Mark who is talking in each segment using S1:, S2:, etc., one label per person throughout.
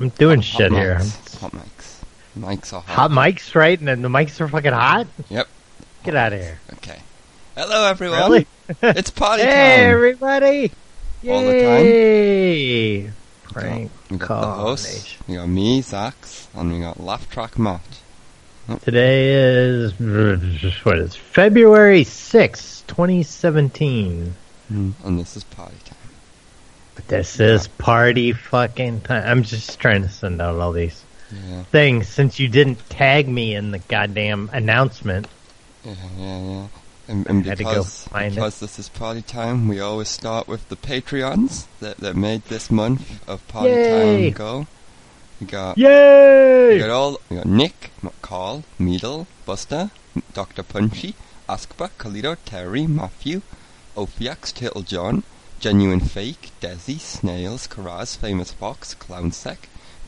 S1: I'm doing shit here.
S2: mics. Hot mics. Mics are hot.
S1: Hot mics, right? And then the mics are fucking hot.
S2: Yep.
S1: Get out of here.
S2: Okay. Hello, everyone.
S1: Really?
S2: It's party
S1: Hey,
S2: time.
S1: everybody!
S2: All the time?
S1: Yay! Prank
S2: We got the
S1: call.
S2: host.
S1: nation.
S2: We got me, Zax, and we got Laugh Track Matt.
S1: Today is what is February sixth, twenty seventeen.
S2: Mm. And this is party time.
S1: This is party fucking time. I'm just trying to send out all these
S2: Yeah,
S1: things since you didn't tag me in the goddamn announcement.
S2: yeah, yeah, yeah. And, and
S1: Had to go
S2: because,
S1: find it.
S2: because this is party time, we always start with the Patreons that, that made this month of party
S1: Yay.
S2: time go. We got We
S1: Yay!
S2: got all. We got Nick, McCall, Meadle, Buster, Doctor Punchy, Askba, Kalido, Terry, Matthew, Ophiax, Turtle John, Genuine Fake, Desi, Snails, Karaz, Famous Fox, Clownsec,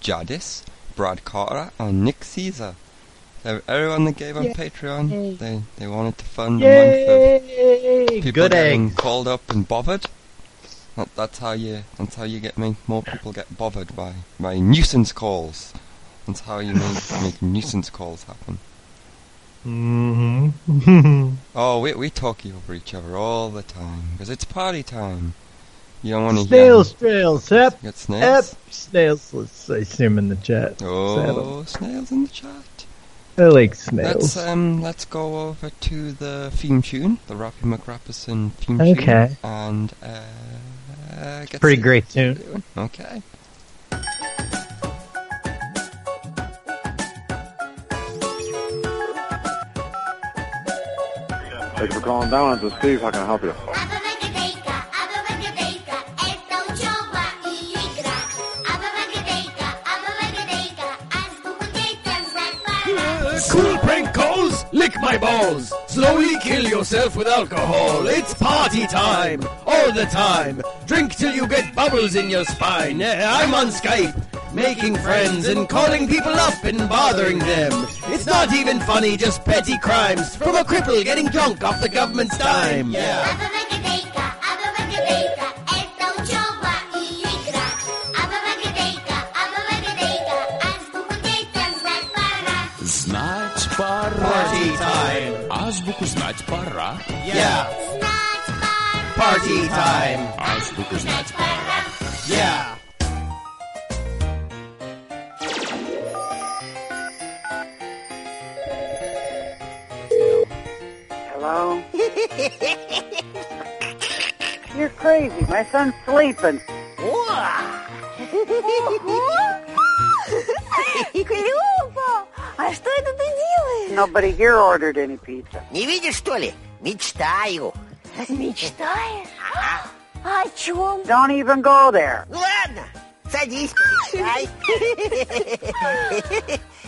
S2: Jadis, Brad Carter, and Nick Caesar. So everyone that gave on Patreon, they they wanted to fund a month of
S1: Yay!
S2: people
S1: Good
S2: getting
S1: eggs.
S2: called up and bothered. That, that's how you. That's how you get make more people get bothered by by nuisance calls. That's how you make, make nuisance calls happen.
S1: Mm-hmm.
S2: Oh, we we talk over each other all the time because it's party time. You don't want to
S1: snails, trails, hep,
S2: Got
S1: hep,
S2: snails.
S1: snails. Let's I see them in the chat.
S2: Oh, snails in the chat.
S1: I like
S2: Let's
S1: snails.
S2: um, let's go over to the theme tune, the Rappy McRapperson theme tune.
S1: Okay.
S2: And uh, get
S1: Pretty
S2: some-
S1: great tune.
S2: Okay.
S3: Thank you for calling down. This is Steve. How can I help you?
S4: Aba maga beka, aba maga beka, esta uczoba i igra. Aba maga beka, aba maga beka, aż bubu dzieciom znak para.
S5: Cool prank calls? Lick my balls. Slowly kill yourself with alcohol. It's party time. All the time. Drink till you get bubbles in your spine. Eh, I'm on Skype. Making friends and calling people up and bothering them. It's not even funny, just petty crimes. From a cripple getting drunk off the government's dime. Yeah.
S4: Aba maga beka, aba maga beka, esta uczoba i igra. Aba maga beka, aba maga beka, aż bubu dzieciom znak para.
S6: Знать пора.
S5: Party time.
S6: Азбуку знать пора.
S5: Yeah.
S4: Znać para,
S5: Party time.
S6: Азбуку знать.
S4: znać para.
S5: Yeah.
S7: Hello? You're crazy. My son's sleeping.
S8: Клёпа! А что это ты делаешь?
S7: Nobody here ordered any pizza.
S9: Не видишь, что ли? Мечтаю.
S8: Мечтаешь? О чем?
S7: Don't even go there.
S9: Ну ладно, садись, помечтай.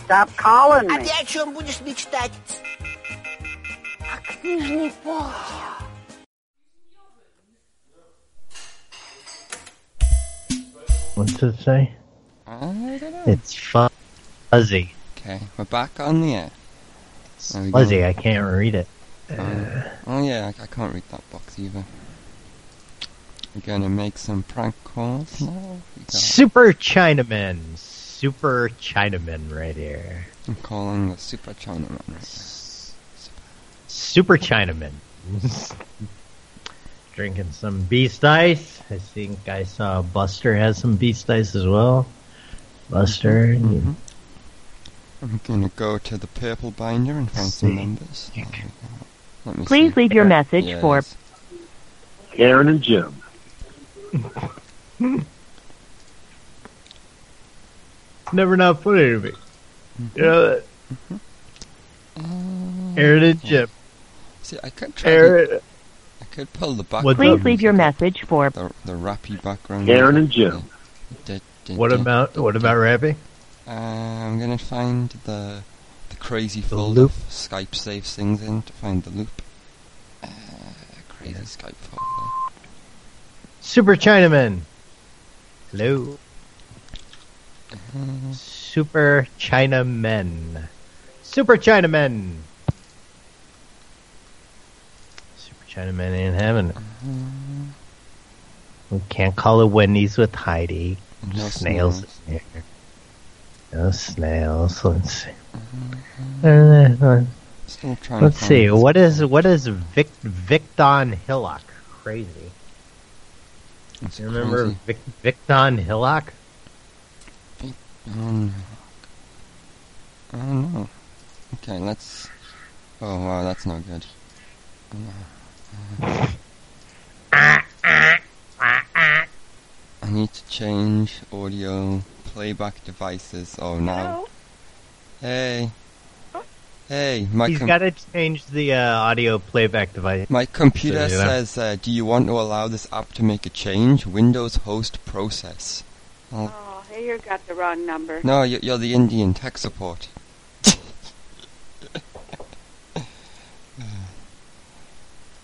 S7: Stop calling
S9: А
S7: me.
S9: ты о чем будешь мечтать?
S8: О книжной полке.
S1: What's it say?
S2: I don't know.
S1: It's fu- fuzzy.
S2: Okay, we're back on the air. There we go.
S1: Fuzzy. I can't read it. Uh,
S2: Oh yeah, I, I can't read that box either. We're gonna make some prank calls now. We got,
S1: Super Chinaman. Super Chinaman right here.
S2: I'm calling the Super Chinaman. Right
S1: Super Chinaman. Drinking some Beast Ice. I think I saw Buster has some Beast Ice as well. Buster, you
S2: Mm-hmm. there. I'm gonna go to the purple binder and find some numbers. There we go. Let me see.
S8: leave your message
S2: Yes.
S3: Aaron and Jim.
S1: never not funny to me. You know that?
S2: Mm-hmm.
S1: Aaron and Jim.
S2: See, I could try. To,
S1: Aaron.
S2: I could pull the back.
S1: Uh, What Please
S8: leave your message for
S2: The, the rappy background.
S3: Aaron and Jim.
S2: Da- da-
S1: What
S2: da-
S1: about what about rapping?
S2: Uh, I'm gonna find the the crazy
S1: The
S2: folder
S1: loop.
S2: Skype saves things in to find the loop. Uh, crazy Skype folder.
S1: Super Chinaman. Hello.
S2: Mm-hmm.
S1: Super Chinamen. Super Chinamen. Super Chinaman ain't having it.
S2: Mm-hmm.
S1: We can't call it Wendy's with Heidi.
S2: No
S1: snails.
S2: snails.
S1: in here. No snails. Let's see. Uh,
S2: Still trying to find
S1: let's see.
S2: this.
S1: What is what is Vic Victon Hillock? Crazy.
S2: It's
S1: You remember
S2: crazy.
S1: Vic, Victon Hillock?
S2: Um, I don't know. Oh, Okay, let's. Oh wow, that's no good. I need to change audio playback devices. Oh no!
S8: Hello?
S2: Hey, hey, my
S1: He's
S2: com-
S1: got to change the uh, audio playback device.
S2: my computer
S1: So, yeah.
S2: says, uh, "Do you want to allow this app to make a change?" Windows host process.
S10: Oh, you got the wrong number.
S2: No, you're, you're the Indian tech support.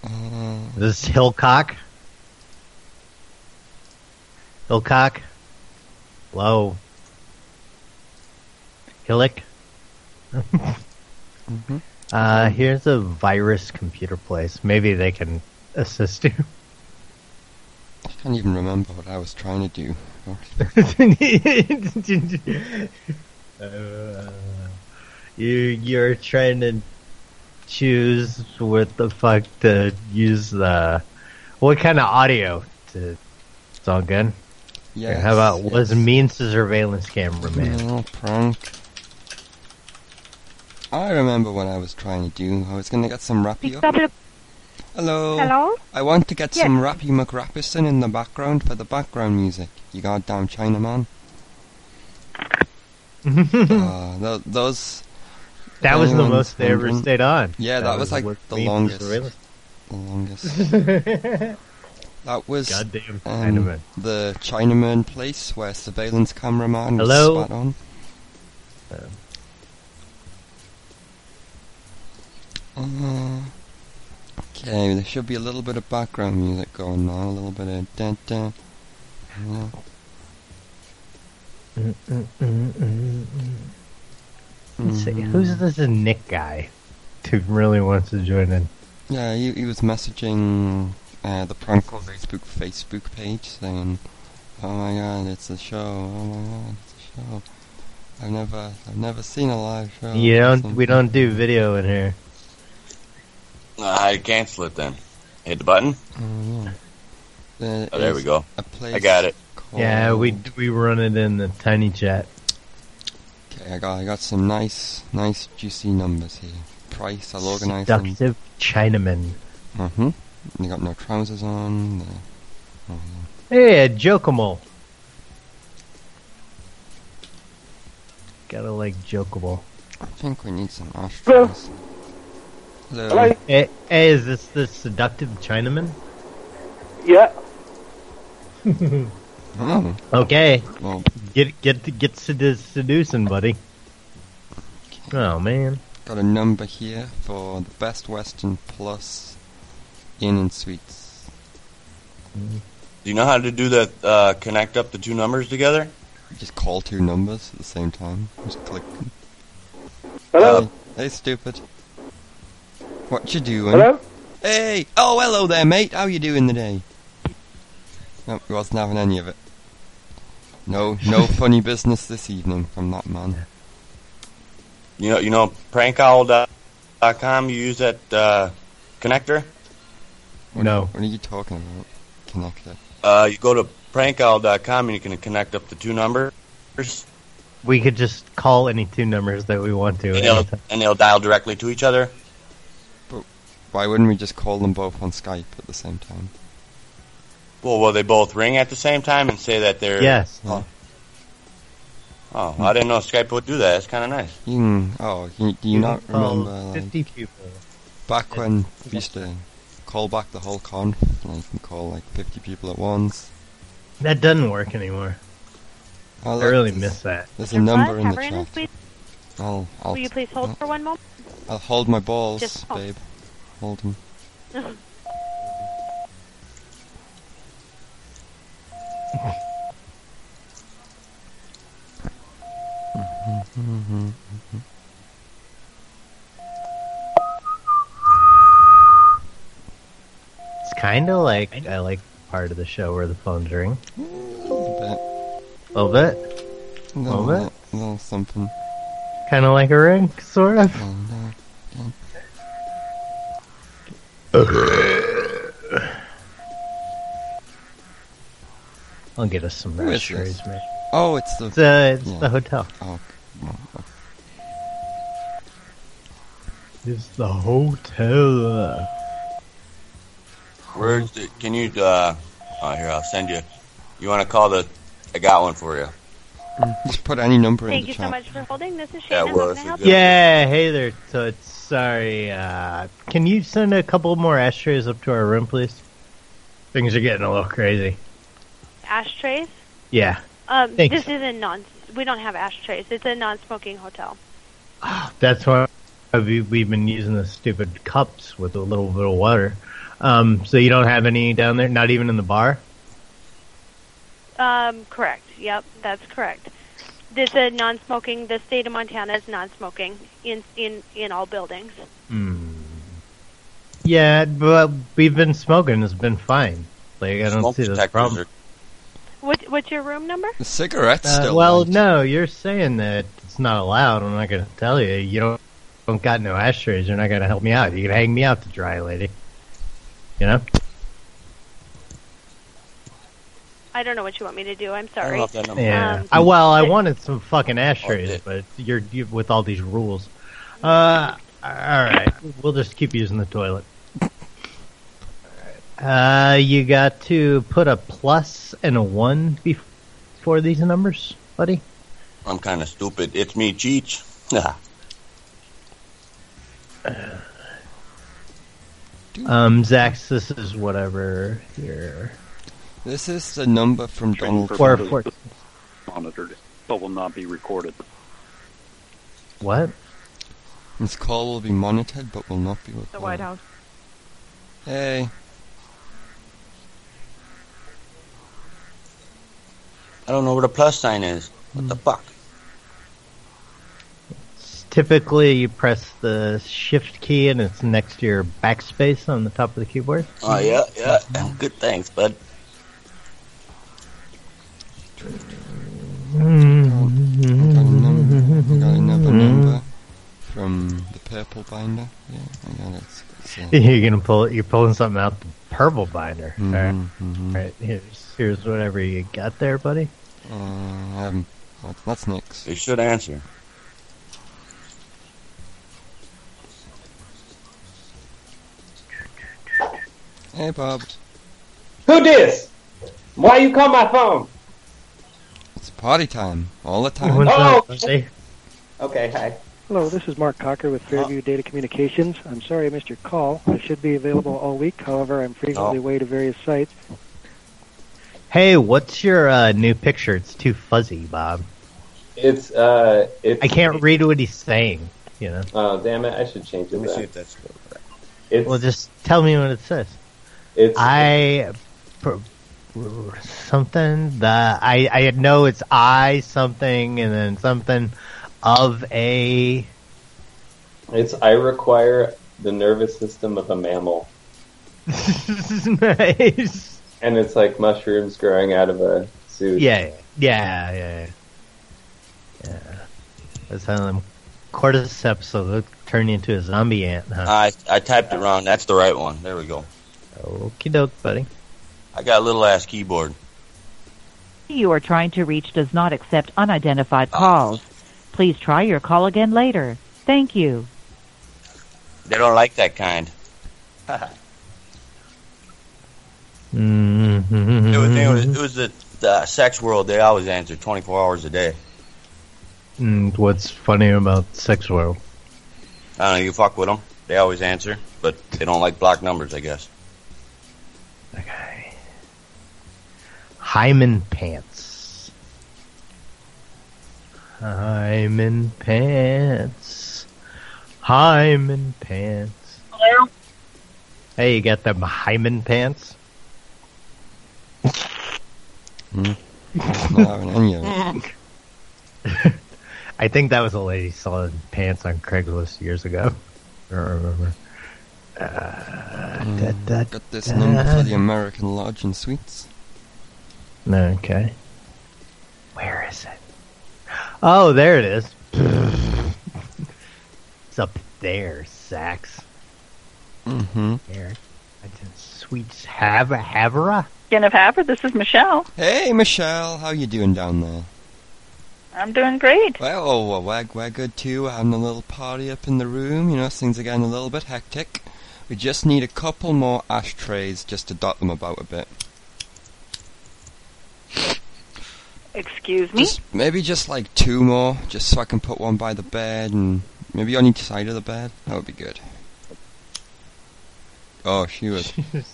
S2: Uh,
S1: This is Hillcock. Hillcock. Low. Hillock.
S2: mhm.
S1: Uh, here's a virus computer place. Maybe they can assist you.
S2: I can't even remember what I was trying to do.
S1: Uh, you you're trying to choose what the fuck to use the what kind of audio to. It's all good.
S2: Yeah.
S1: How about was means to surveillance camera man?
S2: Little Oh, prank. I remember what I was trying to do. I was going to get some Rappy.
S10: Picked up the
S2: Hello.
S10: hello?
S2: I want to get
S10: Yes.
S2: some Rappy McRapperson in the background for the background music. You goddamn Chinaman. uh, tho- those.
S1: That was the
S2: Anyone's
S1: most they ever
S2: wondering?
S1: stayed on.
S2: Yeah, that was, like,
S1: what
S2: the
S1: means to
S2: longest.
S1: surveillance.
S2: The longest. that was.
S1: Goddamn
S2: um,
S1: Chinaman.
S2: the Chinaman place where surveillance cameraman
S1: Hello?
S2: was spat on. Uh, okay, there should be a little bit of background music going now, a little bit of da da. Yeah.
S1: Let's
S2: Mm.
S1: see,
S2: Mm-hmm.
S1: who's this Nick guy who really wants to join in?
S2: Yeah, he, he was messaging uh, the prank call Facebook Facebook page saying, "Oh my god, it's a show! Oh my god, it's a show! I've never I've never seen a live show."
S1: You don't,
S2: Oh, Something.
S1: we don't do video in here.
S6: Uh, I cancel it then. Hit the button.
S2: Oh, yeah. There
S6: Oh, there
S2: is
S6: we go.
S2: A place
S6: I got it.
S2: called-
S1: Yeah, we we run it in the tiny chat.
S2: Okay, I got I got some nice nice juicy numbers here. Price, I'll organize them.
S1: Seductive Chinaman.
S2: Mm-hmm. They got no trousers on. They, oh, yeah.
S1: Hey, Jokamo. Gotta like Jokamo.
S2: I think we need some ashtrays. Hello.
S1: Hey, hey, is this the seductive Chinaman?
S3: Yeah.
S2: Oh,
S1: Okay,
S2: well,
S1: get get get sedu- seducing, buddy. Oh man.
S2: got a number here for the Best Western Plus Inn and Suites.
S6: Do you know how to do that? Uh, connect up the two numbers together.
S2: Just call two numbers at the same time. Just click. them.
S3: Hello.
S2: Hey, hey, stupid. What you doing?
S3: Hello.
S2: Hey! Oh, hello there, mate. How you doing today? Nope, he wasn't having any of it. No, no funny business this evening from that man.
S6: You know, you know, prankowl.com. You use that uh, connector.
S2: What,
S1: No.
S2: What are you talking about? Connected.
S6: Uh, you go to prankowl.com and you can connect up the two numbers,
S1: We could just call any two numbers that we want to.
S6: and they'll,
S1: anytime.
S6: and they'll dial directly to each other.
S2: Why wouldn't we just call them both on Skype at the same time?
S6: Well, will they both ring at the same time and say that they're?
S1: Yes.
S6: Oh, I didn't know Skype would do that. That's kind of nice.
S2: You can, oh, you, do you not
S1: Well,
S2: remember like,
S1: Fifty people.
S2: back when we used to call back the whole con? Like, and call like 50 people at once.
S1: That doesn't work anymore.
S2: Oh,
S1: I
S2: look,
S1: really
S2: there's-
S1: miss that.
S2: There's a number in the
S10: Tavern,
S2: chat.
S10: please-
S2: I'll, I'll,
S10: Will you please hold for one moment?
S2: I'll hold my balls,
S10: Just- oh.
S2: babe. Hold them.
S1: Mm-hmm. It's kind of like I like part of the show where the phones ring.
S2: A bit.
S1: A little bit.
S2: No,
S1: All right.
S2: little something.
S1: Kind of like a ring, sort of.
S2: Oh,
S1: I'll get us some
S2: Who is
S1: raspberries,
S2: this?
S1: man.
S2: Oh, it's the
S1: It's, uh, it's
S2: yeah.
S1: the hotel.
S2: Oh, no, okay.
S1: It's the hotel.
S6: Where's the? Can you? Uh, oh, here I'll send you. You want to call the? I got one for you.
S2: Mm-hmm. Just put any number in
S10: Thank
S2: the
S10: you
S2: chat.
S10: so much for holding. This is
S6: Yeah,
S10: Shannon.
S6: well,
S10: How
S6: this
S10: can I
S6: is
S10: help
S6: good.
S10: you?
S1: Yeah, hey there, Toots. Sorry. Uh, can you send a couple more ashtrays up to our room, please? Things are getting a little crazy.
S10: Ashtrays?
S1: Yeah.
S10: Um,
S1: Thanks.
S10: this is a non. We don't have ashtrays. It's a non-smoking hotel.
S1: That's why we- we've been using the stupid cups with a little bit of water. Um, so you don't have any down there, not even in the bar.
S10: Um, correct. Yep, that's correct. This is non-smoking. The state of Montana is non-smoking in in in all buildings.
S2: Mm,
S1: Hmm. Yeah, but we've been smoking. It's been fine. Like I don't
S6: Smoke
S1: see the
S6: detectors
S1: problem.
S6: are-
S10: What what's your room number?
S2: The cigarette's
S1: Uh,
S2: still
S1: well,
S2: light.
S1: no, you're saying that it's not allowed. I'm not going to tell you. You don't, don't got no ashtrays. You're not going to help me out. You can hang me out to dry, lady. You know?
S10: I don't know what you want me to do. I'm
S6: I don't
S10: sorry.
S6: know if that number.
S1: Yeah.
S10: Um,
S1: I, well, I wanted some fucking
S6: Oh,
S1: ashtrays,
S6: it-
S1: but you're you, with all these rules. Uh, all right, we'll just keep using the toilet. Uh, you got to put a plus and a one bef- before these numbers, buddy.
S6: I'm kind of stupid. It's me, Cheech. Yeah.
S1: Um, Zach's this is whatever here.
S2: This is the number from
S11: Training
S2: Donald
S11: for
S1: Four,
S11: purposes
S1: four.
S11: monitored, but will not be recorded.
S1: What?
S2: This call will be monitored but will not be recorded.
S12: The White House.
S2: Hey.
S6: I don't know where the plus sign is. What the fuck?
S1: Typically, you press the shift key and it's next to your backspace on the top of the keyboard.
S2: Ah,
S6: Oh yeah, yeah. Good thanks, bud.
S2: I got a number, I got
S1: Mm-hmm.
S2: another number from the purple binder. Yeah, I got it. It's, uh,
S1: You're gonna pull. You're pulling something out the purple binder. All right.
S2: Mhm, mhm.
S1: All right. Here's here's whatever you got there, buddy.
S2: Uh, um, what- what's next?
S6: They should answer.
S2: Hey, Bob.
S3: Who dis? Why you call my phone?
S2: It's party time. All the time.
S1: What's
S3: Oh!
S1: up, buddy?
S3: Okay, hi.
S13: Hello, this is Mark Cocker with
S6: Uh,
S13: Fairview Data Communications. I'm sorry I missed your call. I should be available all week. However, I'm frequently
S6: Oh.
S13: away to various sites.
S1: Hey, what's your uh, new picture? It's too fuzzy, Bob.
S11: It's uh, it's
S1: I can't read what he's saying. You know.
S11: Oh damn it! I should change it.
S6: Let me
S11: back.
S6: see if that's.
S11: It's
S1: Well, just tell me what it says.
S11: it's
S1: I pr- something that I I know it's I something and then something of a
S11: it's I require the nervous system of a mammal,
S1: nice.
S11: and it's like mushrooms growing out of a suit.
S1: Yeah, yeah, yeah, yeah. Yeah. That's how them cordyceps will turn you into a zombie ant, huh?
S6: I I typed it wrong. That's the right one. There we go.
S1: Okie doke, buddy.
S6: I got a little ass keyboard.
S14: You are trying to reach does not accept unidentified calls. Please try your call again later. Thank you.
S6: They don't like that kind.
S2: Mm.
S6: It was, it was,
S1: Mm-hmm.
S6: it was the, the sex world. They always answer 24 hours a day.
S1: And Mm, what's funny about Sex World?
S6: I don't know. You fuck with them. They always answer, but they don't like block numbers, I guess.
S1: Okay. Hymen pants. Hymen pants. Hymen pants.
S7: Hello?
S1: Hey, you got them hymen pants?
S2: Not having any of it.
S1: I think that was a lady selling pants on Craigslist years ago. I don't remember. Uh,
S2: Hmm.
S1: da, da,
S2: Got this
S1: da.
S2: number for the American Lodge and Suites.
S1: No, okay. Where is it? Oh, there it is. it's up there, Sax.
S2: Mm-hmm.
S1: There. Sweets have a havera.
S12: Skin of Havre, this is Michelle.
S2: Hey, Michelle, how you doing down there?
S12: I'm doing great.
S2: Well, oh, well, we're, we're good too. We're having a little party up in the room. You know, things are getting a little bit hectic. We just need a couple more ashtrays just to dot them about a bit.
S12: Excuse me?
S2: Just- maybe just like two more, just so I can put one by the bed and maybe on each side of the bed. That would be good. Oh, she was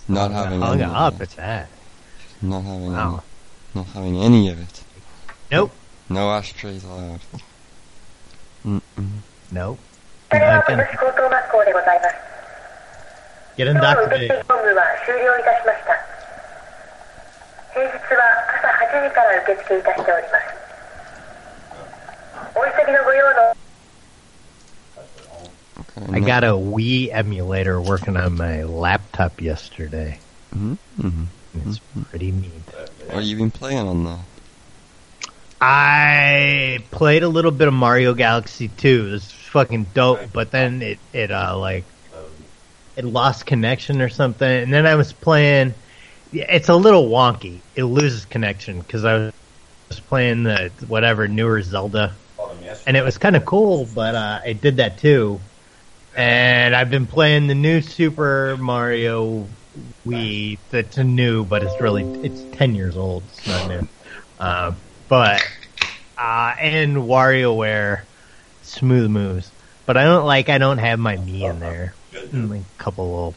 S2: not having
S1: hung
S2: any of
S1: up at that.
S2: it. Not having
S1: Wow.
S2: any, not having any of it.
S1: Nope.
S2: No ashtrays allowed. Mm-mm.
S1: Nope. I can
S15: 高等学校でございます。
S1: get
S15: 今日の受付
S1: indoctrinated.
S15: 業務は終了いたしました。平日は朝8時から受付いたしております。お急ぎのご用の
S1: I got a Wii emulator working on my laptop yesterday.
S2: Mm-hmm.
S1: It's pretty neat.
S2: What have you been playing on there?
S1: I played a little bit of Mario Galaxy 2. It's fucking dope, but then it it uh like it lost connection or something. And then I was playing yeah, it's a little wonky. It loses connection cuz I was playing the whatever newer Zelda. And it was kind of cool, but uh it did that too. And I've been playing the new Super Mario Wii. That's new, but it's really it's 10 years old. It's not new. Uh, but uh, and WarioWare smooth moves. But I don't like I don't have my knee in there. And, like, a couple little,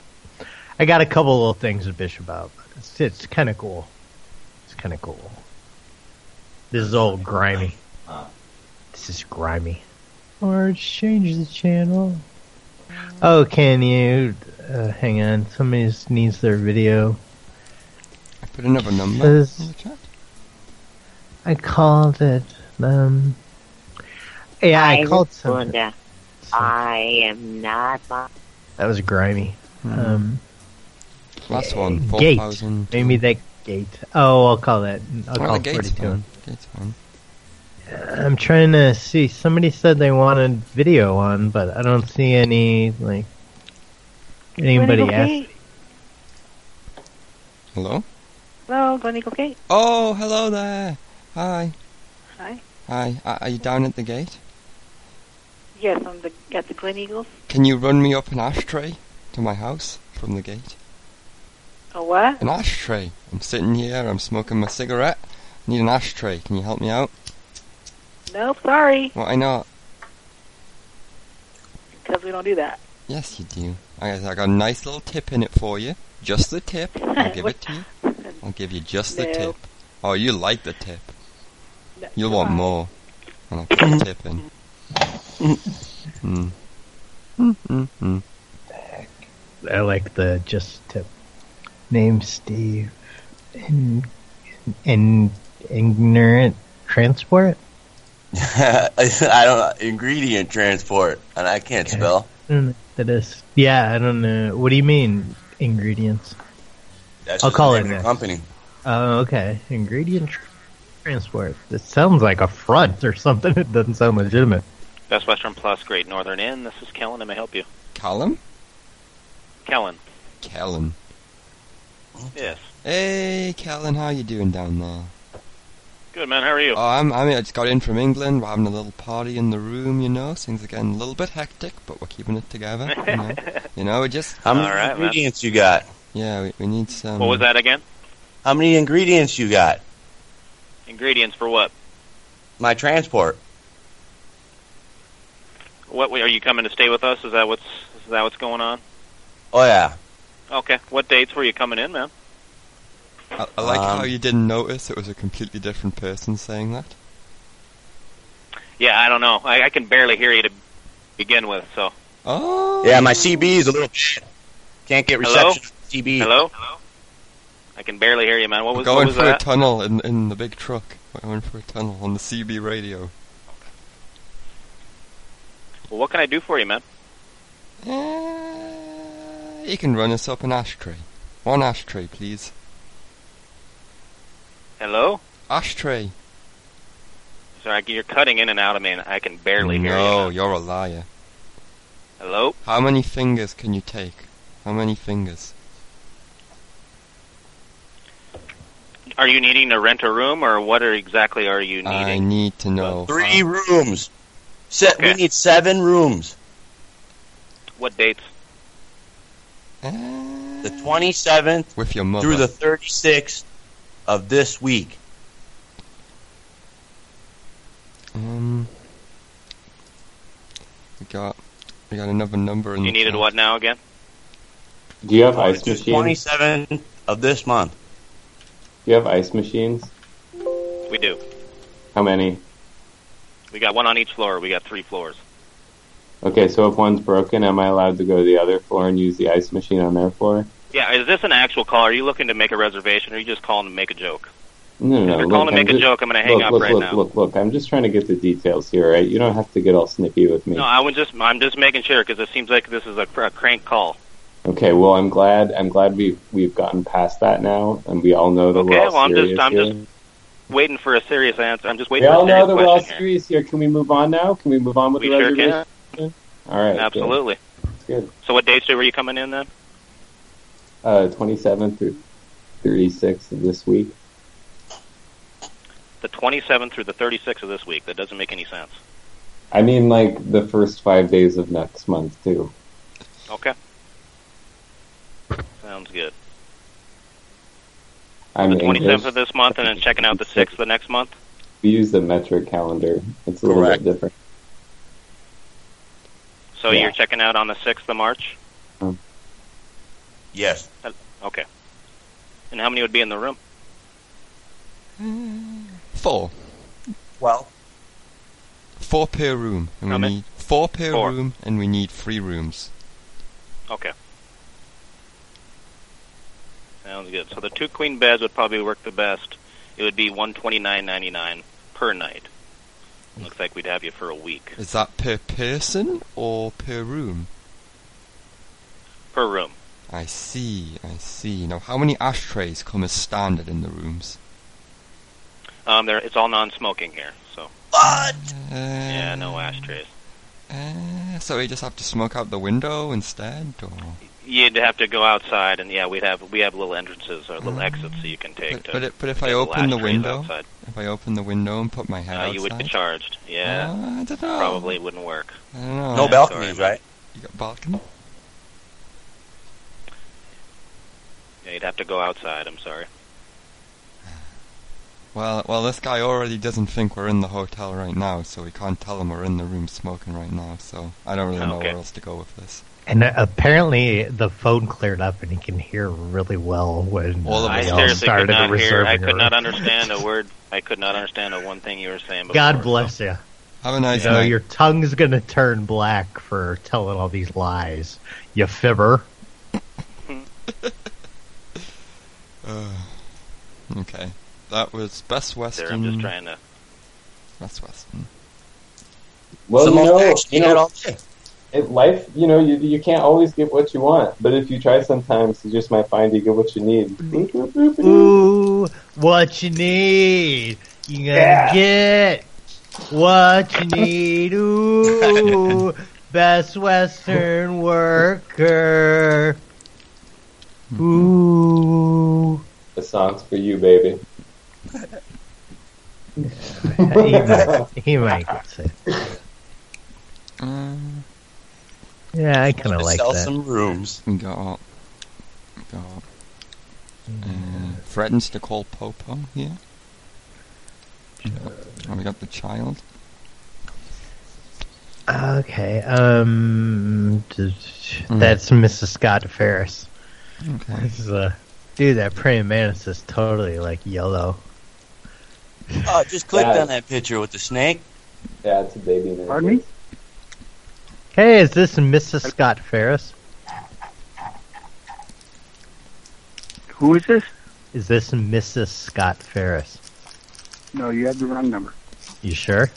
S1: I got a couple little things to bitch about. But it's it's kind of cool. It's kind of cool. This is all grimy. This is grimy. Or change the channel. Oh, can you uh, hang on? Somebody just needs their video.
S2: I put another number
S1: Says-
S2: in the chat.
S1: I called it. Um, yeah, I, called something.
S12: Uh,
S16: I am not. My-
S1: That was grimy. Um,
S2: Mm-hmm. Last one,
S1: gate.
S2: 4,000.
S1: Maybe that gate. Oh, I'll call that. I'll
S2: Oh,
S1: call
S2: the gate's
S1: 42.
S2: fine. Gate's fine.
S1: I'm trying to see. Somebody said they wanted video on, but I don't see any, like, anybody
S12: Glenny
S1: asked.
S12: Gate.
S2: Hello?
S12: Hello, Glenny Gate.
S2: Oh, hello there. Hi.
S12: Hi.
S2: Hi. Are are you down at the gate?
S12: Yes, I'm the, at the Glen Eagles.
S2: Can you run me up an ashtray to my house from the gate?
S12: A Oh, what?
S2: An ashtray. I'm sitting here, I'm smoking my cigarette. I need an ashtray. Can you help me out?
S12: Nope, sorry,
S2: Why not?
S12: because we don't do that.
S2: Yes, you do. I I got a nice little tip in it for you. Just the tip. I'll give it to you. I'll give you just the
S12: No.
S2: tip. Oh, you like the tip.
S12: No,
S2: You'll
S12: come
S2: want
S12: on.
S2: more. And I'll put the tip in. Mm. Mm-mm.
S1: Hmm. I like the just tip. Name Steve. In, in, ignorant transport?
S6: I don't ingredient transport, and I can't spell.
S1: I don't know what that is. Yeah, I don't know. What do you mean, ingredients?
S6: That's
S1: I'll
S6: just
S1: call
S6: the
S1: it
S6: name of
S1: that.
S6: the company.
S1: Oh, okay. Ingredient tr- transport. This sounds like a front or something. It doesn't sound legitimate.
S17: Best Western Plus, Great Northern Inn. This is Kellen. I may I help you.
S2: Callum?
S17: Kellen.
S2: Kellen.
S17: Yes.
S2: Hey, Kellen, how you doing down there?
S17: Good man. How are you?
S2: Oh, I'm, I mean, I just got in from England. We're having a little party in the room, you know. Things are getting a little bit hectic, but we're keeping it together. You know, you know we just. um,
S6: How many ingredients you got?
S2: Yeah, we, we need some.
S17: What was that again?
S6: How many ingredients you got?
S17: Ingredients for what?
S6: My transport.
S17: What are you coming to stay with us? Is that what's is that what's going on?
S6: Oh yeah.
S17: Okay. What dates were you coming in, man?
S2: I, I like
S17: Um,
S2: how you didn't notice it was a completely different person saying that.
S17: Yeah, I don't know. I, I can barely hear you to begin with. So.
S2: Oh.
S6: Yeah, my CB is a little. Can't get
S17: Hello.
S6: reception. CB.
S17: Hello. I can barely hear you, man. What
S2: We're
S17: was,
S2: going
S17: what was
S2: for
S17: that?
S2: a tunnel in, in the big truck. We're going for a tunnel on the CB radio.
S17: well, what can I do for you, man?
S2: You can run us up an ashtray. One ashtray, please.
S17: Hello.
S2: Ashtray.
S17: Sorry, you're cutting in and out of me, and I can barely hear you.
S2: No, you're a liar.
S17: Hello?
S2: How many fingers can you take? How many fingers?
S17: Are you needing to rent a room, or what are exactly are you needing?
S2: I need to know.
S6: Three rooms. Se- We need seven rooms.
S17: What dates?
S6: The 27th
S2: with your mother.
S6: through the 36th of this week.
S2: Um, we got we got another number in
S17: You
S2: the
S17: needed
S2: chat.
S17: what now again?
S11: Do you have ice
S6: The
S11: machines?
S6: 27th of this month.
S11: Do you have ice machines?
S17: We do.
S11: How many?
S17: We got one on each floor. We got three floors.
S11: Okay, so if one's broken, am I allowed to go to the other floor and use the ice machine on their floor?
S17: Yeah, is this an actual call? Are you looking to make a reservation, or are you just calling to make a joke?
S11: No, no, no.
S17: If you're
S11: look,
S17: calling to
S11: I'm
S17: make a
S11: just-
S17: joke, I'm gonna hang
S11: look,
S17: up
S11: look,
S17: right
S11: look,
S17: now.
S11: Look, look, I'm just trying to get the details here, right? You don't have to get all snippy with me.
S17: No, I was just I'm just making sure because it seems like this is a, cr- a crank call.
S11: Okay, well, I'm glad. I'm glad we have we've gotten past that now, and we all know that
S17: Okay,
S11: we're all
S17: well, I'm just-
S11: serious
S17: I'm
S11: here.
S17: just waiting for a serious answer. I'm just
S11: we
S17: waiting for
S11: all
S17: a
S11: know
S17: serious
S11: that we're all
S17: question.
S11: serious here. Can we move on now? Can we move on with
S17: We
S11: the
S17: sure can.
S11: reservation? All right, good.
S17: Absolutely.
S11: Good.
S17: So what dates were you coming in then?
S11: Uh, 27th through 36th of this week.
S17: The 27th through the 36th of this week. That doesn't make any sense.
S11: I mean, like the first five days of next month too.
S17: Okay. Sounds good.
S11: I'm
S17: the 27th
S11: English.
S17: of this month, and then checking out the 6th the next month.
S11: We use the metric calendar. It's a little bit different.
S17: So
S11: Yeah.
S17: you're checking out on the 6th of March.
S6: Yes.
S17: Uh, Okay. And how many would be in the room?
S2: Four.
S6: Well.
S2: Four per room, and
S17: How
S2: we
S17: many?
S2: need four per
S17: Four.
S2: room, and we need three rooms.
S17: Okay. Sounds good. So the two queen beds would probably work the best. It would be one twenty nine ninety nine per night. Looks like we'd have you for a week
S2: Is that per person or per room?
S17: per room.
S2: I see, I see. Now, how many ashtrays come as standard in the rooms?
S17: Um, there it's all non smoking here. So yeah, no ashtrays.
S2: Um, Uh, so we just have to smoke out the window instead, or
S17: You'd have to go outside, and yeah, we'd have we have little entrances or little exits that you can take.
S2: Mm. but,
S17: to
S2: but, if, but if
S17: to
S2: I
S17: little
S2: open the
S17: ashtrays
S2: window,
S17: outside.
S2: if I open the window and put my head
S17: Uh,
S2: outside,
S17: you would be charged. Yeah,
S2: Uh, I don't know.
S17: probably wouldn't work.
S2: I don't know.
S6: No balconies, right?
S2: You got balcony?
S17: Yeah, you'd have to go outside. I'm sorry.
S2: Well, well, this guy already doesn't think we're in the hotel right now, so we can't tell him we're in the room smoking right now. So I don't really know
S17: Oh, Okay.
S2: where else to go with this.
S1: And uh, apparently the phone cleared up, and he can hear really well when
S2: All of
S1: I
S2: us.
S1: all
S2: I
S17: seriously could
S1: started
S17: not hear.
S1: reserving.
S17: I could
S1: her.
S17: not understand a word. I could not understand a one thing you were saying. Before.
S1: God bless you.
S2: Have a nice
S1: you know,
S2: night.
S1: Your tongue's gonna turn black for telling all these lies, you fibber.
S2: Uh, okay, that was Best Western.
S17: There, I'm just trying to.
S2: Best Western.
S11: Well,
S6: Some
S11: you
S6: old
S11: know,
S6: action
S11: you
S6: had
S11: know
S6: all day.
S11: it, life, you know, you, you can't always get what you want, but if you try sometimes, you just might find you get what you need. Boop, boop, boop, boop.
S1: Ooh, what you need, you gonna
S11: Yeah.
S1: get. What you need, ooh, best Western worker. Ooh.
S11: The song's for you, baby.
S1: he, might, he might get it.
S2: Um,
S1: Yeah, I kind of like
S6: sell
S1: that.
S6: some rooms.
S2: we got, we got
S1: Mm.
S2: uh, threatens to call Popo here. And we got the child.
S1: Okay, um, d- that's Mrs. Scott Ferris.
S2: Okay.
S1: This is a dude. That praying mantis is totally like yellow.
S6: Oh, just clicked
S1: Yeah.
S6: on that picture with the snake.
S11: Yeah, it's a baby.
S13: Pardon me?
S1: Hey, is this Mrs. Scott Ferris?
S13: Who is this?
S1: Is this Mrs. Scott Ferris?
S13: No, you have the wrong number.
S1: You sure?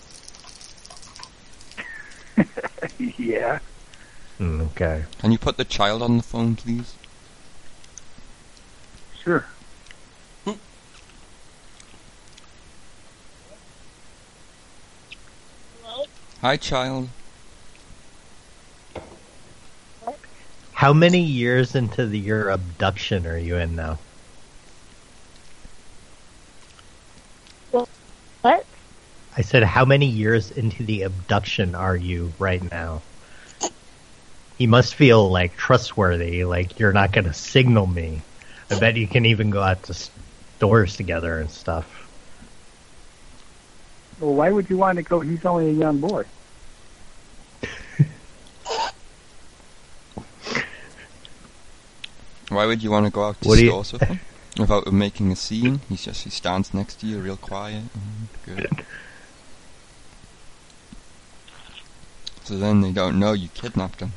S13: yeah.
S1: Mm, Okay.
S2: Can you put the child on the phone, please?
S13: Sure.
S2: Hi, child.
S1: How many years into the, your abduction are you in now?
S18: What?
S1: I said, how many years into the abduction are you right now? You must feel like trustworthy, like you're not going to signal me. I bet you can even go out to stores together and stuff.
S19: Well, why would you want to go? He's only a young boy.
S2: Why would you want to go out to
S1: What do you-
S2: stores with him without making a scene? He's just he stands next to you, real quiet. Mm, Good. So then they don't know you kidnapped him.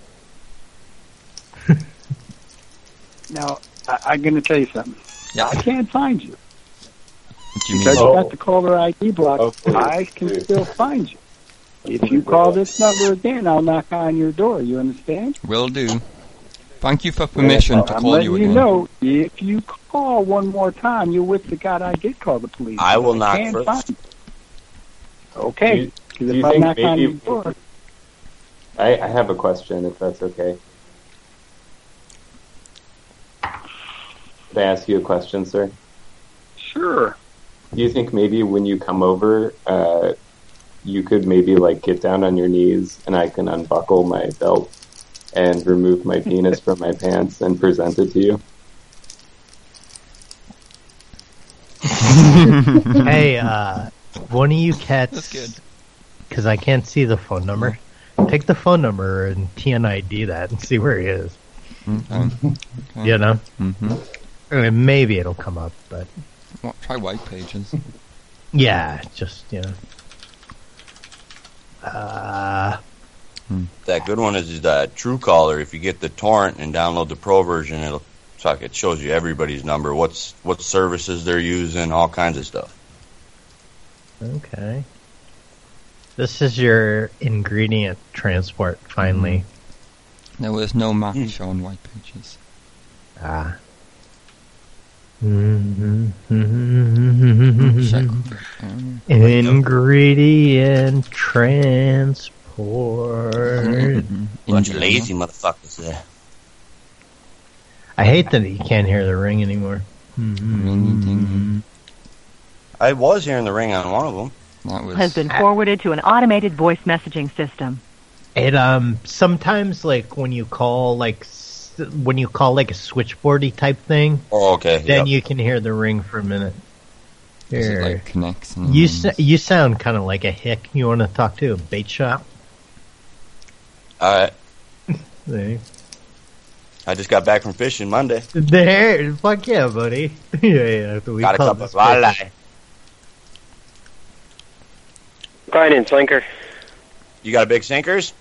S19: Now, I, I'm going to tell you something.
S2: Yeah.
S19: I can't find you.
S2: Do you mean- Oh,
S19: Because
S1: Oh.
S19: you got the caller ID block, I can still find you. If you call this number again, I'll knock on your door. You understand?
S2: Will do. Thank you for permission to
S19: I'm
S2: call
S19: letting
S2: you
S19: you,
S2: again.
S19: know if you call one more time, you're with the God I did call the police.
S6: I will knock
S19: can't
S6: first.
S19: find you. Okay.
S11: Do you-
S19: Because
S11: do
S19: if
S11: you
S19: I
S11: think
S19: knock on your
S11: maybe-
S19: door,
S11: I, I have a question, if that's okay. Could I ask you a question, sir?
S19: sure.
S11: Do you think maybe when you come over, uh, you could maybe like get down on your knees and I can unbuckle my belt and remove my penis from my pants and present it to you?
S1: hey, uh, one of you cats, because I can't see the phone number, take the phone number and TNID that and see where he is. You know?
S2: Mm-hmm.
S1: And maybe it'll come up, but
S2: What, try white pages.
S1: yeah, just, you know. Uh,
S6: That good one is uh, True Caller. If you get the torrent and download the pro version, it'll talk. It shows you everybody's number, what's what services they're using, all kinds of stuff.
S1: Okay. This is your ingredient transport, finally.
S2: There was no
S1: Hmm.
S2: match on white pages.
S1: Ah.
S2: Hmm. Mm-hmm.
S1: Mm-hmm. Ingredient transport.
S6: Bunch of lazy motherfuckers there.
S1: I hate that you can't hear the ring anymore.
S6: I was hearing the Mm-hmm. ring on one of them.
S2: That was
S14: Has been forwarded to an automated voice messaging system.
S1: It um sometimes like when you call like s- when you call like a switchboardy type thing,
S6: Oh, okay. yep.
S1: then you can hear the ring for a minute.
S2: Is
S1: Here.
S2: it like mm. connects and
S1: You s you sound kind of like a hick. You want to talk to a bait shop?
S6: All right.
S1: There,
S6: I just got back from fishing Monday.
S1: there, fuck yeah, buddy. yeah, yeah. We
S6: got a
S1: call
S6: couple
S1: this
S6: of walleye.
S20: Finance Linker.
S6: You got a big sinkers?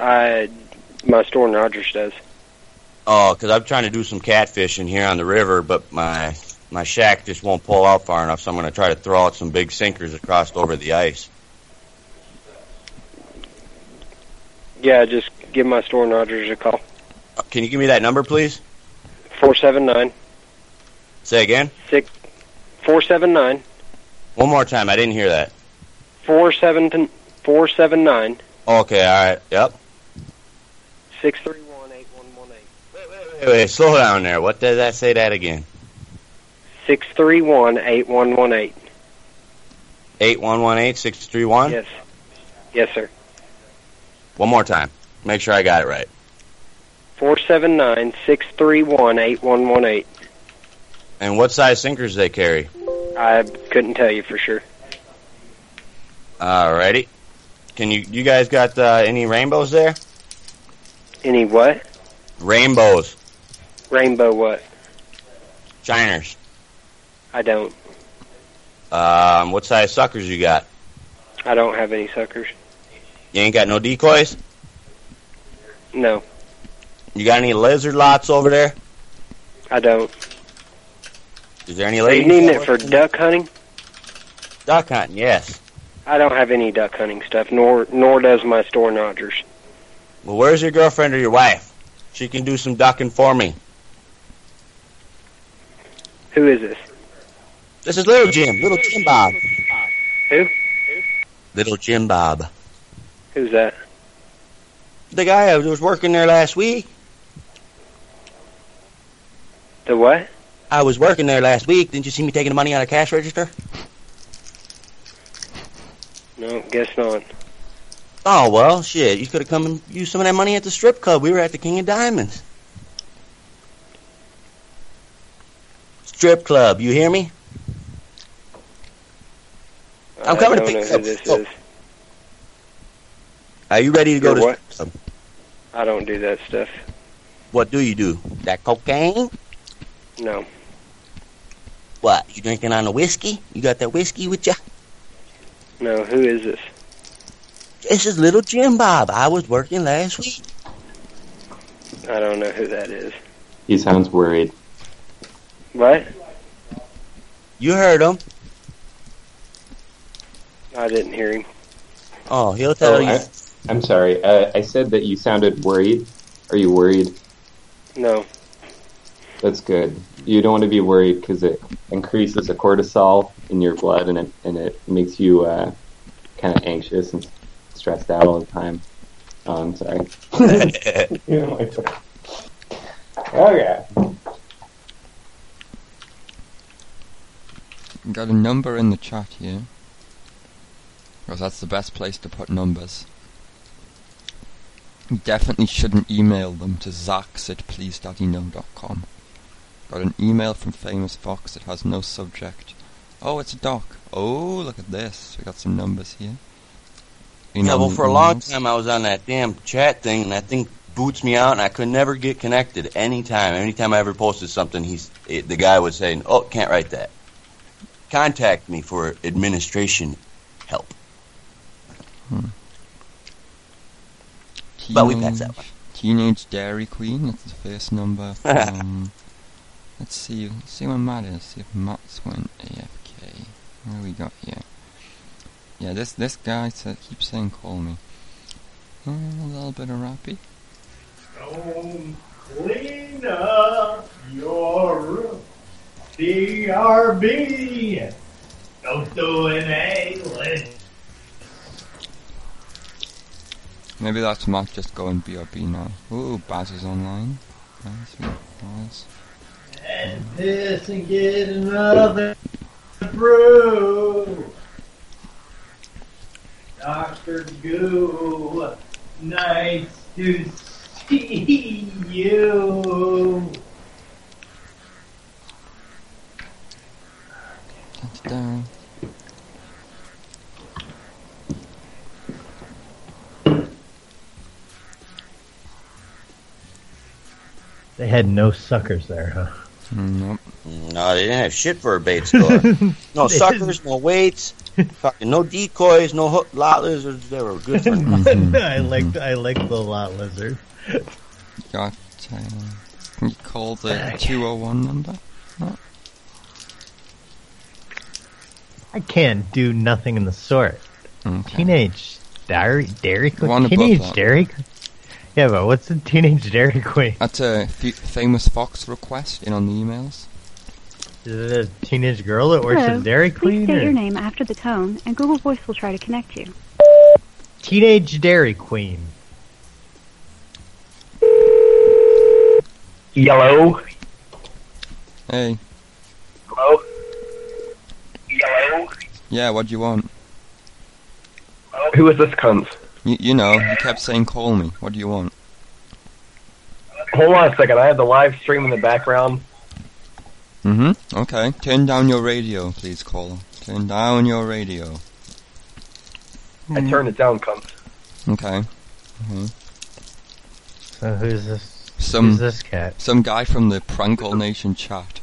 S20: I, my store in Rogers does.
S6: Oh, because I'm trying to do some catfishing here on the river, but my my shack just won't pull out far enough, so I'm going to try to throw out some big sinkers across over the ice.
S20: Yeah, just give my store in Rogers a call.
S6: Uh, Can you give me that number, please?
S20: Four seven nine
S6: Say again.
S20: six four seven nine
S6: One more time. I didn't hear that.
S20: four seven four seven nine
S6: Okay, all right. Yep.
S20: six three one
S6: Wait, wait, slow down there. What did I say that again?
S20: six three one eight one one eight.
S6: 8118 631?
S20: Yes. Yes, sir.
S6: One more time. Make sure I got it right.
S20: Four seven nine six three one eight one one eight.
S6: And what size sinkers they carry?
S20: I couldn't tell you for sure.
S6: Alrighty. Can you you guys got uh, any rainbows there?
S20: Any what?
S6: Rainbows,
S20: Rainbow what?
S6: shiners.
S20: I don't.
S6: Um, what size suckers you got?
S20: I don't have any suckers.
S6: You ain't got no decoys.
S20: No,
S6: You got any lizard lots over there?
S20: I don't.
S6: Is there any
S20: Are you
S6: ladies?
S20: needing it for duck hunting?
S6: duck hunting? Yes.
S20: I don't have any duck hunting stuff, nor nor does my store in Rogers.
S6: Well, where's your girlfriend or your wife? She can do some ducking for me.
S20: Who is this?
S6: This is Little Jim. Little Jim Bob.
S20: Who?
S6: Little Jim Bob.
S20: Who's that?
S6: The guy who was working there last week.
S20: The what?
S6: I was working there last week. Didn't you see me taking the money out of cash register?
S20: No, guess not.
S6: Oh well, shit. You could have come and used some of that money at the strip club. We were at the King of Diamonds. Strip club. You hear me? I'm
S20: I
S6: coming Oh. to
S20: don't
S6: pick
S20: know
S6: you
S20: who
S6: up.
S20: this is.
S6: Are you ready to go
S20: You're
S6: to
S20: what?
S6: strip club?
S20: I don't do that stuff.
S6: What do you do? That cocaine?
S20: No.
S6: What? You drinking on the whiskey? You got that whiskey with you?
S20: No, who is this?
S6: This is little Jim Bob. I was working last week.
S20: I don't know who that is.
S11: He sounds worried.
S20: What?
S6: You heard him.
S20: I didn't hear him.
S6: Oh, he'll
S20: tell you.
S11: I, I'm sorry. Uh, I said that you sounded worried. Are you worried?
S20: No.
S11: That's good. You don't want to be worried because it increases the cortisol in your blood and it and it makes you uh, kind of anxious and stressed out all the time. Oh, I'm sorry. okay.
S2: Got a number in the chat here. Because that's the best place to put numbers. You Definitely shouldn't email them to zax at pleasedaddyno.com. Got an email from Famous Fox. It has no subject. Oh, it's a doc. Oh, look at this. We got some numbers here. You
S6: yeah,
S2: know,
S6: well, for a long
S2: emails.
S6: time I was on that damn chat thing, and that thing boots me out, and I could never get connected. Anytime, anytime I ever posted something, he's it, the guy was saying, "Oh, can't write that. Contact me for administration help." But we passed that
S2: Teenage- Teenage Dairy Queen. That's the first number. From, let's see. Let's see when Matt is. See if Matt's went AFK. What do we got here? Yeah, this this guy sa keeps saying call me. Uh, a little bit of rappy.
S18: Don't clean up your room. DRB. Don't do an alien.
S2: Maybe that's Matt just going BRB now. Ooh, Baz is online. Baz, we got Baz.
S18: And this and get another brew. Dr. Goo, nice to see you.
S2: That's down.
S1: They had no suckers there, huh?
S2: Mm, Nope.
S6: No, Oh, they didn't have shit for a bait store. no suckers, no weights, fucking no decoys, no hook, lot lizards. They were good for nothing.
S1: I liked I liked the lot lizard.
S2: Got. Uh, can you call
S1: Uh,
S2: the 201 number? Matt?
S1: I can't do nothing in the sort. Teenage dairy dairy
S2: The
S1: queen.
S2: one above
S1: Teenage
S2: that.
S1: dairy. Queen? Yeah, but what's a teenage dairy queen?
S2: That's a fe- famous Fox request in on the emails.
S1: Is it a teenage girl that works
S21: Hello.
S1: at Dairy
S21: Please
S1: Queen?
S21: state
S1: or-
S21: your name after the tone, and Google Voice will try to connect you.
S1: Teenage Dairy Queen.
S22: Yellow.
S2: Hey,
S22: Hello. Yellow.
S2: yeah, what do you want?
S22: Uh, Who is this cunt?
S2: You, you know, you kept saying call me. What do you want?
S22: Hold on a second. I have the live stream in the background.
S2: Mm-hmm. Okay, turn down your radio, please, caller. Turn down your radio.
S22: I turned it down, cunt.
S2: Okay. hmm
S1: So who's this?
S2: Some
S1: who's this cat?
S2: Some guy from the Prankle Nation chat.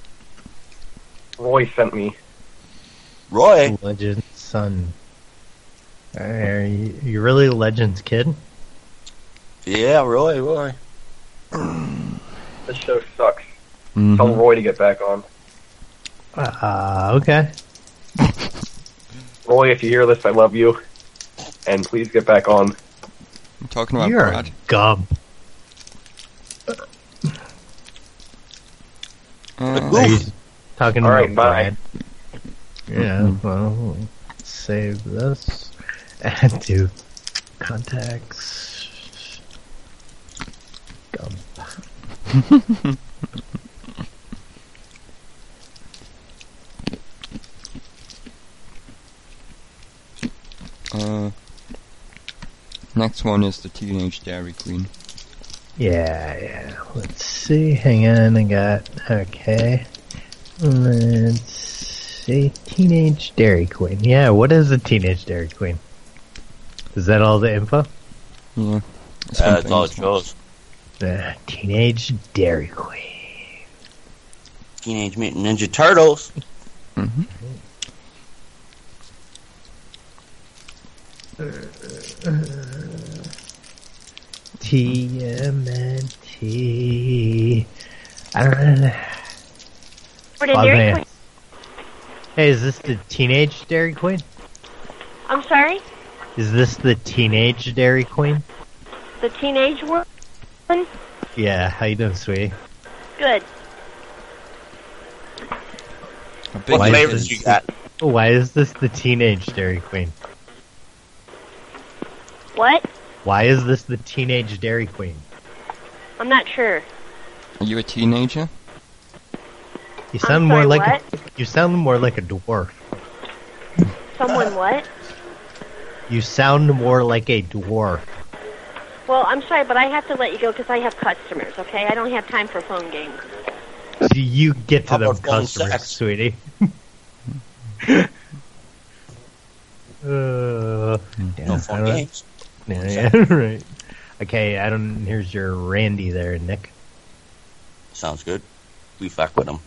S22: Roy sent me.
S6: Roy.
S1: Legend son. Are you, you really Legends kid?
S6: Yeah, Roy, Roy.
S22: This show sucks.
S2: Mhm.
S22: Tell Roy to get back on.
S1: Uh, okay.
S22: Roy, if you hear this, I love you, and please get back on.
S2: I'm talking about
S1: You're
S2: Brad.
S1: a gob.
S2: Uh,
S1: Are you talking
S22: All
S1: about
S22: right, bye.
S1: Brad? Yeah, well, save this. Add to contacts. Gum.
S2: Uh, next one is the Teenage Dairy Queen.
S1: Yeah, yeah. Let's see. Hang on. I got. Okay. Let's see. Teenage Dairy Queen. Yeah, what is a Teenage Dairy Queen? Is that all the info?
S2: Yeah.
S6: Yeah, that's all it shows.
S1: The Teenage Dairy Queen.
S6: Teenage Mutant Ninja Turtles. Mm-hmm.
S1: TMNT. I don't know.
S4: Or the Dairy
S1: man.
S4: Queen.
S1: Hey, is this the Teenage Dairy Queen?
S4: I'm sorry?
S1: Is this the Teenage Dairy Queen?
S4: The teenage one?
S1: Yeah, how you doing, sweetie?
S4: Good.
S1: Why
S6: What
S1: is
S6: flavors
S1: this-
S6: you got?
S1: Why is this the Teenage Dairy Queen?
S4: What?
S1: Why is this the Teenage Dairy Queen?
S4: I'm not sure.
S2: Are you a teenager?
S1: You sound more
S4: sorry,
S1: like A, you sound more like a dwarf.
S16: Uh.
S4: Someone what?
S1: You sound more like a dwarf.
S4: Well, I'm sorry, but I have to let you go because I have customers, okay? I don't have time for phone games.
S1: So you get to them customers, sweetie. uh, yeah, no
S6: phone games.
S1: Yeah, yeah, right. Okay, Adam. Here's your Randy there, Nick.
S6: Sounds good. We fuck with them.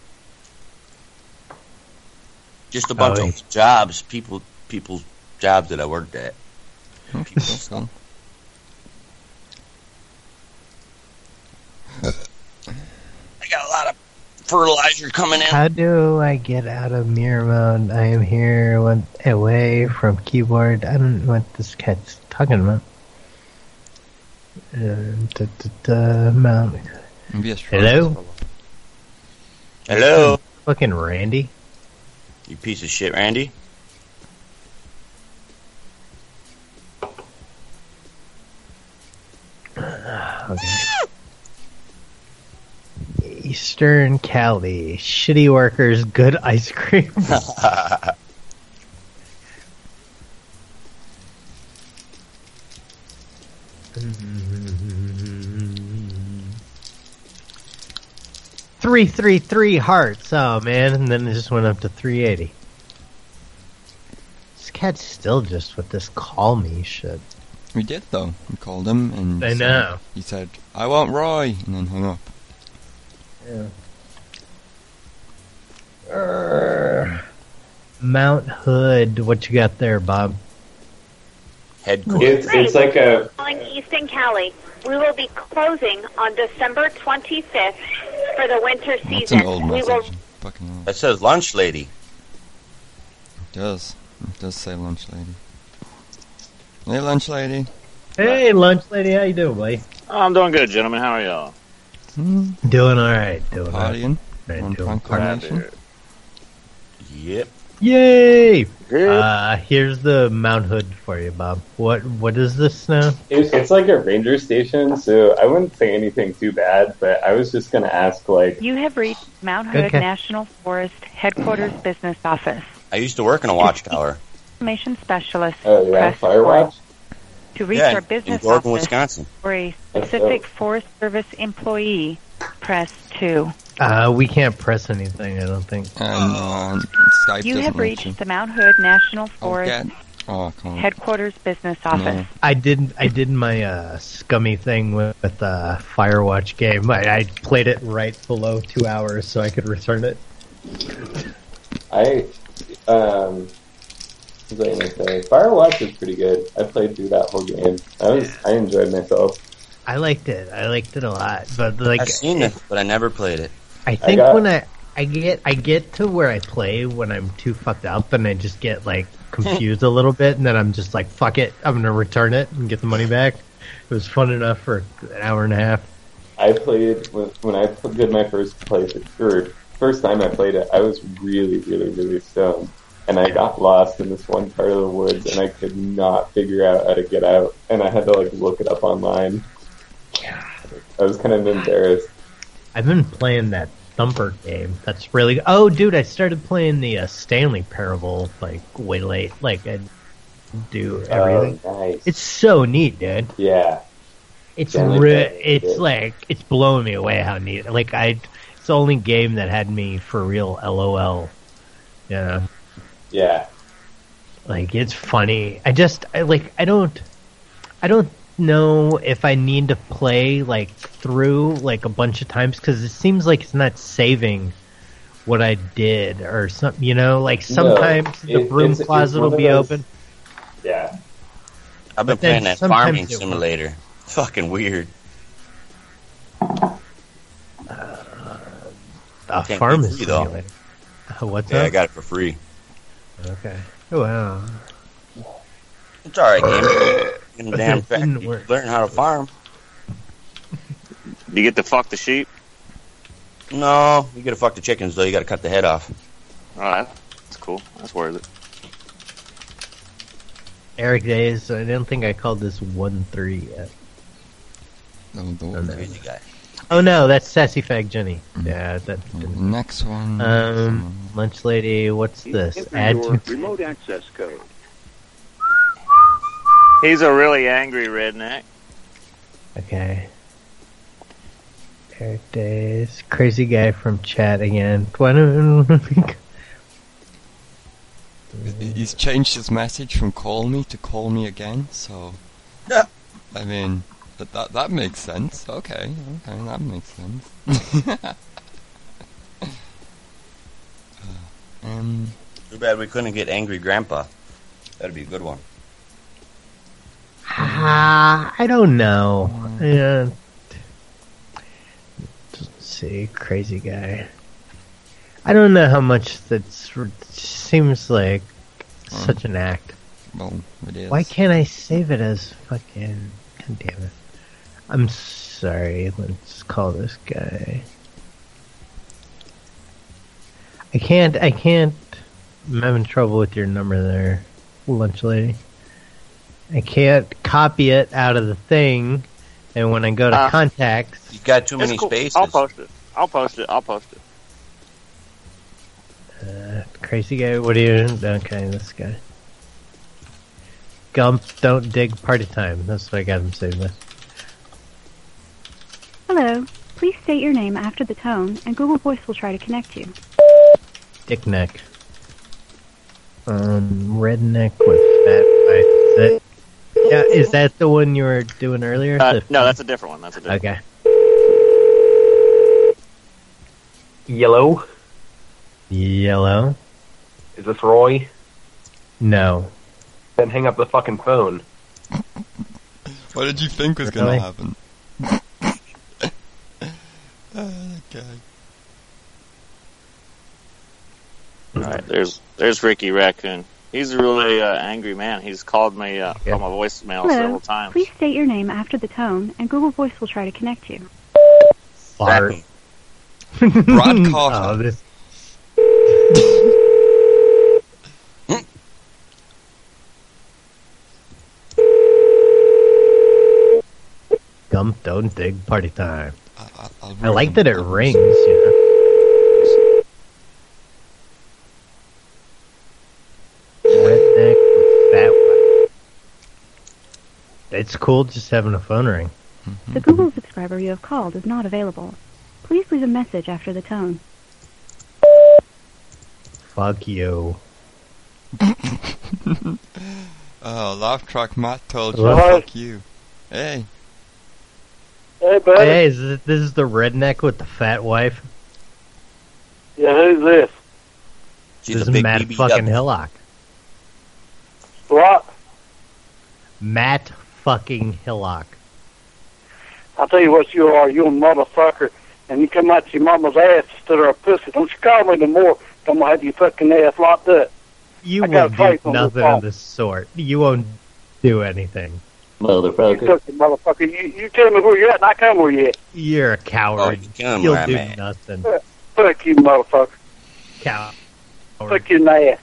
S6: Just a bunch
S1: Oh,
S6: of jobs, people, people's jobs that I worked at.
S2: Oh, People.
S6: I got a lot of fertilizer coming in.
S1: How do I get out of mirror mode? I am here, one away from keyboard. I don't know what this cat's talking about. Uh, da, da, da, mount.
S2: Maybe a
S1: Hello,
S6: Hello,
S1: fucking Randy.
S6: you piece of shit, Randy.
S1: Okay. Eastern Cali, shitty workers, good ice cream. Three three three hearts. Oh man, and then it just went up to three eighty. This cat's still just with this call me shit.
S2: We did though. We called him and
S1: I
S2: said-
S1: know.
S2: He said, "I want Roy," and then hung up.
S1: Yeah. Mount Hood, what you got there, Bob?
S11: It's it's like a
S5: Calling Easton Cali. We will be closing on December 25th for the winter
S6: That's
S5: season.
S6: an old
S5: we will
S6: message. That says lunch lady.
S2: It does. It does say lunch lady. Hey, lunch lady.
S1: Hey, lunch lady, how you doing, buddy?
S23: Oh, I'm doing good, gentlemen. How are y'all?
S1: Doing all right. Doing all right.
S2: Partying.
S1: Right,
S2: on
S1: doing
S2: Proclamation.
S1: alright.
S6: Yep.
S1: Yay! Uh, here's the Mount Hood for you, Bob. What what is this now?
S11: it's, it's like a ranger station, so I wouldn't say anything too bad. But I was just gonna ask, like,
S24: You have reached Mount Hood
S11: Okay.
S24: National Forest Headquarters Business Office.
S6: I used to work in a watchtower.
S24: Information specialist.
S13: Uh,
S6: Oh, you
S24: Press one.
S6: Firewatch?
S24: To reach
S6: yeah,
S24: our
S6: in-
S24: business
S6: in Gorton,
S24: office
S6: Wisconsin.
S24: for a
S6: That's
S24: specific
S6: dope.
S24: Forest Service employee, press 2.
S1: Uh, we can't press anything. I don't think.
S2: And uh, Skype
S24: you have reached the Mount Hood National Forest
S2: Oh, come on.
S24: Headquarters Business Office.
S1: I did. I did my uh, scummy thing with, with the Firewatch game. I, I played it right below two hours, so I could return it.
S11: I um, what was I gonna say? Firewatch is pretty good. I played through that whole game. I was I enjoyed myself.
S1: I liked it. I liked it a lot. But like,
S6: I've seen it, but I never played it.
S1: I think when I I get I get to where I play when I'm too fucked up and I just get like confused a little bit and then I'm just like fuck it I'm gonna return it and get the money back. It was fun enough for an hour and a half.
S11: I played when when I did my first play or first time I played it. I was really really really stoned, and I got lost in this one part of the woods, and I could not figure out how to get out, and I had to like look it up online. I was kind of embarrassed.
S1: I've been playing that Thumper game. That's really. Oh, dude, I started playing the uh, Stanley Parable like way late. Like I do
S6: Uh,
S1: everything.
S11: nice.
S1: It's so neat, dude.
S11: Yeah.
S1: It's
S11: Stanley
S1: re-
S11: Parable,
S1: it's
S11: dude.
S1: like it's blowing me away how neat. Like I, it's the only game that had me for real. LOL. Yeah.
S11: Yeah.
S1: Like it's funny. I just I like I don't I don't know if I need to play like through like a bunch of times cuz it seems like it's not saving what I did or some you know like sometimes
S6: it-
S1: the broom
S6: it's- it's
S1: closet
S6: one
S1: will
S6: of
S1: be
S6: those-
S1: open.
S11: Yeah.
S6: I've been
S1: But then
S6: playing that
S1: sometimes
S6: farming
S1: it works.
S6: simulator. Fucking weird.
S1: Uh, A
S6: Can't
S1: farm
S6: be
S1: is
S6: free, though.
S1: simulated. Uh, What's
S6: Yeah,
S1: up?
S6: I got it for free.
S1: Okay. Oh, wow.
S6: It's all right, game.
S1: But
S6: Damn,
S1: it didn't work.
S6: learn how to farm.
S23: You get to fuck the sheep.
S6: No, you gotta fuck the chickens though. You gotta cut the head off.
S23: All right, that's cool. That's worth it.
S1: Eric Days, I didn't think I called this 1-3 yet.
S6: Crazy guy.
S1: Oh no, that's Sassy Fag Jenny. Yeah, that didn't.
S2: Mm-hmm. Next one.
S1: Um, Lunch Lady, what's this? Add to
S3: remote access code.
S23: He's a really angry redneck.
S1: Okay. Eric Days, crazy guy from chat again. Why don't-
S2: He's changed his message from "call me" to "call me again." So, I mean, that that, that makes sense. Okay, okay, that makes sense. um,
S6: Too bad we couldn't get angry grandpa. That'd be a good one.
S1: Ah, I don't know. Yeah. Let's see, crazy guy. I don't know how much that's. Seems like such an act.
S2: well, it is.
S1: Why can't I save it as fucking? God damn it! I'm sorry. Let's call this guy. I can't. I can't. I'm having trouble with your number there, lunch lady. I can't copy it out of the thing, and when I go to
S23: Ah.
S1: contacts,
S6: You got too
S23: It's
S6: many
S23: cool.
S6: spaces.
S23: I'll post it. I'll post it. I'll post it.
S1: uh, crazy guy. What are you? Okay, this guy. Gump, don't dig party time. That's what I got him saved with.
S21: Hello. Please state your name after the tone, and Google Voice will try to connect you.
S1: Dick neck. Um, redneck with fat wife. Is that, yeah, is that the one you were doing earlier?
S23: Uh,
S1: The-
S23: no, that's a different one. That's a different.
S1: okay.
S22: Yellow.
S1: Yellow?
S22: Is this Roy?
S1: No.
S22: Then hang up the fucking phone.
S2: What did you think was gonna
S22: Really?
S2: happen? Uh, okay.
S23: All right, there's there's Ricky Raccoon. He's a really uh, angry man. He's called me uh, from a voicemail
S21: Hello.
S23: several times.
S21: Please state your name after the tone, and Google Voice will try to connect you.
S1: Fart.
S2: Rod
S1: Carter. Oh, this, Gump, don't dig party time.
S2: I,
S1: I like that it rings. You know? Redneck with fat wife. It's cool just having a phone ring.
S21: The Google subscriber you have called is not available. Please leave a message after the tone.
S1: Fuck you.
S2: Oh, laugh track Matt told you.
S1: Hello?
S2: Fuck you. Hey,
S22: Hey,
S1: Hey, is this, this is the redneck with the fat wife.
S22: Yeah, who's this?
S1: this is Matt fucking Hillock.
S22: What?
S1: Matt fucking Hillock.
S3: I'll tell you what you are. You a motherfucker. And you come out your mama's ass instead of her pussy. Don't you call me no more. I'm going to have your fucking ass locked up.
S1: You
S3: I got
S1: won't
S3: fights
S1: do
S3: on this
S1: nothing
S3: phone.
S1: of the sort. You won't do anything.
S3: You suck, you motherfucker. You, you tell me where you're at and I come where you're at.
S1: You're a coward.
S3: come
S1: You'll
S3: where
S1: do
S3: I'm at.
S1: nothing.
S3: Fuck you, motherfucker.
S1: Cow.
S3: Fuck your ass.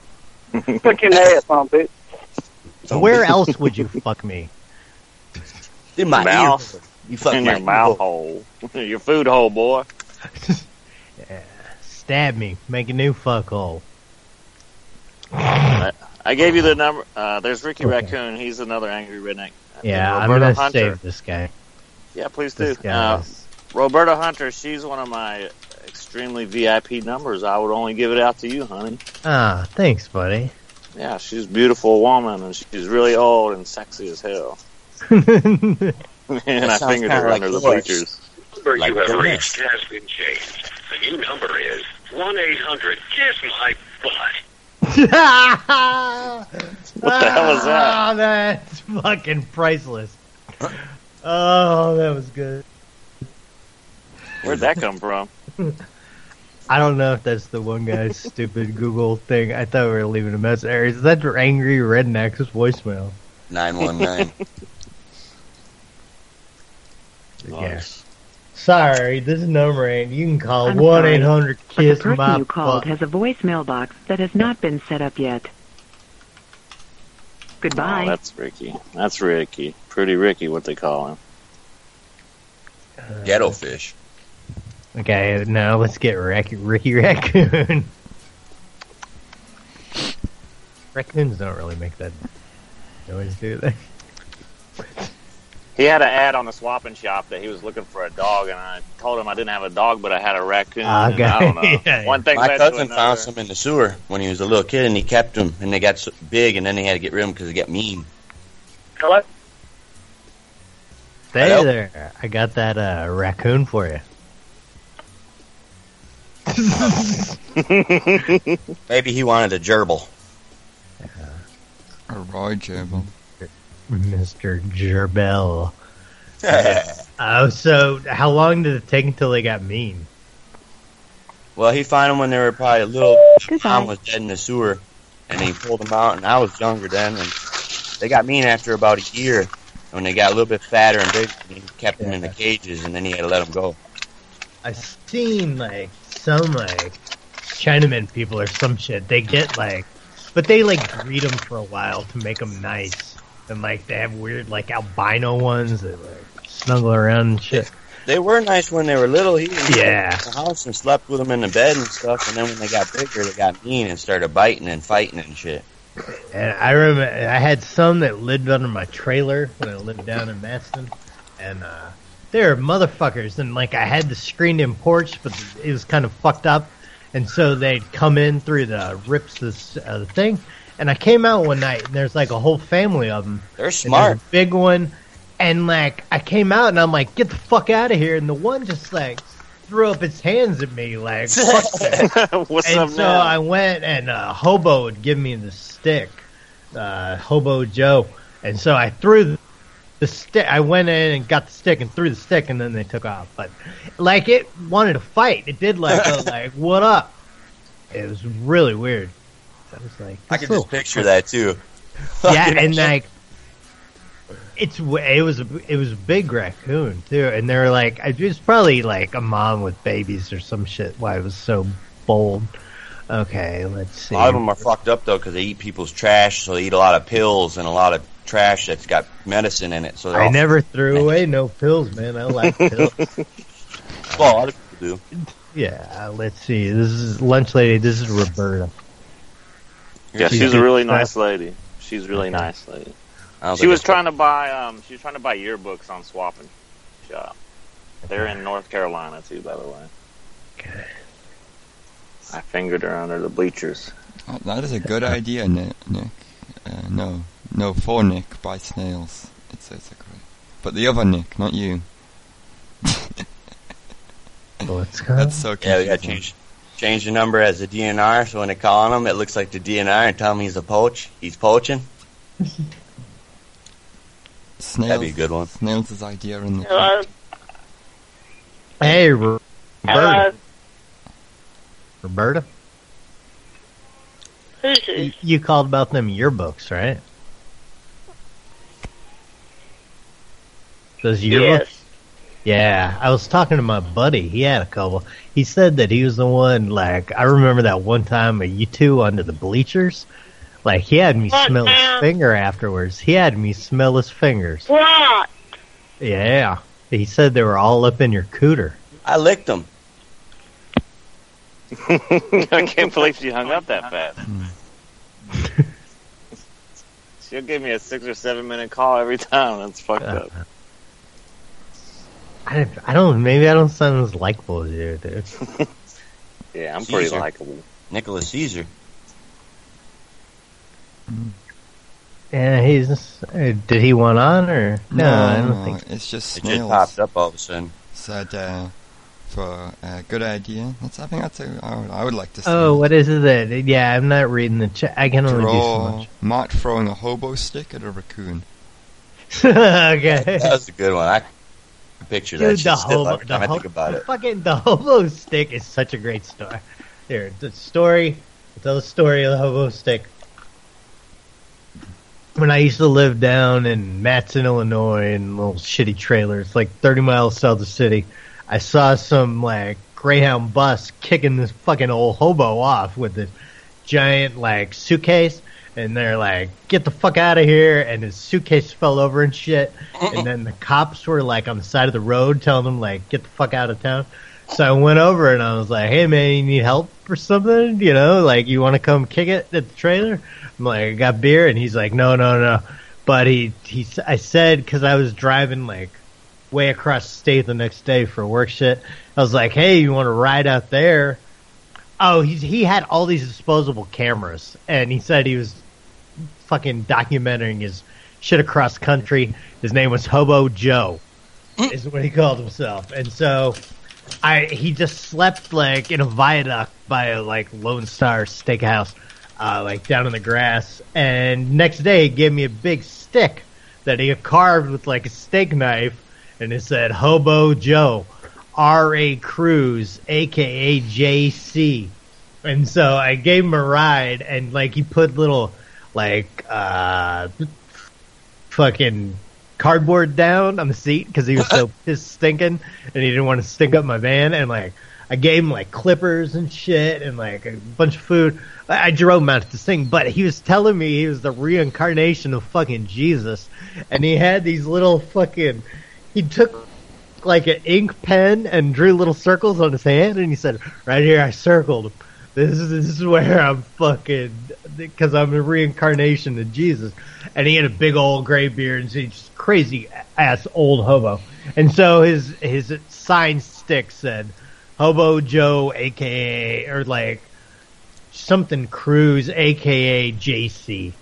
S3: Fuck your ass, on bitch.
S1: Where else would you fuck me?
S6: In my
S1: mouth.
S6: ear. You fuck
S1: In
S6: my
S1: your mouth
S6: hole.
S23: Your food hole, boy.
S1: Stab me. Make a new fuck hole.
S23: I gave
S1: Uh-huh.
S23: you the number. Uh, there's Ricky Raccoon. He's another angry redneck. And
S1: Yeah, I'm
S23: Roberta
S1: gonna
S23: Hunter.
S1: save this guy.
S23: Yeah, please do.
S1: This guy
S23: Uh, Roberta Hunter, she's one of my extremely VIP numbers. I would only give it out to you, honey.
S1: Ah, thanks, buddy.
S23: Yeah, she's a beautiful woman, and she's really old and sexy as hell. and I
S6: sounds
S23: fingered
S6: kinda
S23: her
S6: like
S23: under the
S6: yours.
S23: bleachers.
S7: number
S23: Like
S7: you have
S23: this.
S7: reached has been changed. The new number is 1 800 Kiss My Butt.
S1: what the Uh, hell
S7: is that?
S1: Oh, that's fucking priceless. Oh, that was good.
S23: Where'd that come from?
S1: I don't know if that's the one guy's stupid Google thing. I thought we were leaving a message. Or Is that angry redneck's voicemail?
S6: 919.
S1: Yeah. Sorry, this number ain't. You can call
S8: I'm
S1: one
S8: sorry,
S1: eight hundred
S8: but
S1: kiss
S8: The person
S1: my
S8: you called
S1: butt.
S8: has a voicemail box that has not been set up yet. Goodbye.
S23: Oh, that's Ricky. That's Ricky. Pretty Ricky, what they call him.
S6: Ghetto fish.
S1: Okay, now let's get Rac- Ricky Raccoon. Raccoons don't really make that noise, do they?
S23: He had an ad on the swapping shop that he was looking for a dog, and I told him I didn't have a dog, but I had a raccoon. and I don't know. One thing
S6: My
S23: led
S6: cousin
S23: to
S6: found
S23: another.
S6: some in the sewer when he was a little kid, and he kept them, and they got so big, and then he had to get rid of them because they got mean.
S22: Hello?
S1: Stay
S6: Hello?
S1: there. I got that uh, raccoon for you.
S6: Maybe he wanted a gerbil.
S2: A roy gerbil.
S1: Mr. Gerbel. Oh, so how long did it take until they got mean?
S6: Well, he found them when they were probably a little. Mom was dead in the sewer, and he pulled them out, and I was younger then, and they got mean after about a year. When they got a little bit fatter and bigger, and he kept them in the cages, and then he had to let them go.
S1: I've seen like some like Chinaman people or some shit. They get like, but they like breed them for a while to make them nice, and like they have weird like albino ones that like snuggle around and shit.
S6: They were nice when they were little. He was
S1: Yeah.
S6: in the house and slept with them in the bed and stuff, and then when they got bigger, they got mean and started biting and fighting and shit.
S1: And I remember I had some that lived under my trailer when I lived down in Maston, and uh, they were motherfuckers. And like I had the screened-in porch, but it was kind of fucked up, and so they'd come in through the rips this uh, the thing. And I came out one night, and there's like a whole family of them.
S6: They're smart.
S1: big one, and like I came out, and I'm like, "Get the fuck out of here!" And the one just like threw up its hands at me, like, "Fuck that."
S23: What's
S1: and
S23: up
S1: so
S23: now?
S1: I went, and uh, Hobo would give me the stick, uh, Hobo Joe, and so I threw the stick. I went in and got the stick and threw the stick, and then they took off. But like it wanted to fight. It did like go like, "What up?" It was really weird. I was like, "Oh,
S6: I
S1: "This
S6: could
S1: little
S6: just picture that too.
S1: yeah, and like it's it was it was a big raccoon too, and they were like it was probably like a mom with babies or some shit. Why it was so bold? Okay, let's
S6: A
S1: see.
S6: lot of them are fucked up though because they eat people's trash, so they eat a lot of pills and a lot of trash that's got medicine in it. So they're
S1: I
S6: all-
S1: never threw away no pills, man. I like pills.
S6: Well, other people do.
S1: yeah, let's see. This is lunch lady. This is Roberta.
S23: Yeah, she's a really nice lady. She's really nice lady. She was trying to buy um she was trying to buy yearbooks on swapping shop. They're in North Carolina too, by the way. I fingered her under the bleachers.
S2: Oh, that is a good idea, Ni- Nick. Uh, no, no, for Nick by snails. It says that correct. But the other Nick, not you.
S1: Oh, That's
S2: so
S6: Yeah, they got
S2: confusing.
S6: change change the number as a DNR. So when they call on him, it looks like the DNR and tell him he's a poach. He's poaching.
S2: Snails,
S6: That'd be a good one.
S2: Snails' idea in the.
S9: Hello?
S1: Hey, Ro- Roberta.
S9: Hello?
S1: Roberta,
S9: Who's
S1: you,
S9: this?
S1: you called about them yearbooks, right? Those yearbooks.
S9: Yes.
S1: Yeah, I was talking to my buddy. He had a couple. He said that he was the one. Like I remember that one time, uh, you two under the bleachers, Like he had me
S5: What
S1: smell his
S5: now?
S1: finger afterwards. He had me smell his fingers.
S5: What?
S1: Yeah. He said they were all up in your cooter.
S6: I licked them.
S23: I can't believe she hung up that fast. She'll give me a six or seven minute call every time. That's fucked up.
S1: Uh, I, I don't. Maybe I don't sound as likable as you, dude.
S23: Yeah, I'm pretty
S6: Caesar.
S23: likable.
S6: Nicholas Caesar.
S1: And he's. uh, Did he want on or no? I don't think. so.
S2: It's just
S6: It just
S2: snails.
S6: popped up all of a sudden.
S2: Said uh, for a good idea. That's I think that's a, I, would, I would like to see.
S1: Oh, what is it? Yeah, I'm not reading the chat. I can only do so
S2: Draw
S1: much.
S2: Mott throwing a hobo stick at a raccoon.
S1: okay.
S6: That was a good one. I can picture that.
S1: Dude,
S6: shit
S1: the
S6: still
S1: hobo,
S6: every
S1: the,
S6: time I
S1: ho-
S6: think about
S1: the
S6: it.
S1: fucking the hobo stick is such a great story. Here, the story, tell the story of the hobo stick. When I used to live down in Matson, Illinois, in little shitty trailers, like thirty miles south of the city, I saw some like Greyhound bus kicking this fucking old hobo off with this giant like suitcase. And they're like, get the fuck out of here. And his suitcase fell over and shit. And then the cops were like on the side of the road telling him, like, get the fuck out of town. So I went over and I was like, hey man, you need help or something? You know, like, you want to come kick it at the trailer? I'm like, I got beer. And he's like, no, no, no. But he, he, s- I said, cause I was driving like way across the state the next day for work shit. I was like, hey, you want to ride out there? Oh, he's, he had all these disposable cameras, and he said he was fucking documenting his shit across the country. His name was Hobo Joe, is what he called himself. And so, I he just slept like in a viaduct by a like Lone Star Steakhouse, uh, like down in the grass. And next day, he gave me a big stick that he had carved with like a steak knife, and it said Hobo Joe. R.A. Cruz, aka JC. And so I gave him a ride, and like he put little, like, uh, fucking cardboard down on the seat because he was so pissed stinking and he didn't want to stink up my van. And like, I gave him like clippers and shit and like a bunch of food. I, I drove him out to this thing, but he was telling me he was the reincarnation of fucking Jesus. And he had these little fucking, he took like an ink pen and drew little circles on his hand, and he said, "Right here, I circled. This is this is where I'm fucking because I'm a reincarnation of Jesus." And he had a big old gray beard, and he's just crazy ass old hobo. And so his his sign stick said, "Hobo Joe, aka or like something Cruz, aka JC."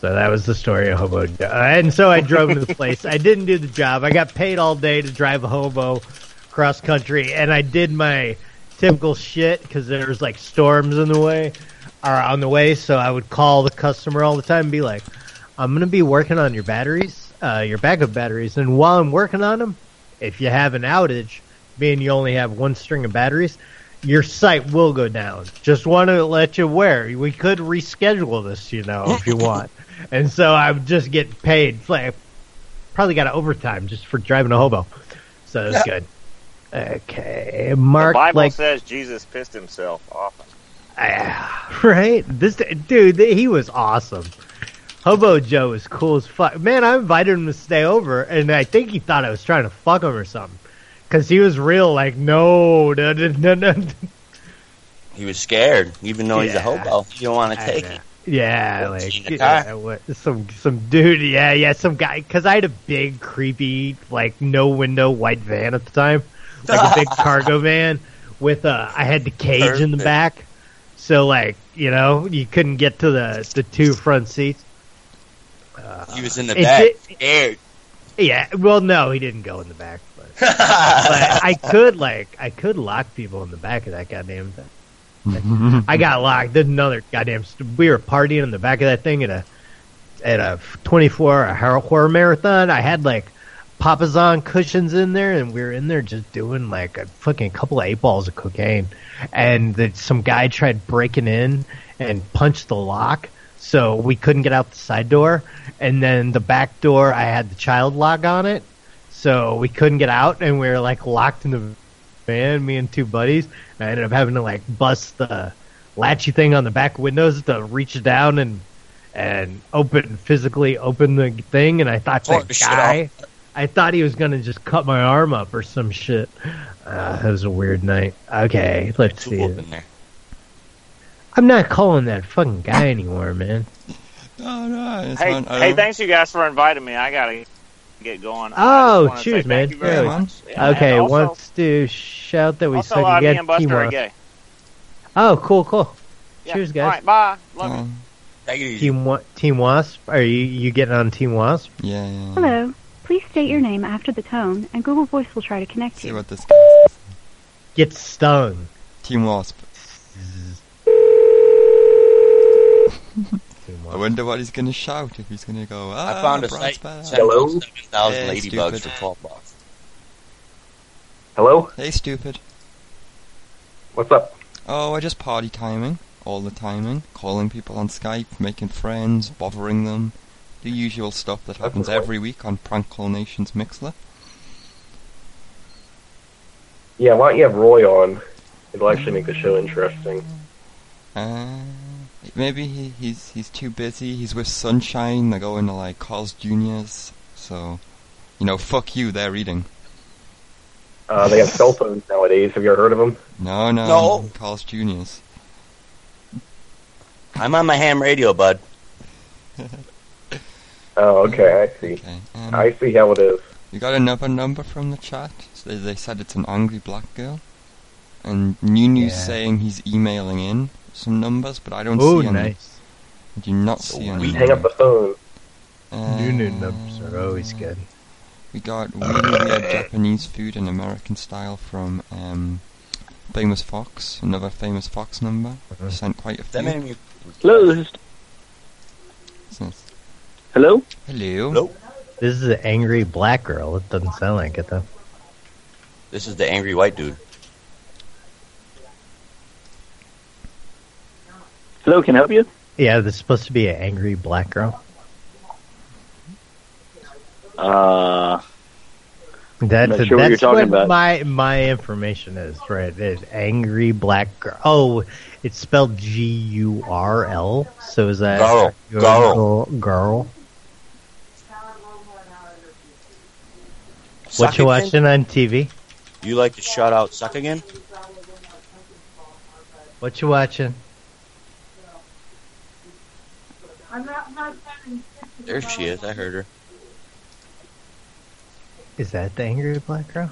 S1: So that was the story of Hobo Joe. And so I drove to the place. I didn't do the job. I got paid all day to drive a hobo cross country, and I did my typical shit because there was like storms in the way or on the way. So I would call the customer all the time and be like, "I'm going to be working on your batteries, uh, your backup batteries, and while I'm working on them, if you have an outage, being you only have one string of batteries." Your site will go down. Just want to let you aware. We could reschedule this, you know, if you want. and so I'm just getting paid. It's Like, probably got overtime just for driving a hobo. So that's good. Okay, Mark.
S23: the Bible
S1: like,
S23: says Jesus pissed himself often.
S1: Ah. right? This dude, th- he was awesome. Hobo Joe is cool as fuck. Man, I invited him to stay over, and I think he thought I was trying to fuck him or something. Cause he was real, like no, no, no, no, no.
S6: He was scared, even though he's a
S1: Yeah.
S6: hobo. He don't want to
S1: I
S6: take
S1: know.
S6: it.
S1: Yeah,
S6: Well,
S1: like
S6: Gina
S1: yeah,
S6: Kai.
S1: what- some some dude. Yeah, yeah, some guy. Because I had a big, creepy, like no window white van at the time, like a big cargo van with uh, I had the cage in the
S23: Perfect.
S1: back, so like you know you couldn't get to the the two front seats. Uh,
S6: He was in the
S1: It
S6: back,
S1: did-
S6: scared.
S1: Yeah, well, no, he didn't go in the back, but, but I could like I could lock people in the back of that goddamn thing. I got locked. There's another goddamn. St- we were partying in the back of that thing at a at a 24 hour horror- horror marathon. I had like papazon cushions in there, and we were in there just doing like a fucking couple of eight balls of cocaine. And the, some guy tried breaking in and punched the lock, so we couldn't get out the side door. And then the back door, I had the child lock on it, so we couldn't get out, and we were like locked in the van, me and two buddies. And I ended up having to like bust the latchy thing on the back windows to reach down and and open physically open the thing, and I thought
S9: Tore
S1: that
S9: the shit
S1: guy, I thought he was gonna just cut my arm up or some shit. Uh, that was a weird night. Okay, let's see. it. I'm not calling that fucking guy anymore, man.
S2: No, Oh, no, it's Um,
S23: Hey,
S2: on- I
S23: hey,
S2: don't-
S23: thanks you guys for inviting me. I gotta get going. I just
S1: Oh,
S23: wanna say
S1: cheers, man.
S23: Thank you very
S1: Yeah.
S23: much.
S1: okay,
S23: and also,
S1: wants to shout that we
S23: also,
S1: suck
S23: uh, me
S1: again.
S23: and Buster are
S1: Quinoa.
S23: gay.
S1: Oh, cool, cool.
S23: Yeah.
S1: Cheers, guys.
S23: All right, bye. Love you.
S1: Team Wa- Team Wasp, are you you getting on Team Wasp?
S2: Yeah. yeah.
S21: Hello. Please state your name after the tone, and Google Voice will try to connect
S2: See
S21: you.
S2: what this guy says.
S1: Get stung.
S2: Team Wasp. I wonder what he's gonna shout if he's gonna go. Ah,
S6: I found a
S2: Brad's
S6: site.
S2: better."
S6: Hello? 7,000
S2: Hey,
S6: ladybugs
S2: stupid.
S6: for 12 bucks.
S2: Hello? Hey, stupid. What's up? Oh, I just party timing. All the timing. Calling people on Skype, making friends, bothering them. The usual stuff that happens every week on Prank Call Nation's Mixler.
S22: Yeah, why don't you have Roy on? It'll actually make the show interesting.
S2: Uh, maybe he, he's he's too busy. He's with Sunshine. They're going to like Carl's Juniors. So, you know, fuck you. They're eating.
S22: Uh, they have cell phones nowadays. Have you ever heard of them?
S2: No, no.
S6: No.
S2: Carl's Juniors.
S6: I'm on my ham radio, bud.
S22: Oh, okay, I see.
S2: um,
S22: I see how it is.
S2: You got another number from the chat? So they- they said it's an angry black girl. And Nunu's
S1: Yeah.
S2: saying he's emailing in some numbers, but I don't
S1: Ooh,
S2: see any.
S1: nice.
S2: I do not see any.
S22: We hang up the phone.
S1: Nunu numbers are always good.
S2: Uh, We got really weird Japanese food in American style from um, Famous Fox, another Famous Fox number. Sent quite a few.
S6: That made me.
S2: Hello, this is...
S1: Hello.
S2: Hello.
S1: This is an angry black girl. It doesn't sound like it though.
S6: This is the angry white dude.
S1: Hello, can I help you? Yeah, this is supposed to be an angry black girl.
S23: Uh,
S1: That,
S23: Not sure what
S1: that's
S23: you're talking about.
S1: my my information is right. It's angry black girl. Oh, it's spelled G U R L. So is that
S6: Girl.
S1: your
S6: Girl.
S1: girl? girl?
S6: Suck
S1: What you
S6: again?
S1: watching on TV?
S6: You like to shout out suck again?
S1: What you watching?
S6: There she is. I heard her.
S1: Is that the angry black girl?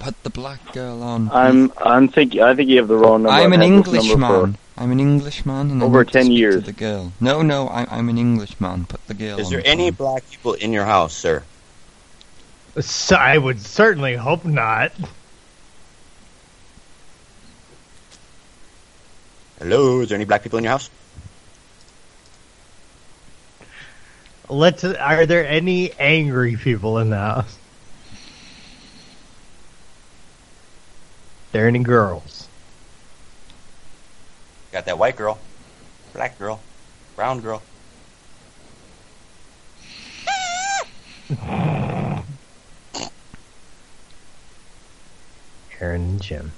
S2: Put the black girl on.
S10: I'm I'm thinking I think you have the wrong number.
S2: I'm an
S10: I've had this number
S2: Englishman. I'm an Englishman. And I
S10: Over
S2: need to
S10: 10
S2: speak to
S10: years.
S2: the girl. No, no, I, I'm an Englishman. Put the girl
S6: Is
S2: on
S6: there
S2: the
S6: any
S2: phone.
S6: black people in your house, sir?
S1: So I would certainly hope not.
S6: Hello, is there any black people in your house?
S1: Let's. Are there any angry people in the house? There any girls?
S6: Got that white girl, black girl, brown girl.
S1: Aaron and Jim.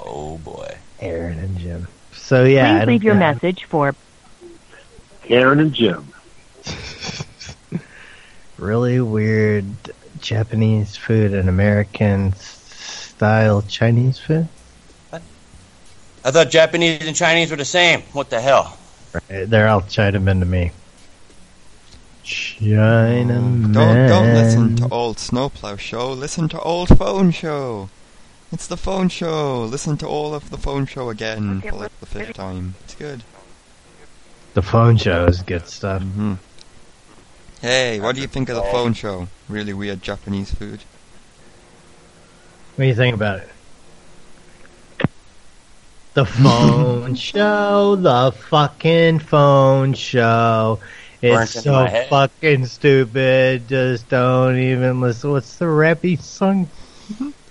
S6: Oh boy.
S1: Aaron and Jim. So yeah,
S14: Please
S1: I don't
S14: leave your
S1: know.
S14: message for
S10: Aaron and Jim.
S1: Really weird Japanese food and American s- style Chinese food.
S6: I thought Japanese and Chinese were the same. What the hell?
S1: Right, They're all Chinamen to me. Chinamen.
S2: Don't don't listen to old Snowplow Show. Listen to old Phone Show. It's the Phone Show. Listen to all of the Phone Show again for like the fifth time. It's good.
S1: The phone show is good stuff.
S2: Mm-hmm. Hey, what do you think of the Phone Show? Really weird Japanese food.
S1: What do you think about it? The phone show, the fucking phone show. It's
S6: Burnt into
S1: so
S6: my head.
S1: fucking stupid. Just don't even listen. What's the rappy song?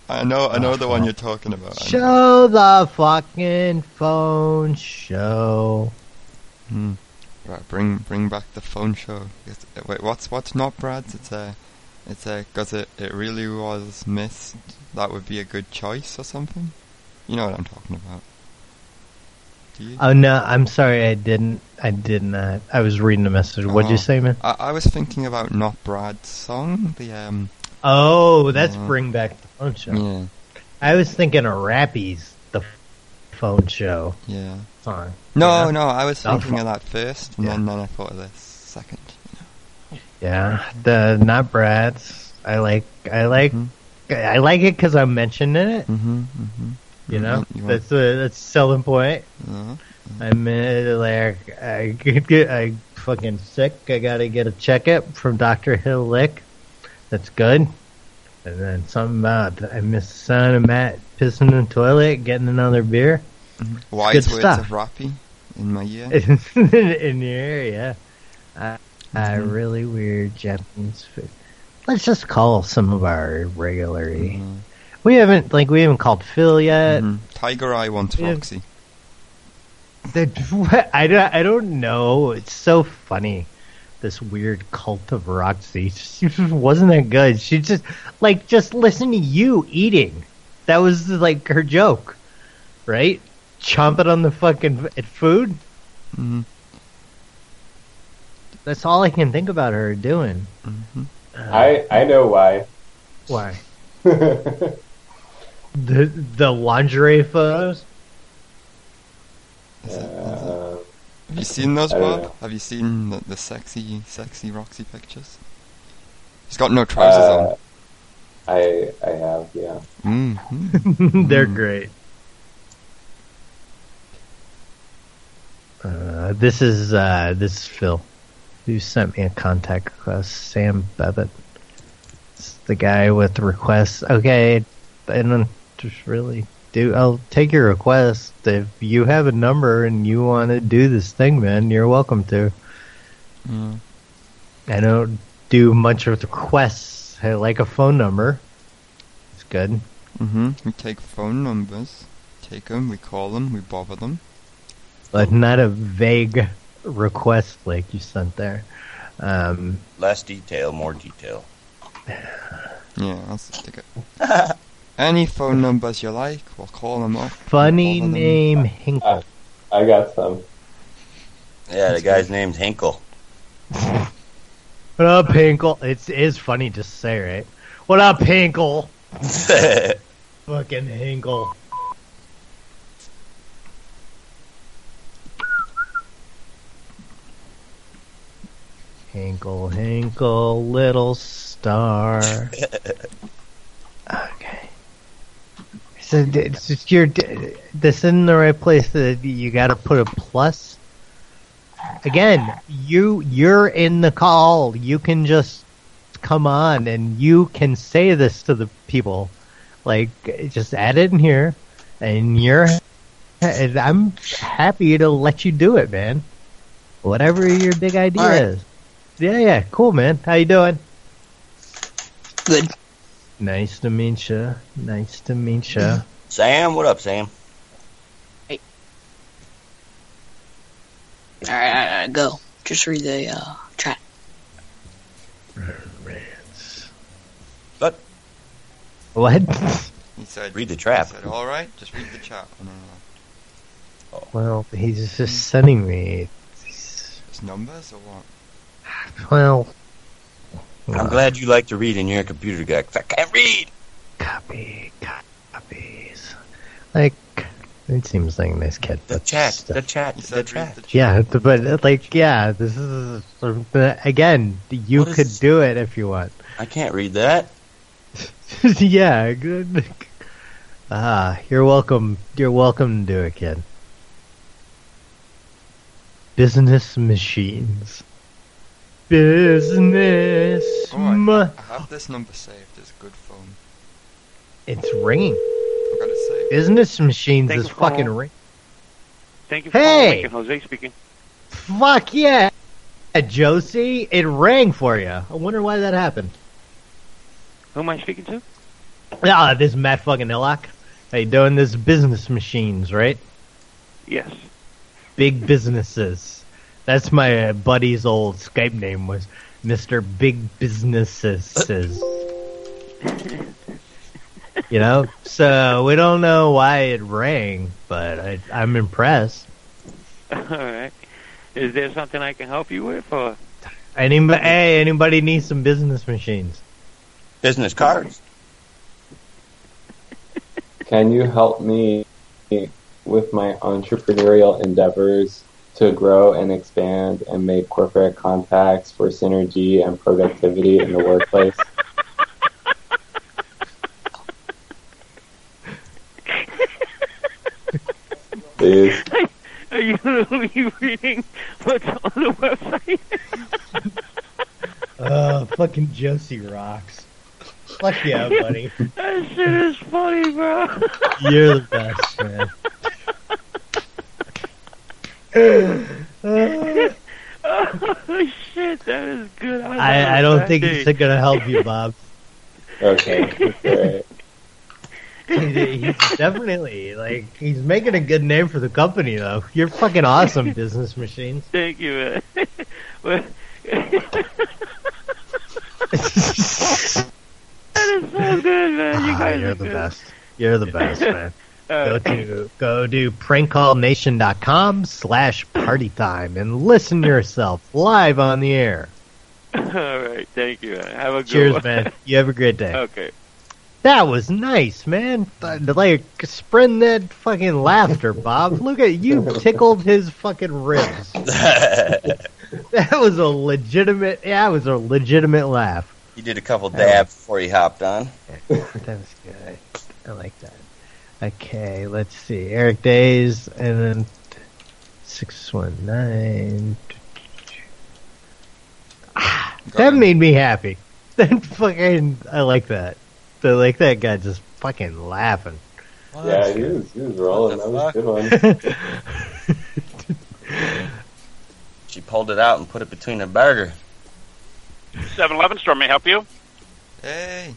S2: I know, I know the one you're talking about. I know.
S1: Show the fucking phone show.
S2: Hmm. Right, bring bring back the phone show. It's- uh, wait, what's what's not Brad's? It's a, it's a because it it really was missed. That would be a good choice or something. You know what I'm talking about.
S1: Oh no, I'm sorry, I didn't. I did not. I was reading the message. What'd you
S6: Uh-huh.
S2: Oh,
S1: say, man?
S2: I, I was thinking about not Brad's song. The um.
S1: Oh, that's
S2: uh,
S1: bring back the phone show.
S2: Yeah.
S1: I was thinking of Rappy's the phone show.
S2: Yeah.
S1: Song.
S2: No,
S1: Yeah.
S2: no, I was
S1: That was
S2: thinking
S1: fun.
S2: of that first, and then, then I thought of this second.
S1: Yeah, the not brats. I like. I like. I like it because I'm mentioned in it.
S2: Mm-hmm, mm-hmm.
S1: You know,
S2: Mhm, you
S1: that's a that's a selling point.
S2: Mhm,
S1: I'm uh, like I get, get I fucking sick. I gotta get a checkup from Doctor Hill Lick. That's good. And then something about I miss the sound of Matt pissing in the toilet, getting another beer. It's
S2: Wise
S1: good
S2: words
S1: stuff.
S2: of rappy in my ear.
S1: in the air, yeah. Uh, I, I
S2: Mhm.
S1: really weird Japanese food. Let's just call some of our regularly. We haven't like we haven't called Phil yet.
S2: Tiger Eye wants
S1: Yeah.
S2: Roxy.
S1: The- I don't, I don't know. It's so funny. This weird cult of Roxy. She just wasn't that good. She just like just listen to you eating. That was like her joke, right? Chomping on the fucking at food. That's all I can think about her doing.
S11: I I know why.
S1: Why? the the lingerie photos.
S11: Uh,
S2: Have you seen those,
S11: I don't
S2: Bob?
S11: know.
S2: Have you seen the, the sexy, sexy Roxy pictures? She's got no
S11: Uh,
S2: trousers
S11: I I have yeah.
S2: on. Mm-hmm.
S1: They're great. Uh, this is uh, this is Phil, who sent me a contact request. Sam Bevitt, it's the guy with the requests. Okay, and then just really do. I'll take your request if you have a number and you want to do this thing, man. You're welcome to.
S2: Mm.
S1: I don't do much with requests. I like a phone number. It's good.
S11: Mm-hmm.
S2: hmm We take phone numbers, take them, we call them, we bother them.
S1: but not a vague request like you sent there. Um,
S6: Less detail, more detail.
S2: Yeah, I'll stick it. Any phone numbers you like, we'll call them up.
S1: funny
S2: Bother them.
S1: name Hinkle.
S11: Uh, I got some.
S6: Yeah, the guy's name's Hinkle.
S1: What up, Hinkle? It's is funny to say, right? What up, Hinkle? Fucking Hinkle. Hinkle, Hinkle, little star. So d- it's just you're d- this isn't the right place. That you got to put a plus. Again, you you're in the call. You can just come on and you can say this to the people. Like just add it in here, and you're. And I'm happy to let you do it, man. Whatever your big idea is. Yeah, yeah, cool, man. How you doing?
S6: Good.
S1: Nice to meet you. Nice to meet you.
S6: Sam, what up, Sam?
S9: All right, all right, all right, go. Just read the uh, chat.
S1: What?
S2: He said,
S6: Read the trap.
S2: He said, all right, just read the chat. And then,
S1: Well, he's just sending me.
S2: uh, it's numbers or what?
S1: Well,
S6: I'm glad you like to read and you're a computer guy 'cause I can't read.
S1: Copy, copies. like, it seems like a nice kid.
S6: The chat, the chat, the chat.
S1: Yeah, but like, yeah, this is again. You could do it if you want.
S6: I can't read that.
S1: yeah, good. Ah, you're welcome. You're welcome to do it, kid. Business machines. Business.
S2: Oh, I-
S1: ma-
S2: I have this number saved. It's a good phone.
S1: It's ringing.
S2: I gotta say.
S1: Business machines
S17: Thank
S1: is
S17: you for
S1: fucking
S17: calling.
S1: ring.
S17: Thank you for
S1: Hey!
S17: calling. Jose speaking.
S1: Fuck yeah, Josie! It rang for you. I wonder why that happened.
S17: Who am I speaking to?
S1: Ah, this is Matt fucking Illock. How you doing? This is business machines, right?
S17: Yes.
S1: Big businesses. That's my uh, buddy's old Skype name was Mister Big Businesses. you know, so we don't know why it rang, but I, I'm impressed.
S12: All right. Is there something I can help you with, or
S1: Anybody, hey, anybody needs some business machines?
S6: Business cards.
S11: Can you help me with my entrepreneurial endeavors to grow and expand and make corporate contacts for synergy and productivity in the workplace? Please.
S12: are you are you reading what's on the website?
S1: Uh, fucking Josie rocks. Fuck yeah, buddy.
S12: that shit is funny, bro.
S1: You're the best, man.
S12: oh shit, that is good.
S1: I, I don't think it's gonna help you, Bob.
S11: Okay.
S1: He- he's definitely like he's making a good name for the company though. You're fucking awesome, business machines.
S12: Thank you, man. Well, that is so good, man. You
S1: Ah,
S12: guys
S1: you're
S12: are
S1: the
S12: good.
S1: best. You're the best, man. Go
S12: Uh,
S1: to go to prankcallnation.com slash party time and listen to yourself live on the air.
S12: All right, thank you. Man. Have a good
S1: Cheers,
S12: one.
S1: man. You have a great day.
S12: Okay.
S1: That was nice, man. Th- Like spreading that fucking laughter, Bob. Look at you tickled his fucking ribs. That was a legitimate. Yeah, it was a legitimate laugh.
S6: He did a couple dabs before he hopped on.
S1: that was good. I like that. Okay, let's see. Eric Days and then six one nine. Ah, That made me happy. That fucking I like that. So like that guy just fucking laughing.
S11: yeah, he was, he was rolling. That was a good one.
S6: She pulled it out and put it between her burger.
S17: 7-Eleven store may I help you.
S2: Hey.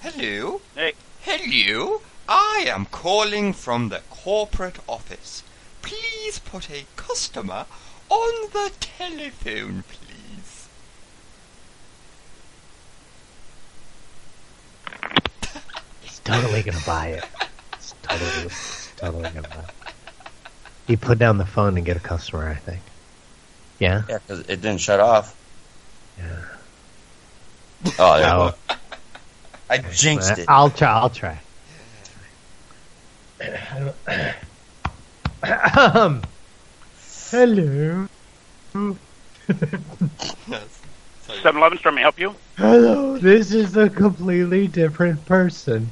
S2: Hello.
S17: Hey.
S2: Hello. I am calling from the corporate office. Please put a customer on the telephone, please.
S1: He's totally gonna buy it. He's totally, he's totally gonna buy it. He put down the phone and get a customer, I think. Yeah.
S6: Yeah, 'cause it didn't shut off. Yeah. Oh, there
S1: Oh.
S6: it was. I jinxed it.
S1: I'll try. I'll try. Ahem. Hello.
S2: Yes.
S17: 7-Eleven store may I help you.
S1: Hello. This is a completely different person.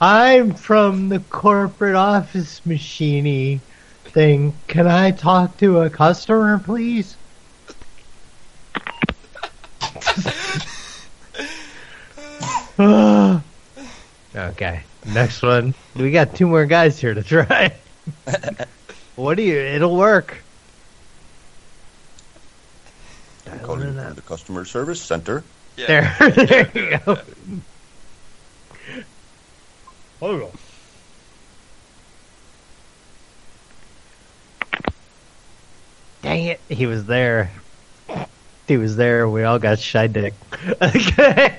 S1: I'm from the corporate office machiny thing. Can I talk to a customer, please? okay. Next one. We got two more guys here to try. what do you? It'll work.
S6: Calling from the customer service center.
S1: There, there you go. Hold on. Dang it, he was there. He was there. We all got shy dick. Okay.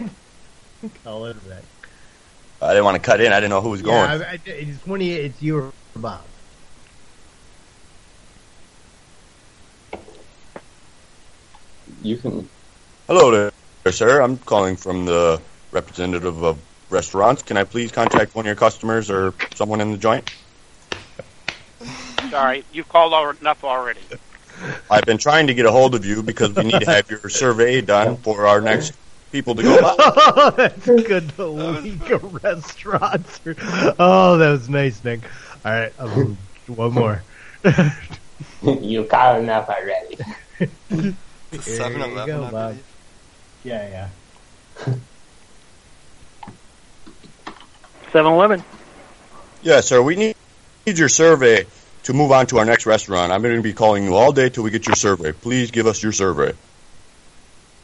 S1: Call it back.
S6: I didn't want to cut in. I didn't know who was going.
S1: Yeah, I, I, it's when you, it's you or Bob.
S11: You can.
S6: Hello there, sir. I'm calling from the representative of restaurants. Can I please contact one of your customers or someone in the joint?
S12: Sorry, you've called al- enough already.
S6: I've been trying to get a hold of you because we need to have your survey done for our next people to go by.
S1: That's good. The week of restaurants. Oh, that was nice, Nick. All right, um, one more.
S11: you got enough already.
S1: There you
S2: 7-Eleven,
S1: go,
S2: I
S1: Bob.
S2: believe.
S1: Yeah, yeah.
S12: 7-Eleven.
S6: Yes, sir. We need, need your survey to move on to our next restaurant. I'm going to be calling you all day till we get your survey. Please give us your survey.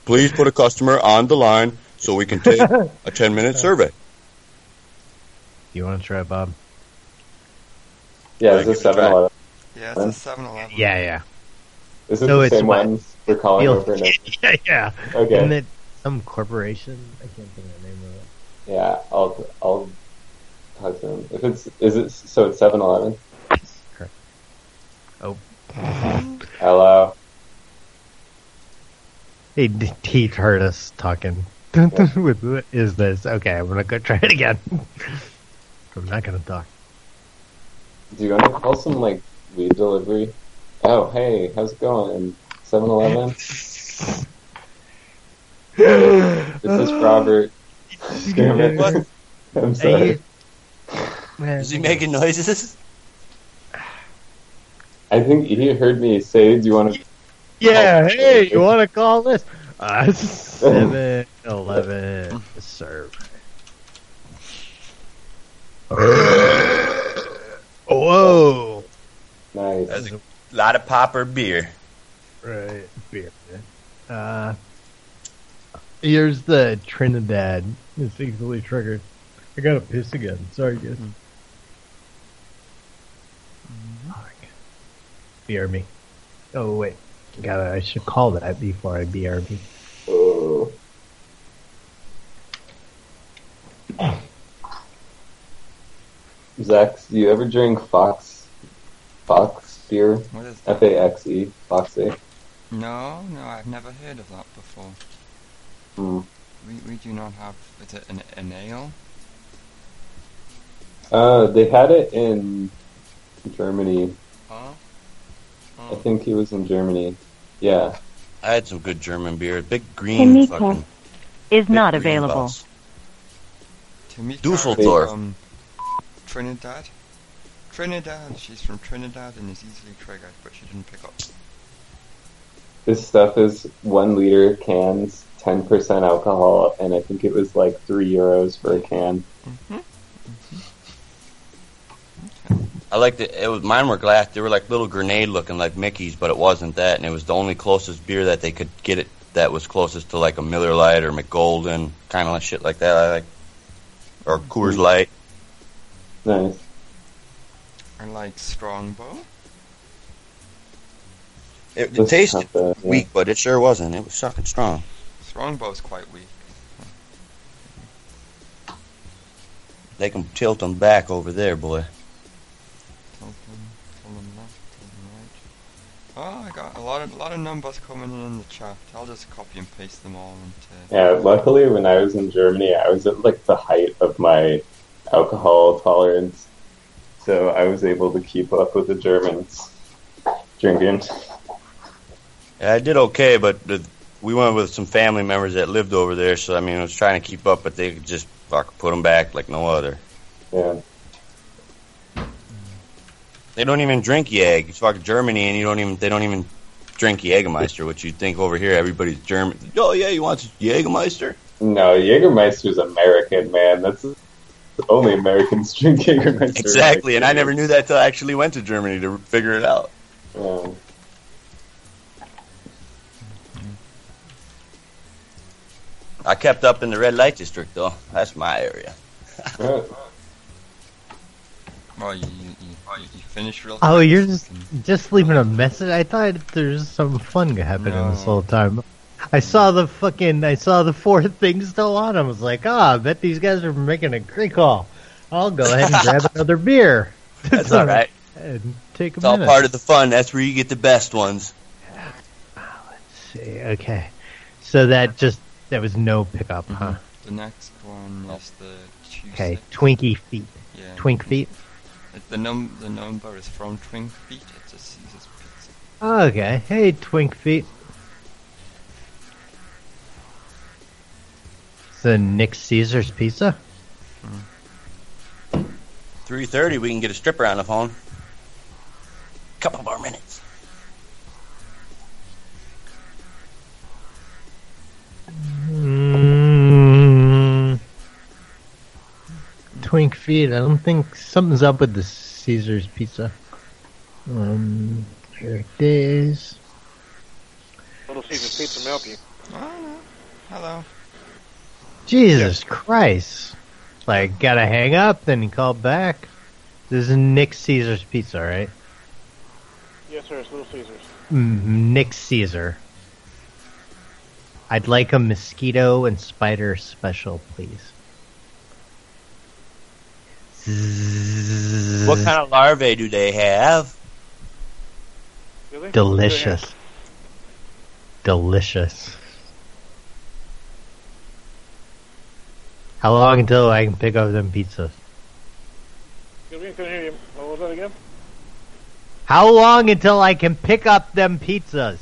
S6: Please put a customer on the line so we can take a 10 minute survey.
S1: You want to try, Bob?
S11: Yeah, is this 7 Eleven?
S2: Yeah, it's a 7-Eleven.
S1: Yeah, yeah.
S11: Is this
S1: So
S11: the
S1: it's
S11: same
S1: what?
S11: ones we're calling
S1: Feel-
S11: over and over?
S1: yeah, yeah.
S11: Okay.
S1: And then some corporation. I can't think of the name of it.
S11: Yeah, I'll I'll talk to him. If it's is it so it's seven eleven.
S1: Correct. Oh,
S11: Hello.
S1: he, he heard us talking. With- what is this? Okay, I'm gonna go try it again. I'm not gonna talk.
S11: Do you want to call some like weed delivery? Oh, hey, how's it going? 7-Eleven. this is Robert. Damn it.
S6: What?
S11: I'm sorry.
S6: Is he making noises?
S11: I think he heard me say, "Do you want to?"
S1: Yeah, hey, you want to call this? Uh, 7 11 serve. Whoa.
S11: Nice.
S6: That's a lot of popper beer.
S1: Right. Beer. Uh, here's the Trinidad. It's easily triggered. I gotta piss again. Sorry, guys. BR me. Oh, wait. Gotta, I should call that before I BR me.
S11: Zach, do you ever drink Fox Fox beer?
S2: What is that?
S11: F A X E Foxy.
S2: No, no, I've never heard of that before.
S11: Mm.
S2: We, we do not have. Is it an, an ale?
S11: Uh, they had it in Germany.
S2: Huh? Oh.
S11: I think he was in Germany. Yeah.
S6: I had some good German beer. Big green
S14: Kimiko
S6: fucking
S14: is not
S6: Big green
S14: available.
S6: box.
S2: Tamika
S6: Dusseldorf.
S2: From Trinidad. Trinidad. She's from Trinidad and is easily triggered, but she didn't pick up.
S11: This stuff is one liter cans, ten percent alcohol, and I think it was like three euros for a can.
S6: I liked it. It was mine were glass. They were like little grenade looking, like Mickey's, but it wasn't that. And it was the only closest beer that they could get it that was closest to like a Miller Lite or McGolden, kind of like shit like that. I like or Coors Light.
S11: Nice.
S2: I like Strongbow.
S6: It, it
S2: That's
S6: tasted
S11: bad, yeah.
S6: weak, but it sure wasn't. It was fucking strong.
S2: Strongbow's quite weak.
S6: They can tilt them back over there, boy.
S2: Tilt 'em, tilt 'em left, tilt 'em right. Oh, I got a lot of lot of numbers coming in in the chat. I'll just copy and paste them all into.
S11: Yeah, luckily when I was in Germany, I was at like the height of my alcohol tolerance, so I was able to keep up with the Germans drinking.
S6: Yeah, I did okay, but the, we went with some family members that lived over there, so I mean, I was trying to keep up, but they could just fuck put them back like no other.
S11: Yeah.
S6: They don't even drink Jäg. It's fucking Germany, and you don't even they don't even drink Jägermeister, which you'd think over here everybody's German. Oh yeah, you want some Jägermeister?
S11: No, Jägermeister's American, man. That's the only Americans drink Jägermeister.
S6: Exactly, and I never knew that till I actually went to Germany to figure it out.
S11: Yeah.
S6: I kept up in the red light district though. That's my area.
S2: Oh, you you, you, you finished real.
S1: Oh,
S2: quick?
S1: you're just just leaving a message. I thought there was some fun happening this whole time. I saw the fucking I saw the four things still on. I was like, ah, I bet these guys are making a great call. I'll go ahead and grab another beer.
S6: That's all right.
S1: And take a
S6: It's all
S1: minute.
S6: part of the fun. That's where you get the best ones.
S1: okay, so that just that was no pickup, huh?
S6: Mm-hmm.
S2: The next one is the Tuesday.
S1: Okay, Twinkie feet,
S2: Yeah.
S1: Twink feet.
S2: It- The num the number is from Twin Feet. It's a Caesar's pizza.
S1: Okay, hey Twink feet. The Nick Caesar's pizza.
S6: Three thirty, we can get a stripper on the phone. Couple more minutes.
S1: Mm, twink feet. I don't think something's up with the Caesar's pizza. Um, here it is.
S12: Little Caesar's Pizza help you.
S2: Hello.
S1: Jesus Christ! Like, gotta hang up, then he called back. This is Nick Caesar's pizza, right?
S12: Yes, sir. It's Little Caesar's.
S1: Mm, Nick Caesar. I'd like a mosquito and spider special, please.
S6: What kind of larvae do they have?
S12: Really?
S1: Delicious. Delicious. How long until I can pick up them pizzas?
S12: Excuse me, couldn't hear you. What was that again?
S1: How long until I can pick up them pizzas?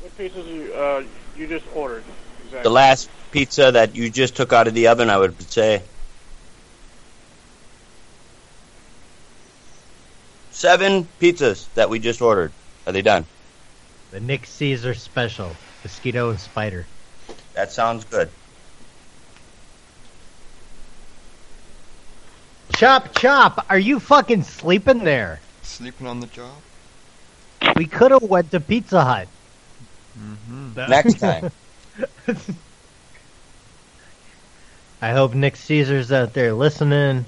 S12: What pieces you uh you just ordered? Exactly.
S6: The last pizza that you just took out of the oven, I would say. Seven pizzas that we just ordered. Are they done?
S1: The Nick Caesar special, mosquito and spider.
S6: That sounds good.
S1: Chop chop, are you fucking sleeping there?
S2: Sleeping on the job.
S1: We could have went to Pizza Hut. Mm-hmm.
S6: Next time.
S1: I hope Nick Caesar's out there listening.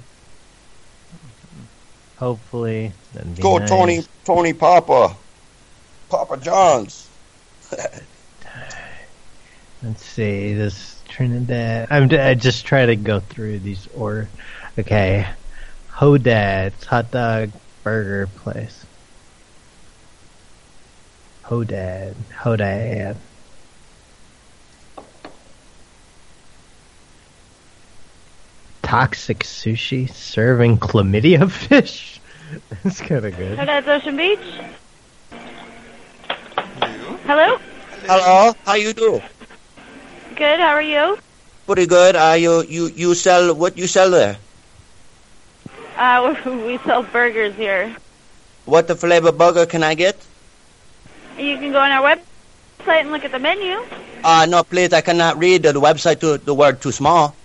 S1: Hopefully, that'd be
S6: Go
S1: nice.
S6: Tony, Tony Papa, Papa John's.
S1: Let's see this Trinidad. I'm d- I just try to go through these order. Okay, Hodad's hot dog burger place. Hodad, Hodad. Toxic sushi serving chlamydia fish. That's kind of good.
S5: Hello, Ocean Beach. Hello.
S6: Hello, how you do?
S5: Good. How are you?
S6: Pretty good. Are you you you sell what you sell there?
S5: Uh, we sell burgers here.
S6: What the flavor burger can I get?
S5: You can go on our website and look at the menu.
S6: Uh no, please. I cannot read the website. Too, the word too small.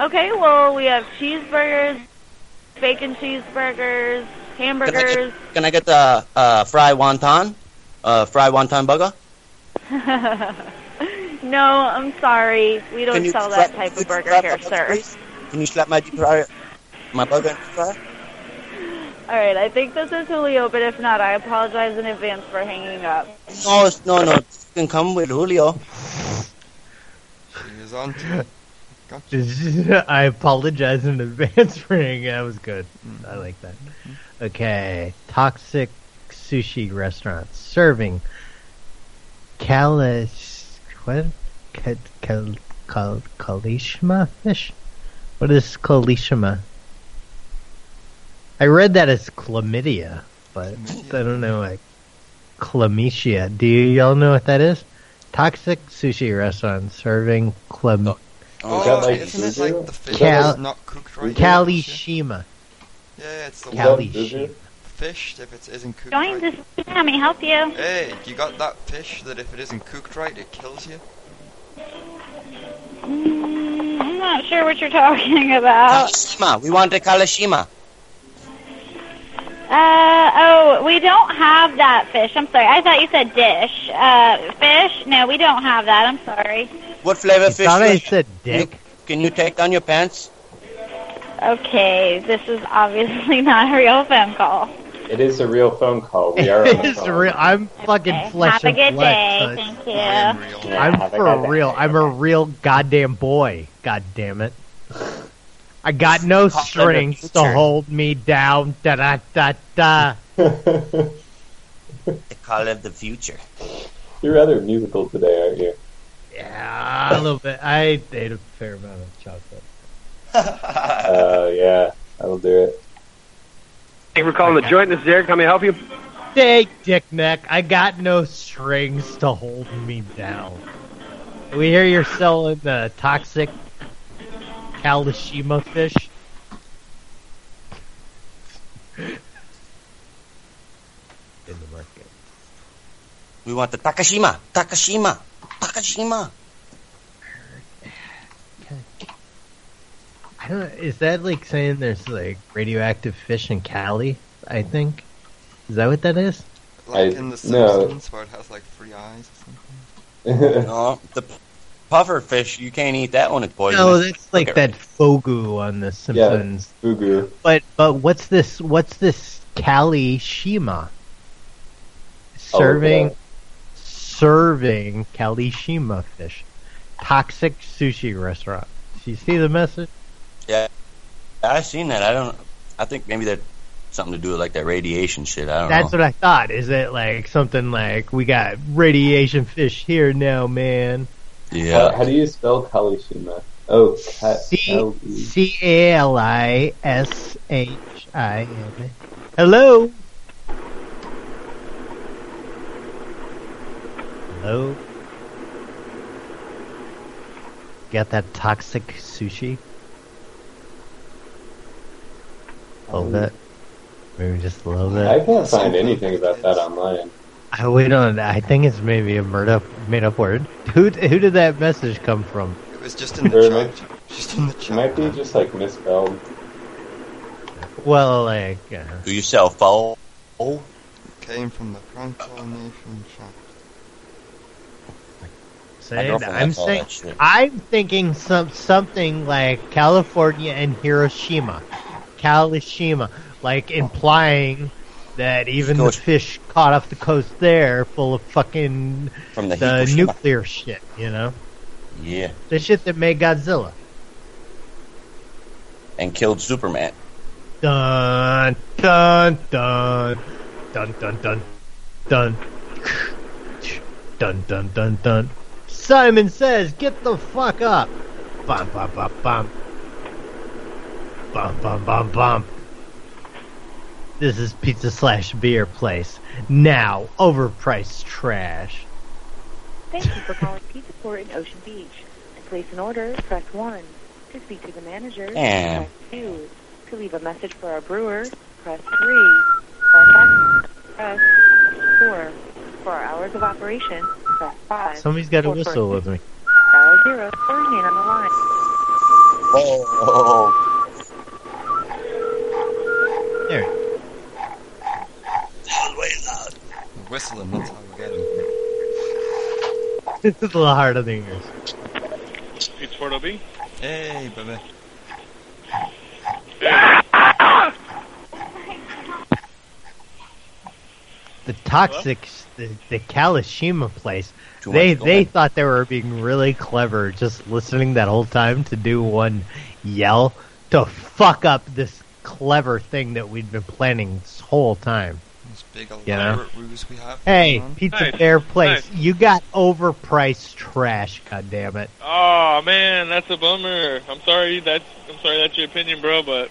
S5: Okay. Well, we have cheeseburgers, bacon cheeseburgers, hamburgers.
S6: Can I get the uh, fry wonton? Uh, fry wonton burger.
S5: no, I'm sorry. We
S6: Can
S5: don't
S6: you
S5: sell
S6: wrap-
S5: that type of
S6: could you
S5: burger
S6: wrap
S5: here,
S6: up the
S5: sir.
S6: place? Can you slap my fry, my burger in the fry?
S5: All right. I think this is Julio, but if not, I apologize in advance for hanging up.
S6: No, it's- no, no. You can come with Julio.
S2: He's on to it.
S1: I apologize in advance for hanging. That was good. I like that. Okay, toxic sushi restaurant serving calish what Ka- Ka- Ka- kalishma fish. What is kalishma? I read that as chlamydia, but I don't know. Like chlamydia. Do you, y'all know what that is? Toxic sushi restaurant serving chlam.
S2: Oh, Is that like isn't it like sushi? the fish that's not cooked right?
S1: Kalishima.
S2: Yeah, it's the
S1: Cali
S2: one-
S1: sheep.
S2: Fish, if it isn't cooked
S5: Join
S2: right.
S5: this. Let me help you.
S2: Hey, you got that fish that if it isn't cooked right, it kills you?
S5: Mm, I'm not sure what you're talking about.
S6: Kalashima. We want the Kalashima.
S5: Uh oh, we don't have that fish. I'm sorry. I thought you said dish. Uh, fish? No, we don't have that. I'm sorry.
S6: What flavor fish?
S5: thought I
S6: you-
S5: said dick.
S6: you- can you take down your pants?
S5: Okay, this is obviously not a real phone call.
S11: It is a real phone call. We are. on
S1: It
S11: the
S1: is
S11: phone.
S1: real. I'm fucking
S5: Okay,
S1: flesh
S5: Have a
S1: and
S5: good day.
S1: blood, son.
S5: Thank you.
S1: I'm for real. I'm a real goddamn boy. God damn it. I got no strings to hold me down. Da da da da.
S6: The color of the future.
S11: You're rather musical today, aren't you?
S1: Yeah, a little bit. I ate a fair amount of chocolate.
S11: Oh yeah, I'll do it.
S22: Thank you for calling the joint. This is Eric. How may I help you?
S1: Hey, dick neck. I got no strings to hold me down. We hear you're selling the toxic Kalashima fish. In the market.
S6: We want the Takashima. Takashima. Takashima.
S1: I don't. Is that like saying there's like radioactive fish in Cali? I think. Is that what that is?
S2: Like in The Simpsons, where it has like three eyes or something.
S6: no, the p- puffer fish. You can't eat that one. It's poisonous.
S1: No, that's like
S6: Okay.
S1: that fugu on The Simpsons.
S11: Fugu.
S1: But but what's this? What's this Cali Shima? Serving serving Kalishima fish, toxic sushi restaurant. Do you see the message?
S6: Yeah, I've seen that. I don't. I think maybe that something to do with like that radiation shit. I don't
S1: That's
S6: know.
S1: what I thought. Is it like something like we got radiation fish here now, man?
S11: Uh, How, how do you spell Kalishima? Oh, Ka- L-
S1: C A L I S H I M. Hello. Hello. Got that toxic sushi? A little bit. Maybe just a little bit.
S11: Oh. I can't find anything about that online.
S1: I wait on. I think it's maybe a made up made up word. Who who did that message come from?
S2: It was just in
S11: Or
S2: the
S11: it
S2: chat.
S11: might- It might be just like misspelled.
S1: Well, like. Uh,
S6: Do you sell foul? Oh,
S2: Came from the Prankel Nation chat.
S1: saying
S2: I
S1: that.
S2: don't
S1: I'm
S2: like all
S1: saying
S2: that shit.
S1: I'm thinking some something like California and Hiroshima, Kalishima, like implying that even the fish caught off the coast there, full of fucking
S6: From the Hiroshima.
S1: nuclear shit, you know,
S6: yeah,
S1: the shit that made Godzilla.
S6: and killed Superman.
S1: Dun dun dun dun dun dun dun dun dun dun dun. Simon says, "Get the fuck up!" Bum bum bum bum bum bum bum bum. This is pizza slash beer place now. Overpriced trash.
S13: Thank you for calling Pizza Port in Ocean Beach. To place an order, press 1. To speak to the manager,
S6: Damn.
S13: press 2. To leave a message for our brewer, press 3. For our fax, press 4. For our hours of operation, press 5.
S1: Somebody's got a
S13: Or for
S1: whistle with me.
S13: Dial 0 or remain on the line.
S6: Oh,
S1: There.
S2: Whistling, that's how we get him.
S1: It's a little hard on the ears.
S2: It's for Obi. Hey, baby.
S1: the toxic the, the Kalashima place.
S6: Too
S1: they
S6: much going.
S1: they thought they were being really clever just listening that whole time to do one yell to fuck up this clever thing that we'd been planning this whole time.
S2: This big
S1: You know?
S2: elaborate ruse we have.
S1: Hey,
S2: going on.
S1: Pizza Bear Place, you got overpriced trash, goddammit.
S12: Oh man, that's a bummer. I'm sorry. That's I'm sorry. That's your opinion, bro. But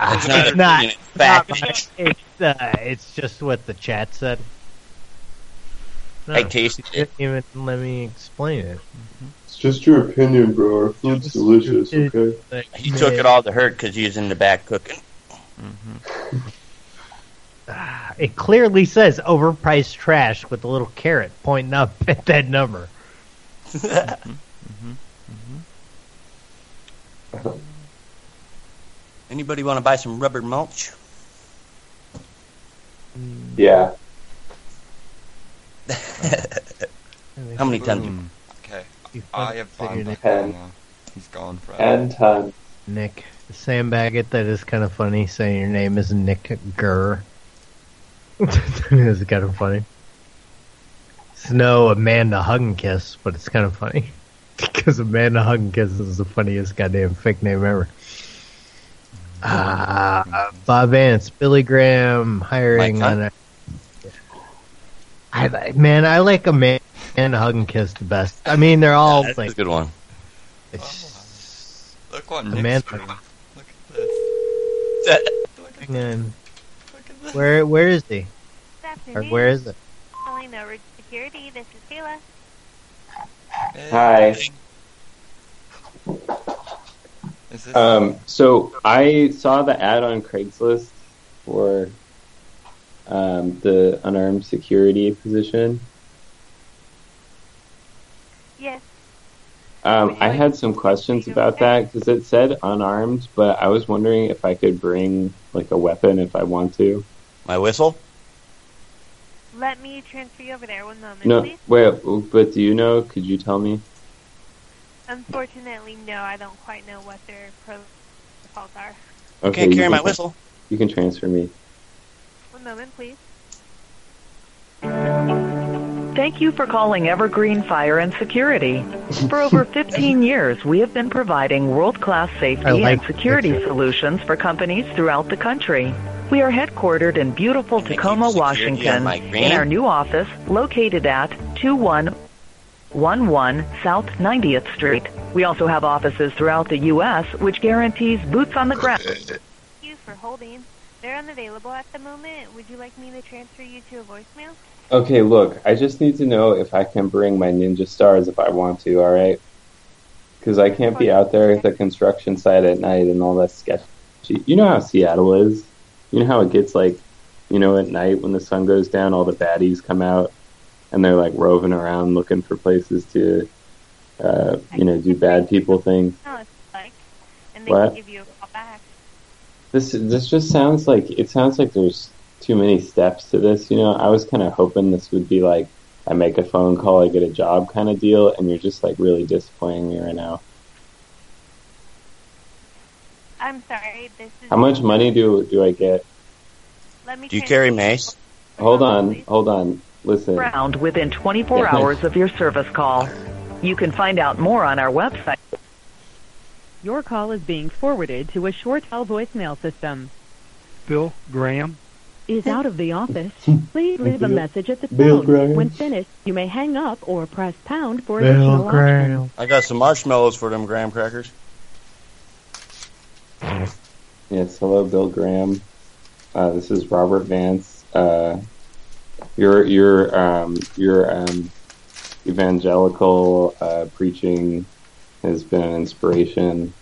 S1: It's
S12: not
S1: it's
S12: an
S1: not,
S12: opinion,
S1: it's not
S12: fact.
S1: mine. It's, uh, it's just what the chat said.
S6: I tasted
S1: it. Even let me explain it.
S11: It's just your opinion, bro. Our food's delicious, okay?
S6: he took it all to hurt because he was in the back cooking.
S2: Mm-hmm.
S1: It clearly says overpriced trash with a little carrot pointing up at that number.
S6: Anybody want to buy some rubber mulch?
S11: Yeah.
S6: How many times?
S2: Boom. Okay, I
S1: fucking
S2: have
S1: figured
S2: found
S1: it
S2: that
S1: out.
S2: now. He's gone forever.
S11: Anton.
S1: Nick. Sam Baggett, that is kind of funny saying your name is Nick Gurr. that is kind of funny. It's no Amanda Hug and Kiss, but it's kind of funny. because Amanda Hug and Kiss is the funniest goddamn fake name ever. Uh, Bob Vance, Billy Graham hiring
S6: Mike Hunt?
S1: on a. I, I- man, I like Amanda Hug and Kiss the best. I mean, they're all
S6: That's
S1: like
S6: a good one.
S2: Oh, Look what
S1: The
S2: Nick's
S1: man-
S2: doing. Look at
S1: Hang on. Where where is he? Or where is it?
S5: Calling the route security. This is Kayla.
S2: this.
S11: Hi.
S2: Is this
S11: Um, so I saw the ad on Craigslist for um, the unarmed security position.
S5: Yes.
S11: Um, I had some questions about that because it said unarmed, but I was wondering if I could bring like a weapon if I want to.
S6: My whistle?
S5: Let me transfer you over there. One moment,
S11: No,
S5: please.
S11: wait, but do you know? Could you tell me?
S5: Unfortunately, no. I don't quite know what their protocols are.
S11: Okay, you can- You can transfer me.
S5: One moment, please.
S8: Thank you for calling Evergreen Fire and Security. For over 15 years, we have been providing world-class safety
S1: I like
S8: and security solutions for companies throughout the country. We are headquartered in beautiful Tacoma, Washington,
S6: my
S8: in
S6: grand-
S8: our new office located at 2111 South 90th Street. We also have offices throughout the U.S., which guarantees boots on the ground.
S13: Thank you for holding. They're unavailable at the moment. Would you like me to transfer you to a voicemail?
S11: Okay, look, I just need to know if I can bring my ninja stars if I want to, alright? Because I can't be out there at the construction site at night and all that sketchy. You know how Seattle is? You know how it gets like, you know, at night when the sun goes down, all the baddies come out and they're like roving around looking for places to, uh, you know, do bad people things?
S13: No, it's like, and
S11: they can What? give
S13: you a call back.
S11: This this just sounds like it sounds like there's too many steps to this. You know, I was kind of hoping this would be like I make a phone call, I get a job kind of deal, and you're just like really disappointing me right now.
S13: I'm sorry. This is.
S11: How much money do do I get?
S13: Let me.
S11: Do you carry mace? Hold on, hold on. Listen,
S8: Ground within 24
S11: Yeah.
S8: hours of your service call. You can find out more on our website.
S15: Your call is being forwarded to a short-tail voicemail system.
S16: Bill Graham.
S15: Is out of the office. Please leave a
S16: Bill-
S15: message at the
S16: Bill
S15: tone.
S16: Graham.
S15: When finished, you may hang up or press pound for
S6: Bill
S15: additional options.
S6: I got some marshmallows for them graham crackers.
S11: yes, hello, Bill Graham. Uh, this is Robert Vance. Uh, your your um, your um, evangelical uh, preaching has been an inspiration.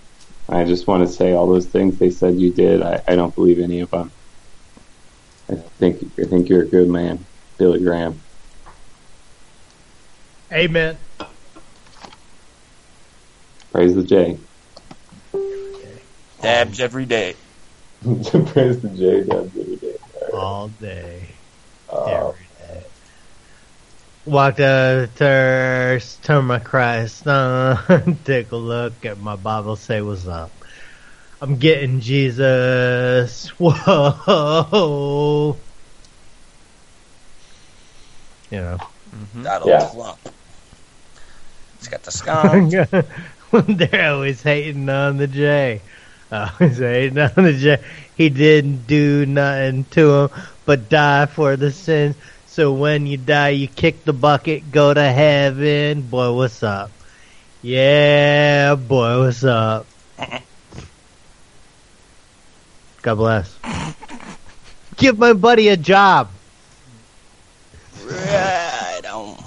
S11: I just want to say all those things they said you did. I, I don't believe any of them. I think I think you're a good man, Billy Graham.
S1: Amen.
S11: Praise the J.
S6: Dabs every day.
S11: Praise the J. Dabs every day.
S1: All day. Every day. Walked up to turn my Christ on, take a look at my Bible, say what's up. I'm getting Jesus. Whoa. You know.
S2: Mm-hmm.
S6: That'll
S1: Yeah.
S6: flop. It's got the scum.
S1: They're always hating on the J. Always hating on the J. He didn't do nothing to him but die for the sins. So when you die, you kick the bucket, go to heaven. Boy, what's up? Yeah, boy, what's up? God bless. Give my buddy a job.
S6: right on.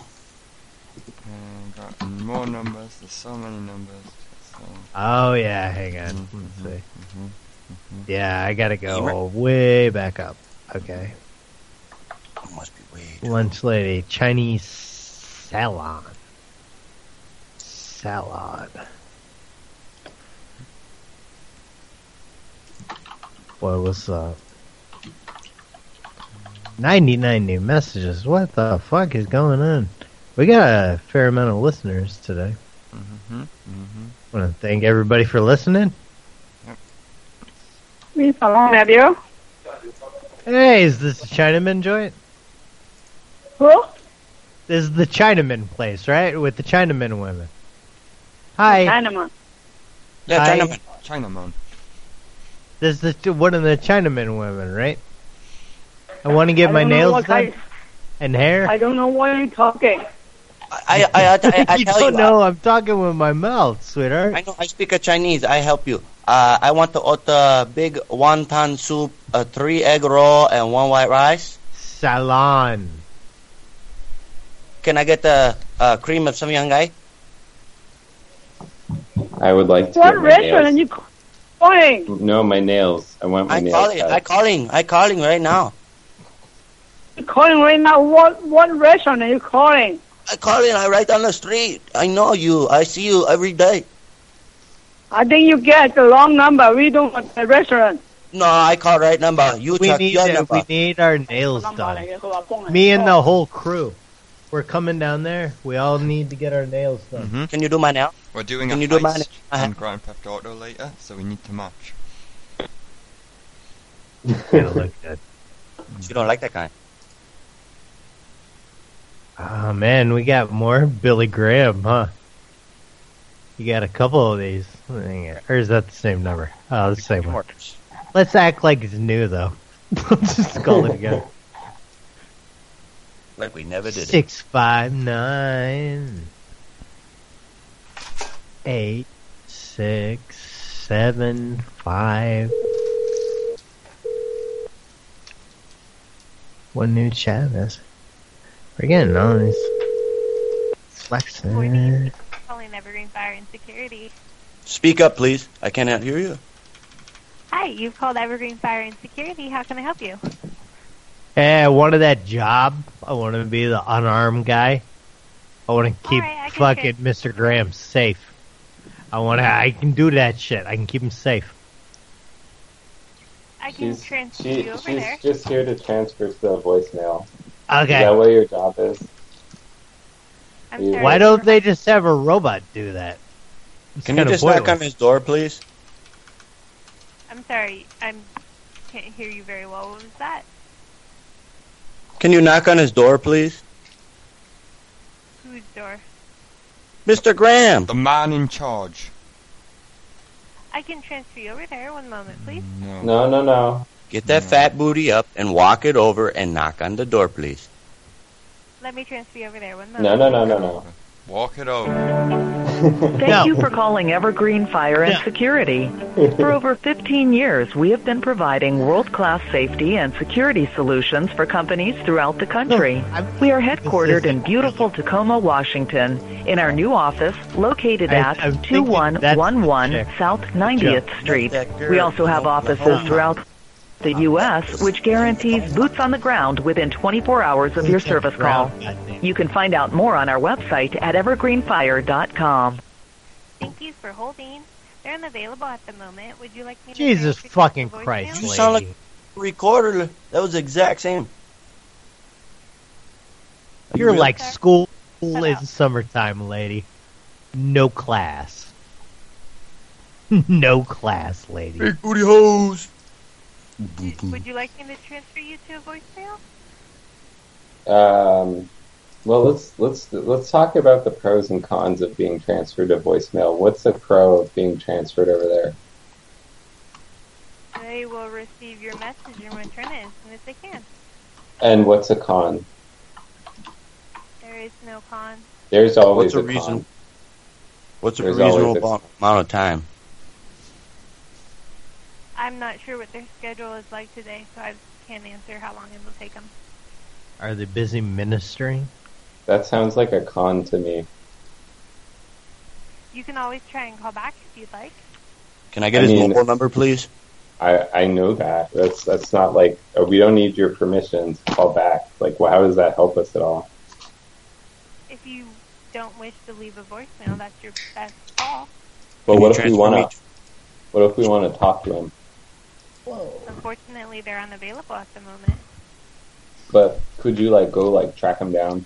S2: And got more numbers. There's so many numbers. So.
S1: Oh yeah, hang on.
S2: Mm-hmm.
S1: Let's see. Yeah, I gotta go way back up. Okay. Lunch lady, Chinese salon. Salon. Boy, what's up? 99 new messages. What the fuck is going on? We got a fair amount of listeners today.
S2: Mm-hmm. Mm-hmm.
S1: want to thank everybody for listening.
S19: How long have you?
S1: Hey, is this the Chinaman joint?
S19: Who?
S1: This is the Chinaman place, right? With the Chinaman women. Hi.
S19: Dynamo.
S2: Yeah,
S1: Hi.
S2: Chinaman. Chinaman.
S1: This is the, one of the Chinaman women, right? I want to get
S19: I
S1: my
S19: don't know
S1: nails
S19: what
S1: done
S19: I,
S1: and hair.
S19: I don't know why you're talking.
S6: I, I, I, I, I
S1: you
S6: tell
S1: don't
S6: you,
S1: know. I'm talking with my mouth, sweetheart.
S6: I know I speak a Chinese. I help you. Uh, I want to order big wonton soup, uh, three egg roll, and one white rice.
S1: Salon.
S6: Can I get the uh, cream of some young guy?
S11: I would like to.
S19: What
S11: get my
S19: restaurant are
S11: nails-
S19: you calling?
S11: No, my nails. I want my
S6: I
S11: nails.
S6: calling. I calling. I calling right now.
S19: You're calling right now. What what restaurant are you calling?
S6: I calling. I right on the street. I know you. I see you every day.
S19: I think you get the wrong number. We don't want the restaurant.
S6: No, I call right number. You
S1: We
S6: check
S1: need
S6: your
S1: to-
S6: number.
S1: we need our nails done. Me and the whole crew. We're coming down there. We all need to get our nails done.
S6: Mm-hmm. Can you do my nail?
S2: We're doing
S6: Can
S2: a
S6: you do mine? Uh-huh.
S2: heist on Grand Theft Auto later, so we need to match.
S1: It'll look good.
S6: You don't like that guy.
S1: Oh man, we got more Billy Graham, huh? You got a couple of these. Hang on. Or is that the same number? Oh, the same one. Let's act like it's new though. Just call it again.
S6: Like we never did
S1: Six five nine eight six seven five. What new chat is? We're getting on these flexing.
S5: Calling Evergreen Fire and Security.
S6: Speak up, please. I cannot hear you.
S5: Hi, you've called Evergreen Fire and Security. How can I help you?
S1: Hey, I wanted Eh, that job. I want to be the unarmed guy. I want to keep fucking Mr. Graham safe. I want to. I can do that shit. I can keep him safe.
S5: I
S11: can
S5: transfer
S11: she,
S5: you over
S11: she's
S5: there.
S11: just here to transfer to the voicemail.
S1: Okay.
S11: Is that what your job is?
S5: I'm sorry.
S1: Why don't they just have a robot do that? It's
S6: Can you
S1: kinda
S6: just knock on
S1: pointless.
S6: his door, please?
S5: I'm sorry. I'm can't hear you very well. What was that?
S6: Can you knock on his door, please?
S5: Whose door?
S6: Mr. Graham.
S2: The man in charge.
S5: I can transfer you over there. One moment, please.
S6: Mm,
S11: No, no, no.
S6: Get that fat booty up and walk it over and knock on the door, please.
S5: Let me transfer you over there. One moment.
S11: No, no, no, no, no.
S2: Walk it over.
S8: Thank you for calling Evergreen Fire and Security. For over 15 years, we have been providing world-class safety and security solutions for companies throughout the country. We are headquartered in beautiful Tacoma, Washington, in our new office located
S14: I-
S8: at 2111 South 90th Street. We also have offices throughout the U.S., which guarantees boots on the ground within 24 hours of your service call. You can find out more on our website at evergreenfire.com.
S5: Thank you for holding. They're unavailable at the moment. Would you like me to?
S1: Jesus fucking Christ,
S6: You sound like
S1: lady.
S6: a recorder. That was the exact same.
S1: You're
S6: Really?
S1: like school in summertime, lady. No class. no class, lady.
S6: Big booty hose.
S5: Would you like me to transfer you to a voicemail?
S11: Um, well, let's let's let's talk about the pros and cons of being transferred to voicemail. What's the pro of being transferred over there?
S5: They will receive your message and return it as soon as they can.
S11: And what's a con?
S5: There is no con.
S11: There's always
S6: What's a
S11: con.
S6: reason- What's a
S11: There's
S6: reasonable
S11: always a-
S6: amount- amount of time?
S5: I'm not sure what their schedule is like today, so I can't answer how long it will take them.
S1: Are they busy ministering?
S11: That sounds like a con to me.
S5: You can always try and call back if you'd like.
S6: Can I get his mobile number, please?
S11: I I know that. That's that's not like uh, we don't need your permission to call back. Like, well, how does that help us at all?
S5: If you don't wish to leave a voicemail, that's your best call.
S11: But
S6: Can
S11: what
S6: you
S11: if we
S6: transfer
S11: want to? What if we want to talk to him?
S5: Unfortunately, they're unavailable at the moment.
S11: But could you like go like track him down?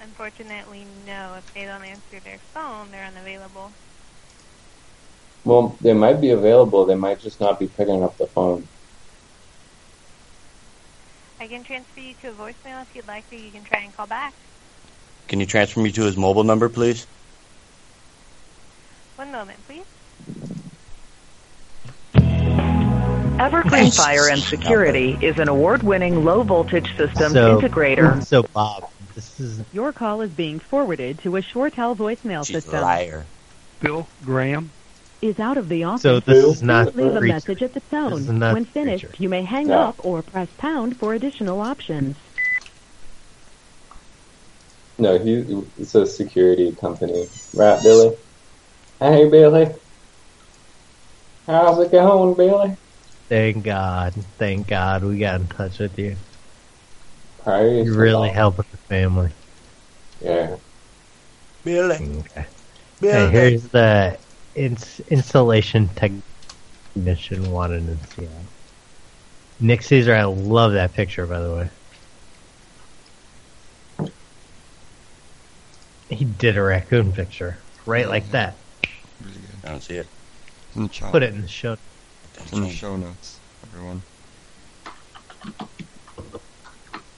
S5: Unfortunately, no. If they don't answer their phone, they're unavailable.
S11: Well, they might be available. They might just not be picking up the phone.
S5: I can transfer you to a voicemail if you'd like, or you can try and call back.
S6: Can you transfer me to his mobile number, please?
S5: One moment, please.
S8: Evergreen Fire and Security is an award-winning low-voltage systems
S1: So,
S8: integrator.
S1: so Bob, this is
S15: Your call is being forwarded to a Shortel voicemail system.
S16: Bill Graham.
S15: Is out of the office.
S1: So this is not
S15: Leave a
S1: free-
S15: message at the
S1: this is
S15: tone.
S1: not
S15: When finished, you may hang
S1: No.
S15: up or press pound for additional options.
S11: No, he it's a security company. Right, Billy? Hey, Billy. How's it going, Billy?
S1: Thank God. Thank God we got in touch with you.
S11: Praise
S1: You're really
S11: the
S1: helping the family.
S11: Yeah.
S6: Billy.
S1: Hey, here's the ins- installation technician wanted in Seattle. Nick Caesar, I love that picture, by the way. He did a raccoon picture, right like that.
S6: I don't see it.
S1: Put it in the show.
S2: It's in the show notes, everyone.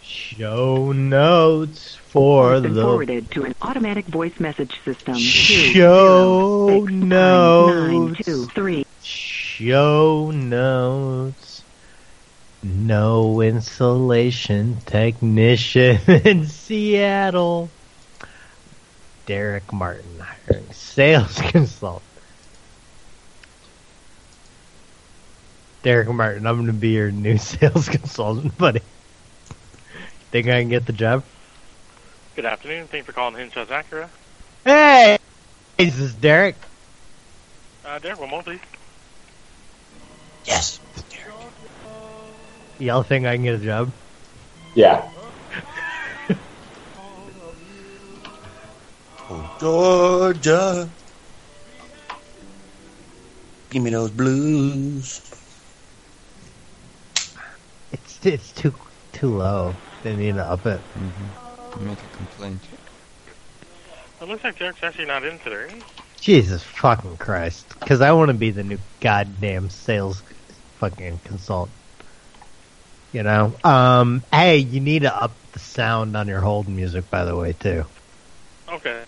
S1: Show notes for
S8: has been
S1: the
S8: forwarded to an automatic voice message system.
S1: show notes.
S8: Two, three.
S1: show notes. No insulation technician in Seattle. Derek Martin hiring sales consultant. Derek Martin, I'm going to be your new sales consultant, buddy. Think I can get the job?
S17: Good afternoon. Thank you for calling Hinshaw's Acura.
S1: Hey, this is Derek.
S17: Uh, Derek, one moment, please.
S1: Yes. Y'all think I can get a job?
S11: Yeah.
S6: Oh, Georgia. Give me those blues.
S1: It's it's too too low. They need to up it.
S2: Mm-hmm. Make a complaint.
S17: It looks like Derek's actually not in today.
S1: Jesus fucking Christ! Because I want to be the new goddamn sales fucking consultant. You know. Um. Hey, you need to up the sound on your hold music, by the way, too.
S17: Okay.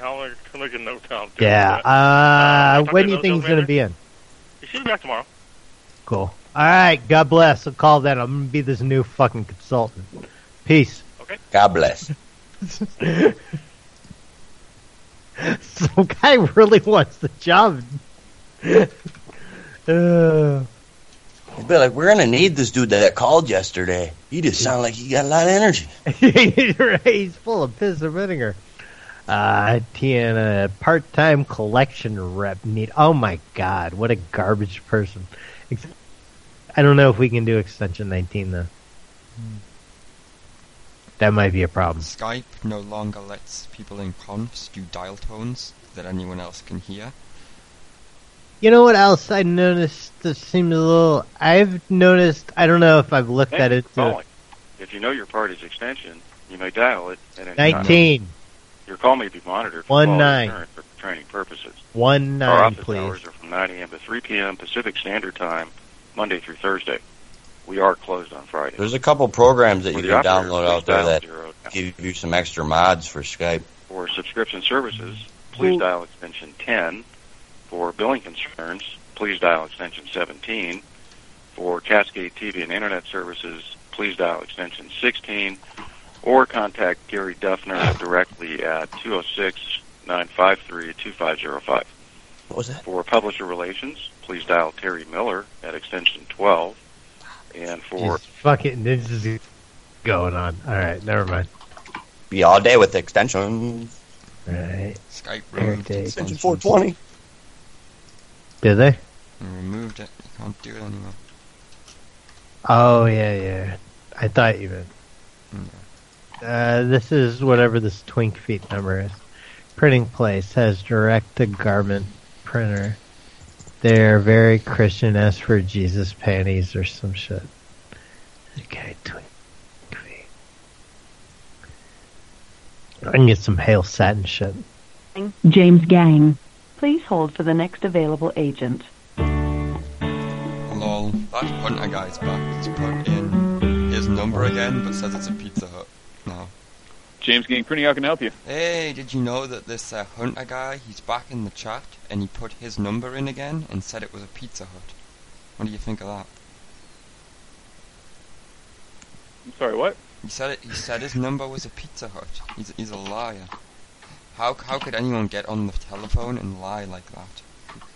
S17: I'll look, I'll look at no time.
S1: Yeah. Uh, when do you think he's gonna be in?
S17: He should be back tomorrow.
S1: Cool. All right. God bless. I'll call that. I'm gonna be this new fucking consultant. Peace.
S6: God bless.
S1: Some guy really wants the job. Uh,
S6: You'd be like, we're gonna need this dude that called yesterday. He just sound like he got a lot of energy.
S1: he's full of piss and vinegar. Uh, Tiana, part-time collection rep need. Oh my god, what a garbage person! Ex- I don't know if we can do extension nineteen though. That might be a problem.
S2: Skype no longer lets people in confs do dial tones that anyone else can hear.
S1: You know what else I noticed that seems a little. I've noticed. I don't know if I've looked
S4: Thank
S1: at
S4: you
S1: it.
S4: for
S1: too.
S4: calling. If you know your party's extension, you may dial it at any time.
S1: 19.
S4: Your call may be monitored for
S1: One
S4: quality
S1: nine.
S4: assurance for training purposes.
S1: One
S4: Our
S1: nine,
S4: office
S1: please.
S4: hours are from 9 a.m. to 3 p.m. Pacific Standard Time, Monday through Thursday. We are closed on Friday.
S6: There's a couple programs that you
S4: For the
S6: can
S4: operator,
S6: download out there
S4: dial
S6: that
S4: zero
S6: give you some extra mods for Skype.
S4: For subscription services, please dial extension 10. For billing concerns, please dial extension 17. For Cascade TV and Internet services, please dial extension 16 or contact Gary Duffner directly at 206 953 2505.
S6: What was that?
S4: For publisher relations, please dial Terry Miller at extension 12. And for
S1: Jesus, fucking, this is going on. All right, never mind.
S6: Be all day with extensions.
S1: Right.
S2: Skype
S1: removed
S6: extension 420.
S1: Did they?
S2: And removed it. You can't do it anymore.
S1: Oh yeah, yeah. I thought you meant. Uh, this is whatever this twink feet number is. Printing place has direct to garment printer. They're very Christian. Ask for Jesus panties or some shit. Okay, twink feet. I can get some hail satin shit.
S18: James Gang. Please hold for the next available agent.
S2: Lol. That hunter guy's back. He's put in his number again, but says it's a Pizza Hut now.
S20: James Gang Printing, how can I help you?
S2: Hey, did you know that this uh, hunter guy, he's back in the chat, and he put his number in again and said it was a Pizza Hut. What do you think of that?
S20: I'm sorry, what?
S2: He said it. He said his number was a Pizza Hut. He's, he's a liar. How how could anyone get on the telephone and lie like that?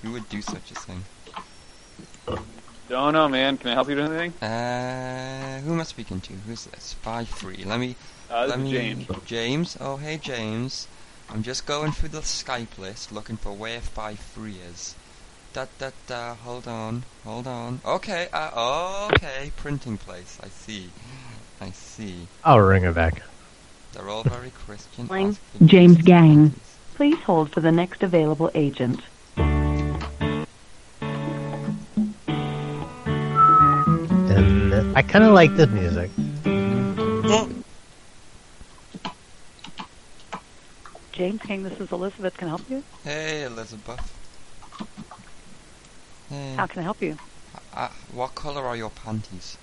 S2: Who would do such a thing?
S20: Don't know, man. Can I help you with anything?
S2: Uh, who am I speaking to? Who's this? Five three. Let me.
S20: Uh, this
S2: let
S20: is
S2: me.
S20: James.
S2: James. Oh hey James. I'm just going through the Skype list looking for where five three is. Da da da. Hold on. Hold on. Okay. Uh, okay. Printing place. I see. I see.
S1: I'll ring her back.
S2: They're all very Christian. Ask for
S18: James Gang. Please hold for the next available agent.
S1: And uh, I kind of like this music.
S24: James King, this is Elizabeth. Can I help you?
S2: Hey, Elizabeth.
S1: Hmm.
S2: Hey.
S24: How can I help you?
S2: Uh, what color are your panties?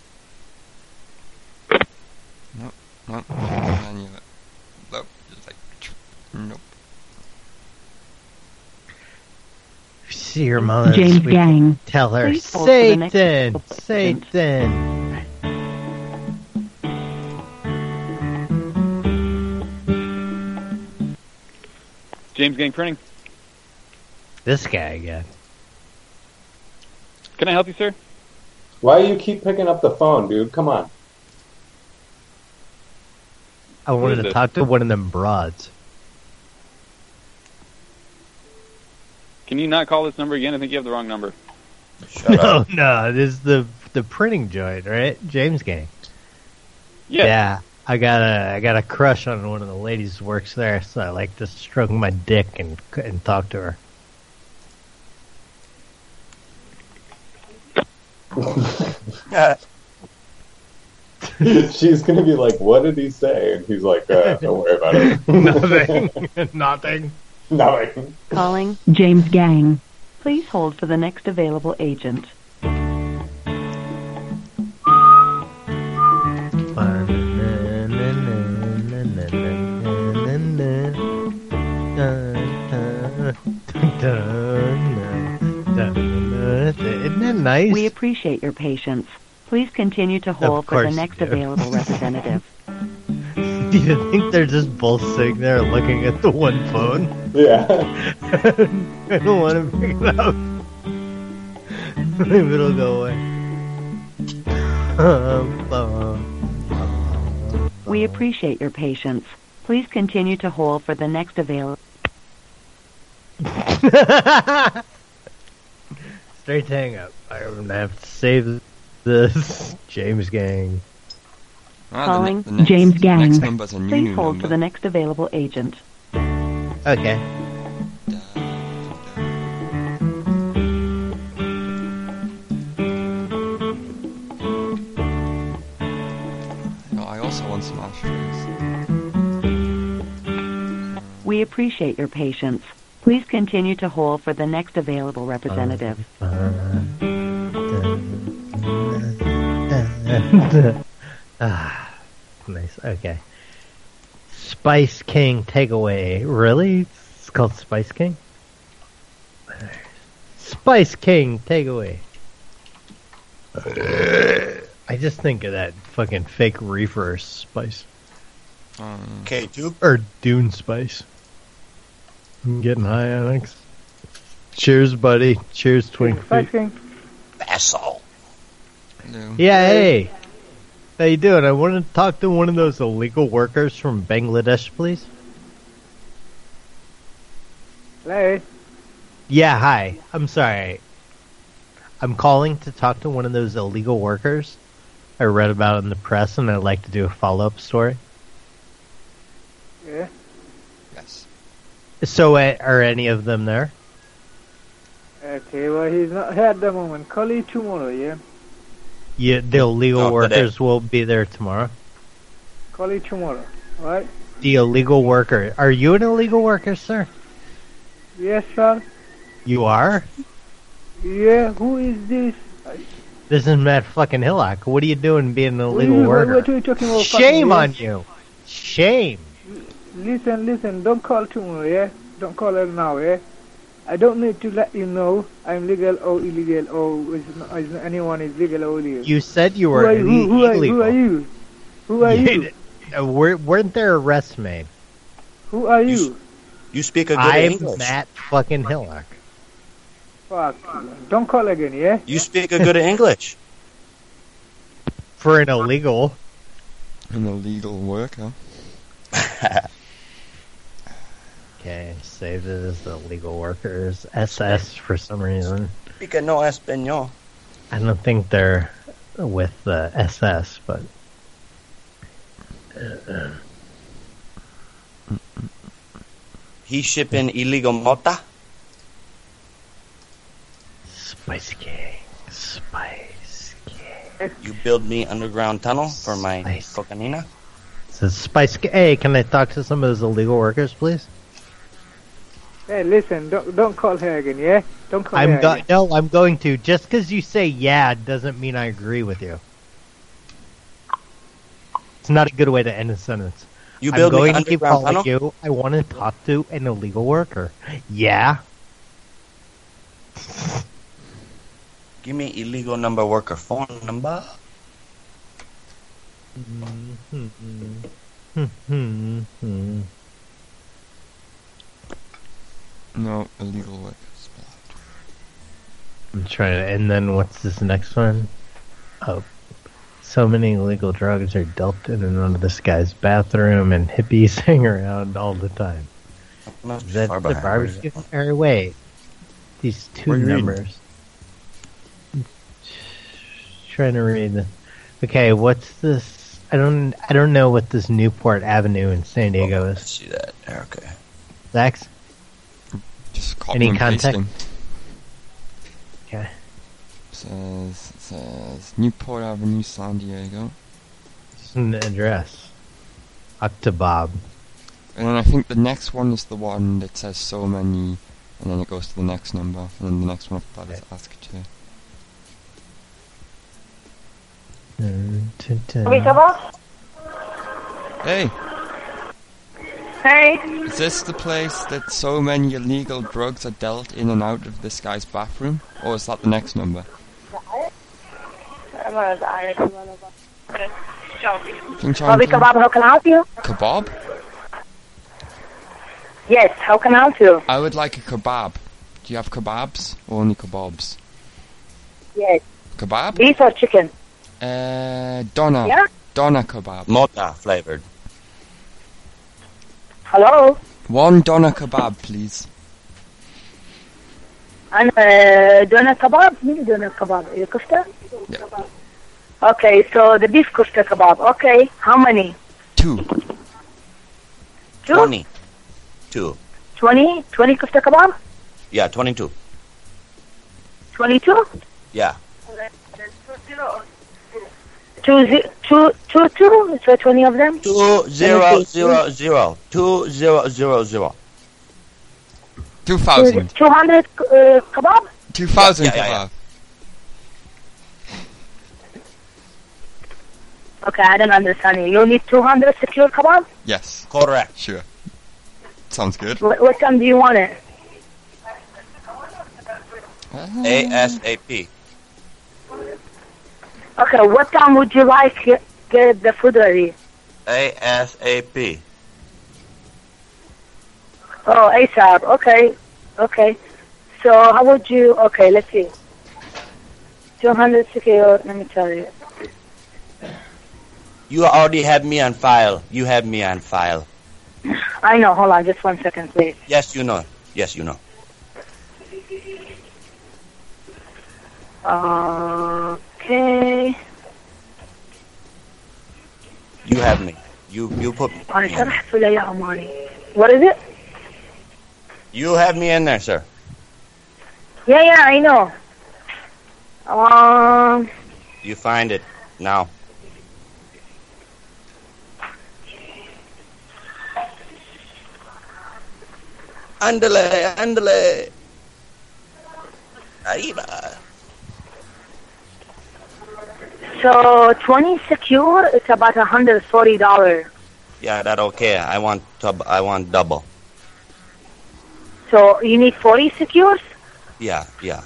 S2: Nope, nope, any of it. Nope, just like, nope.
S1: She's to your mother this
S18: James
S1: week.
S18: Gang.
S1: Tell her,
S18: Please hold for the next
S1: Satan, Satan.
S20: James Gang Printing.
S1: This guy again.
S20: Can I help you, sir?
S11: Why do you keep picking up the phone, dude? Come on.
S1: I
S20: Who is
S1: wanted to
S20: this?
S1: talk to one of them broads.
S20: Can you not call this number again? I think you have the wrong number.
S1: no, no, this is the the printing joint, right? James Gang.
S20: Yeah.
S1: I got a I got a crush on one of the ladies who works there, so I like to stroke my dick and and talk to her.
S11: She's gonna be like, "What did he say?" And he's like, uh, "Don't worry about it."
S1: Nothing. Nothing.
S11: Nothing.
S18: Calling James Gang. Please hold for the next available agent.
S1: Isn't that nice?
S18: We appreciate your patience. Please continue to
S1: Of
S18: hold for the
S1: course
S18: next
S1: you do.
S18: available representative.
S1: Do you think they're just both sitting there looking at the one phone?
S11: Yeah.
S1: I don't want to pick it up. Maybe it'll go away. Um, Oh.
S18: We appreciate your patience. Please continue to hold for the next available.
S1: Straight hang up. I'm gonna have to save this James gang.
S2: Ah, the
S18: Calling
S2: ne- the next-
S18: James Gang.
S2: Next number's a new
S18: Please
S2: new
S18: hold
S2: number.
S18: for the next available agent.
S1: Okay.
S2: No, I also want some ashtrays.
S18: We appreciate your patience. Please continue to hold for the next available representative.
S1: ah, nice. Okay. Spice King takeaway. Really? It's called Spice King? Spice King takeaway. I just think of that fucking fake reefer spice.
S6: Okay, two.
S1: Or dune spice. I'm getting high, Alex. Cheers, buddy. Cheers, Twink Feet.
S6: Vessel.
S1: Yeah, hey. How you doing? I want to talk to one of those illegal workers from Bangladesh, please.
S19: Hello.
S1: Yeah, hi. I'm sorry. I'm calling to talk to one of those illegal workers I read about in the press, and I'd like to do a follow-up story.
S19: Yeah.
S2: Yes.
S1: So, uh, are any of them there?
S19: Okay, well, he's not here at the moment. Call you tomorrow, yeah?
S1: Yeah, the illegal
S19: Not today.
S1: workers will be there tomorrow.
S19: Call you tomorrow, alright?
S1: The illegal worker. Are you an illegal worker, sir?
S19: Yes, sir.
S1: You are.
S19: Yeah, who is this?
S1: This is Matt fucking Hillock. What are you doing being an illegal
S19: What-
S1: worker?
S19: What are you talking about?
S1: Shame
S19: fucking,
S1: on
S19: yeah?
S1: you. Shame.
S19: Listen, listen, don't call tomorrow, yeah? Don't call her now, yeah? I don't need to let you know I'm legal or illegal or is, not, is not anyone is legal or illegal.
S1: You said you
S19: Who
S1: were e-
S19: are you? Who- who are- who
S1: illegal.
S19: are you? Who are you?
S1: Uh, were, weren't there arrests made?
S19: Who are you?
S6: You speak a good
S1: I'm
S6: English.
S1: Matt fucking Hillock.
S19: Fuck. Don't call again, yeah?
S6: You speak a good English.
S1: For an illegal.
S2: An illegal worker.
S1: Okay, save it as the illegal workers. SS for some reason.
S6: Speak a no Espanol.
S1: I don't think they're with the SS, but.
S6: He shipping illegal mota.
S1: Spice King. Spice.
S6: You build me underground tunnel for my cocaina.
S1: So Spice. Hey, can I talk to some of those illegal workers, please?
S19: Hey, listen, don't don't call her again, yeah? Don't call her
S1: I'm go-
S19: again.
S1: no, I'm going to. Just because you say yeah doesn't mean I agree with you. It's not a good way to end a sentence.
S6: You
S1: I'm
S6: build me
S1: going to
S6: underground
S1: call
S6: tunnel?
S1: you. I want to talk to an illegal worker. Yeah.
S6: Give me illegal number, worker phone number.
S1: Mm-hmm.
S2: No, illegal work.
S1: I'm trying to. And then what's this next one? Oh, so many illegal drugs are dealt in and out of this guy's bathroom, and hippies hang around all the time.
S6: Not
S1: That's
S6: far
S1: the
S6: behind. Where is
S1: barbecue. Or wait, these two
S6: What are you reading?
S1: numbers. Trying to read. The, okay, what's this? I don't. I don't know what this Newport Avenue in San Diego is.
S6: Oh, see that? Okay.
S1: Zach's.
S2: Just
S1: Any
S2: and
S1: context?
S2: pasting.
S1: Okay.
S2: Says says Newport Avenue, San Diego.
S1: Just an address. Octobob.
S2: And then I think the next one is the one that says so many, and then it goes to the next number, and then the next one after that is ask to. Hey,
S5: Hey.
S2: is this the place that so many illegal drugs are dealt in and out of this guy's bathroom, or is that the next number? King Charlie.
S3: Bobby Kebab, how can I help you?
S2: Kebab?
S3: Yes, how can I help you?
S2: I would like a kebab. Do you have kebabs or only kebabs?
S3: Yes.
S2: Kebab?
S3: Beef or chicken?
S2: Uh, Donna.
S3: Yeah?
S2: Donna kebab.
S6: Mota flavored.
S3: Hello?
S2: One Donna kebab, please.
S3: I'm uh, doing a kebab. Me doing a kebab. You kofta?
S2: Yeah.
S3: Okay, إيه، so the beef kofta kebab. Okay, how many?
S2: Two.
S3: Two?
S6: Twenty. Two.
S3: 20? 20 kofta kebab?
S6: Yeah, twenty-two.
S3: 22?
S6: Yeah.
S3: Two, ze- two, two, two? So 20 of them?
S6: Two,
S3: Let
S6: Zero
S3: me see.
S6: zero zero two zero zero zero.
S2: Two
S3: Two- 200 uh, kebab?
S2: Two thousand
S6: Yeah, yeah, yeah.
S2: kebab.
S3: Okay, I don't understand you. You need 200 secure kebab?
S2: Yes.
S6: Correct.
S2: Sure. Sounds good.
S3: What, what time do you want it?
S6: ASAP.
S3: Okay, what time would you like to get the food ready?
S6: ASAP.
S3: Oh, ASAP. Okay, okay. So how would you? Okay, let's see. Two hundred secure. Let me tell you.
S6: You already have me on file. You have me on file.
S3: I know. Hold on, just one second, please.
S6: Yes, you know. Yes, you know.
S3: Okay.
S6: You have me. You you put
S3: أنا شرحت ولا يا عماني. What is it?
S6: you have me in there, sir.
S3: Yeah, yeah, I know. Um,
S6: You find it now. Andale, andale. Arriba.
S3: so twenty secure is about a hundred forty dollar.
S6: Yeah, that okay. I want tub. I want double.
S3: So you need forty secures.
S6: Yeah, yeah.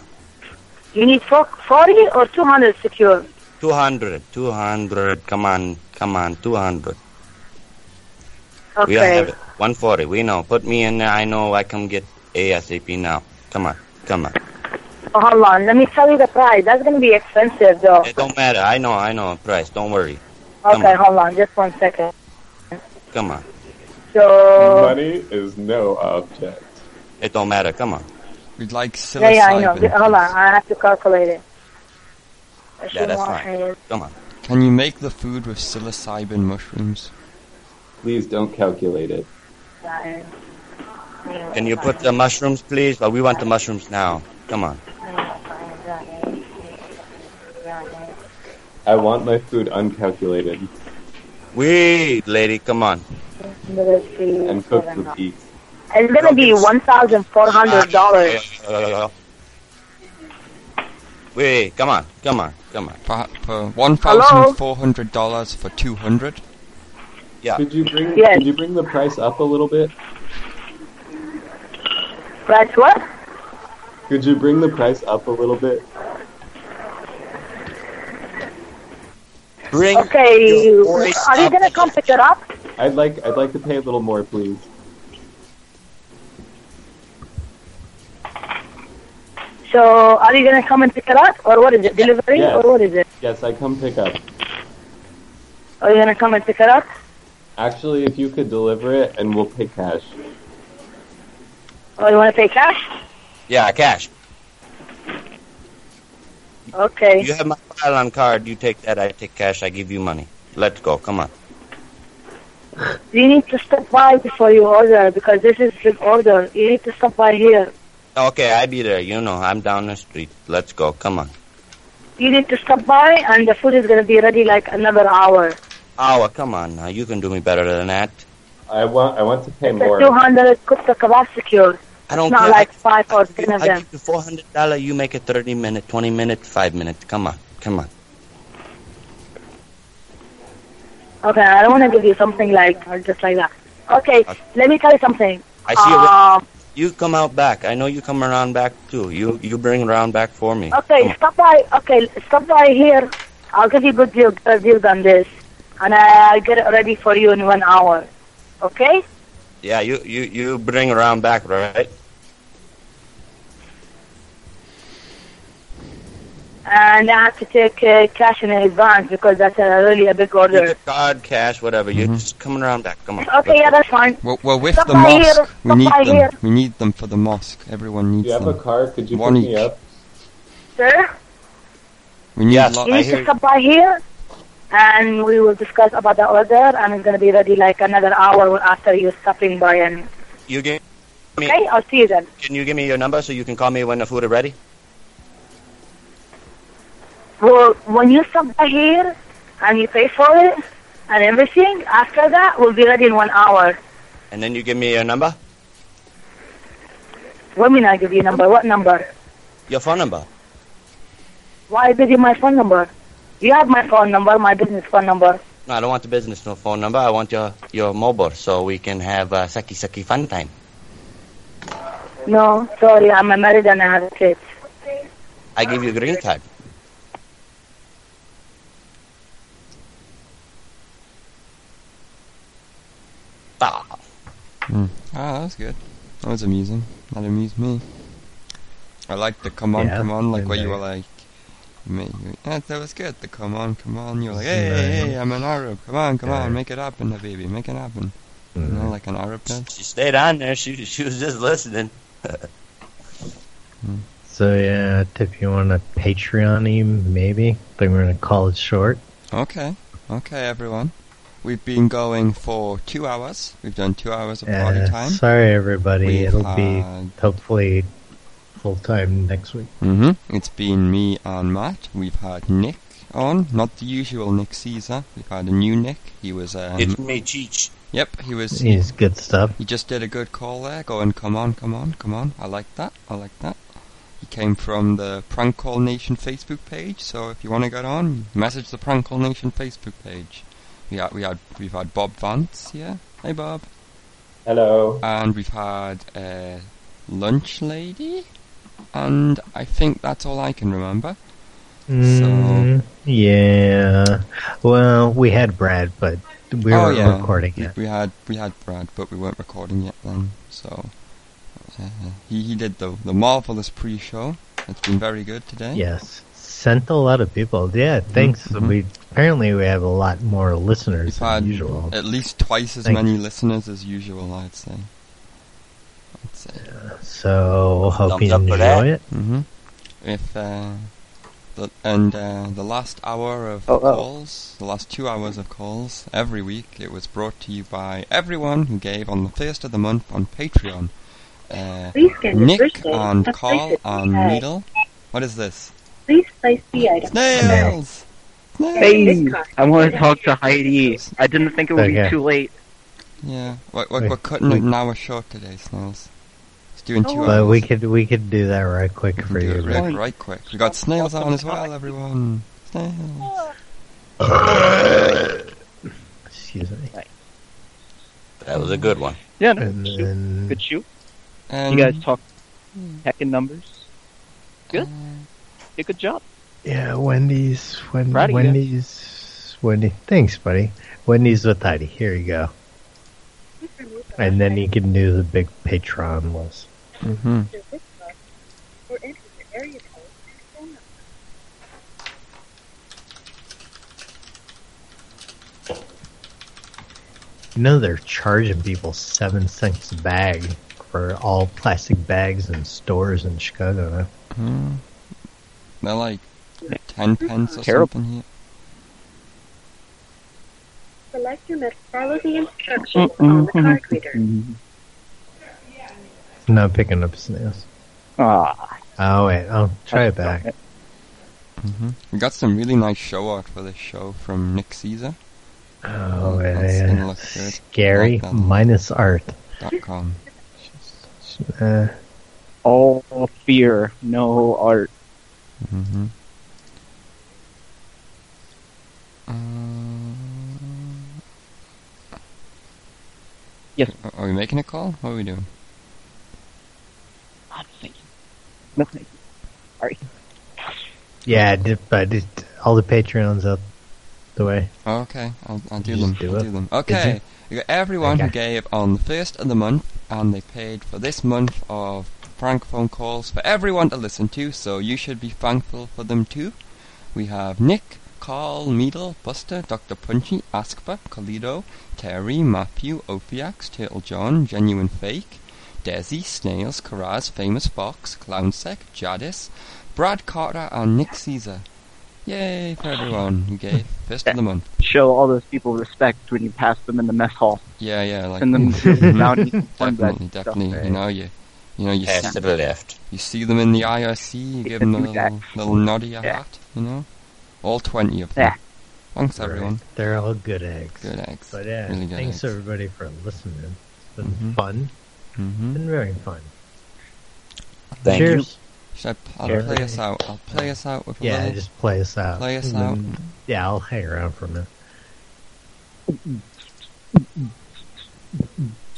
S3: You need four, forty or two hundred secure.
S6: 200, 200. Come on, come on, 200. We don't
S3: Okay.
S6: have it. 140. We know. Put me in there. I know I can get ASAP now. Come on, come on.
S3: Oh, hold on. Let me tell you the price. That's gonna be expensive though.
S6: It don't matter. I know, I know. Price. Don't worry. Come
S3: Okay,
S6: on,
S3: hold on, just one second.
S6: come on.
S3: So
S11: Money is no object.
S6: It don't matter. Come on.
S2: We'd like
S3: yeah, yeah, I know. Hold on, I have to calculate it.
S2: Yeah, that's
S3: fine.
S6: Come on.
S2: Can you make the food with psilocybin mushrooms?
S11: Please don't calculate it.
S6: Can you put the mushrooms, please? Well, we want the mushrooms now. Come on.
S11: I want my food uncalculated
S6: Wait, lady. Come on.
S11: and cooked with heat.
S3: It's gonna be one thousand four hundred dollars.
S6: Wait. Come on. Come on. Come on.
S2: For, for one thousand four hundred dollars for two hundred.
S6: Yeah.
S11: Could you bring
S3: Yes.
S11: could you bring the price up a little bit?
S3: Price what?
S11: Could you bring the price up a little bit?
S6: Bring
S3: Okay,
S11: your voice
S3: are you
S11: up.
S3: gonna come pick it up?
S11: I'd like I'd like to pay a little more, please.
S3: So are you gonna come and pick it up, or what is it? Delivery,
S11: Yes.
S3: or what is it?
S11: Yes, I come pick up.
S3: Are you gonna come and pick it up?
S11: Actually, if you could deliver it, and we'll pay cash.
S3: Or you wanna pay cash?
S6: Yeah, cash.
S3: Okay.
S6: You have my file on card. You take that. I take cash. I give you money. Let's go. Come on.
S3: You need to stop by before you order because this is big order. You need to stop by here.
S6: Okay, I be there. You know, I'm down the street. Let's go. Come on.
S3: You need to stop by, and the food is gonna be ready like another hour.
S6: Hour. Come on now. You can do me better than that.
S11: I want. I want to pay
S3: The 200 kufta kebab secure.
S6: I don't
S3: it's not
S6: care.
S3: like five or ten of
S6: I
S3: them.
S6: give you four hundred dollar. You make it thirty minute, twenty minute, five minute. Come on. Come on.
S3: Okay, I don't want to give you something like or just like that. Okay, let me tell you something.
S6: I see.
S3: Uh,
S6: you, you come out back. I know you come around back too. You you bring around back for me.
S3: Uh, Okay, stop by. Okay, stop by here. I'll give you good deal, better deal than this, and I'll get it ready for you in one hour. Okay?
S6: Yeah, you you you bring around back, right?
S3: And I have to take uh, cash in advance because that's a, really a big order.
S6: Card, cash, whatever. You just coming around back. Come on.
S3: Okay, yeah, that's fine.
S2: Mm-hmm. Well, well with
S3: Stop
S2: the
S3: by here,
S2: mosque, we
S3: stop
S2: need
S3: by
S2: them.
S3: here.
S2: We need them for the mosque. Everyone needs
S11: you have
S2: them.
S11: a car? Could you
S2: One
S11: pick
S2: each.
S11: me up?
S3: Sir,
S2: We need yes,
S3: you need to stop by here, and we will discuss about the order, and it's gonna be ready like another hour after you stopping by. And
S6: You give me.
S3: okay, I'll see you then.
S6: Can you give me your number so you can call me when the food is ready?
S3: Well, when you stop by here and you pay for it and everything, after that we'll be ready in one hour.
S6: And then you give me your number,
S3: What mean I give you number? What number?
S6: your phone number.
S3: Why give you my phone number? You have my phone number, my business phone number.
S6: No, I don't want the business no phone number. I want your your mobile so we can have uh, saki saki fun time.
S3: No, sorry, I'm married and I have kids.
S6: I give you green card. Ah.
S2: Mm. Ah, that was good. That was amusing. That amused me. I liked the come on,
S6: Yeah,
S2: come on, like
S6: I
S2: what you
S6: know.
S2: were like. Me, you- yeah, that was good. The come on, come on. You were like,
S6: Yeah.
S2: hey, hey, hey, I'm an Arab. Come on, come
S6: Yeah.
S2: on, make it happen, baby, make it happen. You know, like an Arab did.
S6: She stayed on there. She she was just listening.
S1: So yeah, if you want to Patreon him, maybe. Then we're gonna call it short.
S2: Okay, okay, everyone. We've been going for two hours. We've done two hours of party
S1: Uh,
S2: time.
S1: Sorry, everybody.
S2: We've
S1: It'll be
S2: had-
S1: hopefully full time next week.
S2: hmm It's been me and Matt. We've had Nick on, not the usual Nick Caesar. We've had a new Nick. He was. Um,
S6: It's me, Cheech.
S2: Yep, he was.
S1: It's good stuff.
S2: He just did a good call there, going, come on, come on, come on. I like that, I like that. He came from the Prank Call Nation Facebook page, so if you want to get on, message the Prank Call Nation Facebook page. We had, we had, we've had Bob Vance here. Hey, Bob.
S11: Hello.
S2: And we've had uh, Lunch Lady, and I think that's all I can remember.
S1: Mm, yeah. Well, we had Brad, but we
S2: oh,
S1: weren't
S2: yeah.
S1: recording
S2: we,
S1: it.
S2: We had we had Brad, but we weren't recording yet then. So uh, he he did the the marvelous pre-show. It's been very good today.
S1: Yes. Sent a lot of people. Yeah. Thanks. We apparently we have a lot more listeners
S2: Mm-hmm. We've had
S1: than usual.
S2: at least twice as
S1: Thanks.
S2: many listeners as usual. I'd say. I'd say.
S1: So hope
S2: Thumbs
S1: you
S2: up for that.
S1: enjoy it.
S2: Mm-hmm. If uh, the and uh, the last hour of calls, the last two hours of calls every week, it was brought to you by everyone who gave on the first of the month on Patreon. Uh,
S7: Please scan your
S2: Nick
S7: first name
S2: and
S7: and place
S2: Carl
S7: it
S2: and
S7: inside.
S2: Needle. What is this?
S7: Please place the item.
S2: Snails.
S7: Hey,
S16: I want to talk to Heidi. I didn't think it would
S2: Okay.
S16: be too late.
S2: Yeah, we're, we're, we're cutting it an hour short today, Snails. It's doing
S7: Oh,
S2: two
S1: But
S2: hours.
S1: we could we could do that right quick for you.
S2: right, right quick. We got snails on as well, everyone. Snails.
S1: Excuse me.
S6: That was a good one.
S10: Yeah, no.
S1: And then
S10: Good shoot.
S12: Um,
S2: And
S10: you guys talk hacking numbers.
S12: hmm. Good.
S2: Mm.
S12: Did a good job.
S1: Yeah, Wendy's, Wendy,
S12: Proud of you.
S1: Wendy's, Wendy. Thanks, buddy. Wendy's with Heidi. Here you go. And then you can do the big Patreon list. Mm-hmm.
S9: or enter the area code and phone number.
S1: You know they're charging people seven cents a bag for all plastic bags in stores in Chicago. Huh?
S2: Hmm. They're like ten pence or
S1: Terrible.
S2: something here.
S9: Select your message. Follow the instructions on the card reader.
S2: Mm-hmm.
S1: Not picking up snails.
S2: Ah.
S1: Oh wait, I'll try it back.
S2: hmm We got some really nice show art for this show from Nick Caesar.
S1: Oh,
S2: That's
S1: yeah.
S2: gonna look good.
S1: Scary minus art.
S2: Dot com.
S1: Uh,
S12: All fear, no art.
S2: Mm-hmm. Mm,
S12: Yes.
S2: Are we making a call? What are we doing?
S12: Nothing. Sorry.
S1: yeah, I did- but I did all the Patreons up the way.
S2: Oh, okay, I'll, I'll do
S1: Just
S2: them.
S1: do
S2: I'll
S1: it.
S2: do them.
S1: Did
S2: Okay,
S1: you?
S2: we got everyone who gave on the first of the month, and they paid for this month of prank phone calls for everyone to listen to. So you should be thankful for them too. We have Nick, Carl, Meadle, Buster, Doctor Punchy, Askba, Colido, Terry, Matthew, Opiax, Turtle John, Genuine Fake, Desi, Snails, Karaz, Famous Fox, Clownsec, Jadis, Brad Carter, and Nick Caesar. Yay for everyone who gave first of the month.
S12: Show all those people respect when you pass them in the mess hall.
S2: Yeah, yeah, like
S12: Send them
S2: Mhm.
S12: bounty corn bread
S2: definitely,
S12: and stuff.
S2: definitely. You know, you, you know, you
S6: Pass
S2: see-
S6: to the left.
S2: You see them in the IRC. You give them a little, little nod of your
S1: Yeah.
S2: hat. You know, all twenty of them.
S1: Yeah.
S2: Thanks, everyone.
S1: They're all good eggs.
S2: Good eggs.
S1: But yeah,
S2: Really good
S1: thanks
S2: eggs.
S1: everybody for listening. It's been fun.
S2: Mm-hmm.
S1: Been very fun.
S2: Thank you.
S1: Cheers.
S2: Should I, I'll
S1: Cheers.
S2: play us out. I'll play us out with a
S1: Yeah,
S2: little-
S1: just play us out.
S2: Play us
S1: And
S2: out.
S1: then- Yeah, I'll hang around for a minute.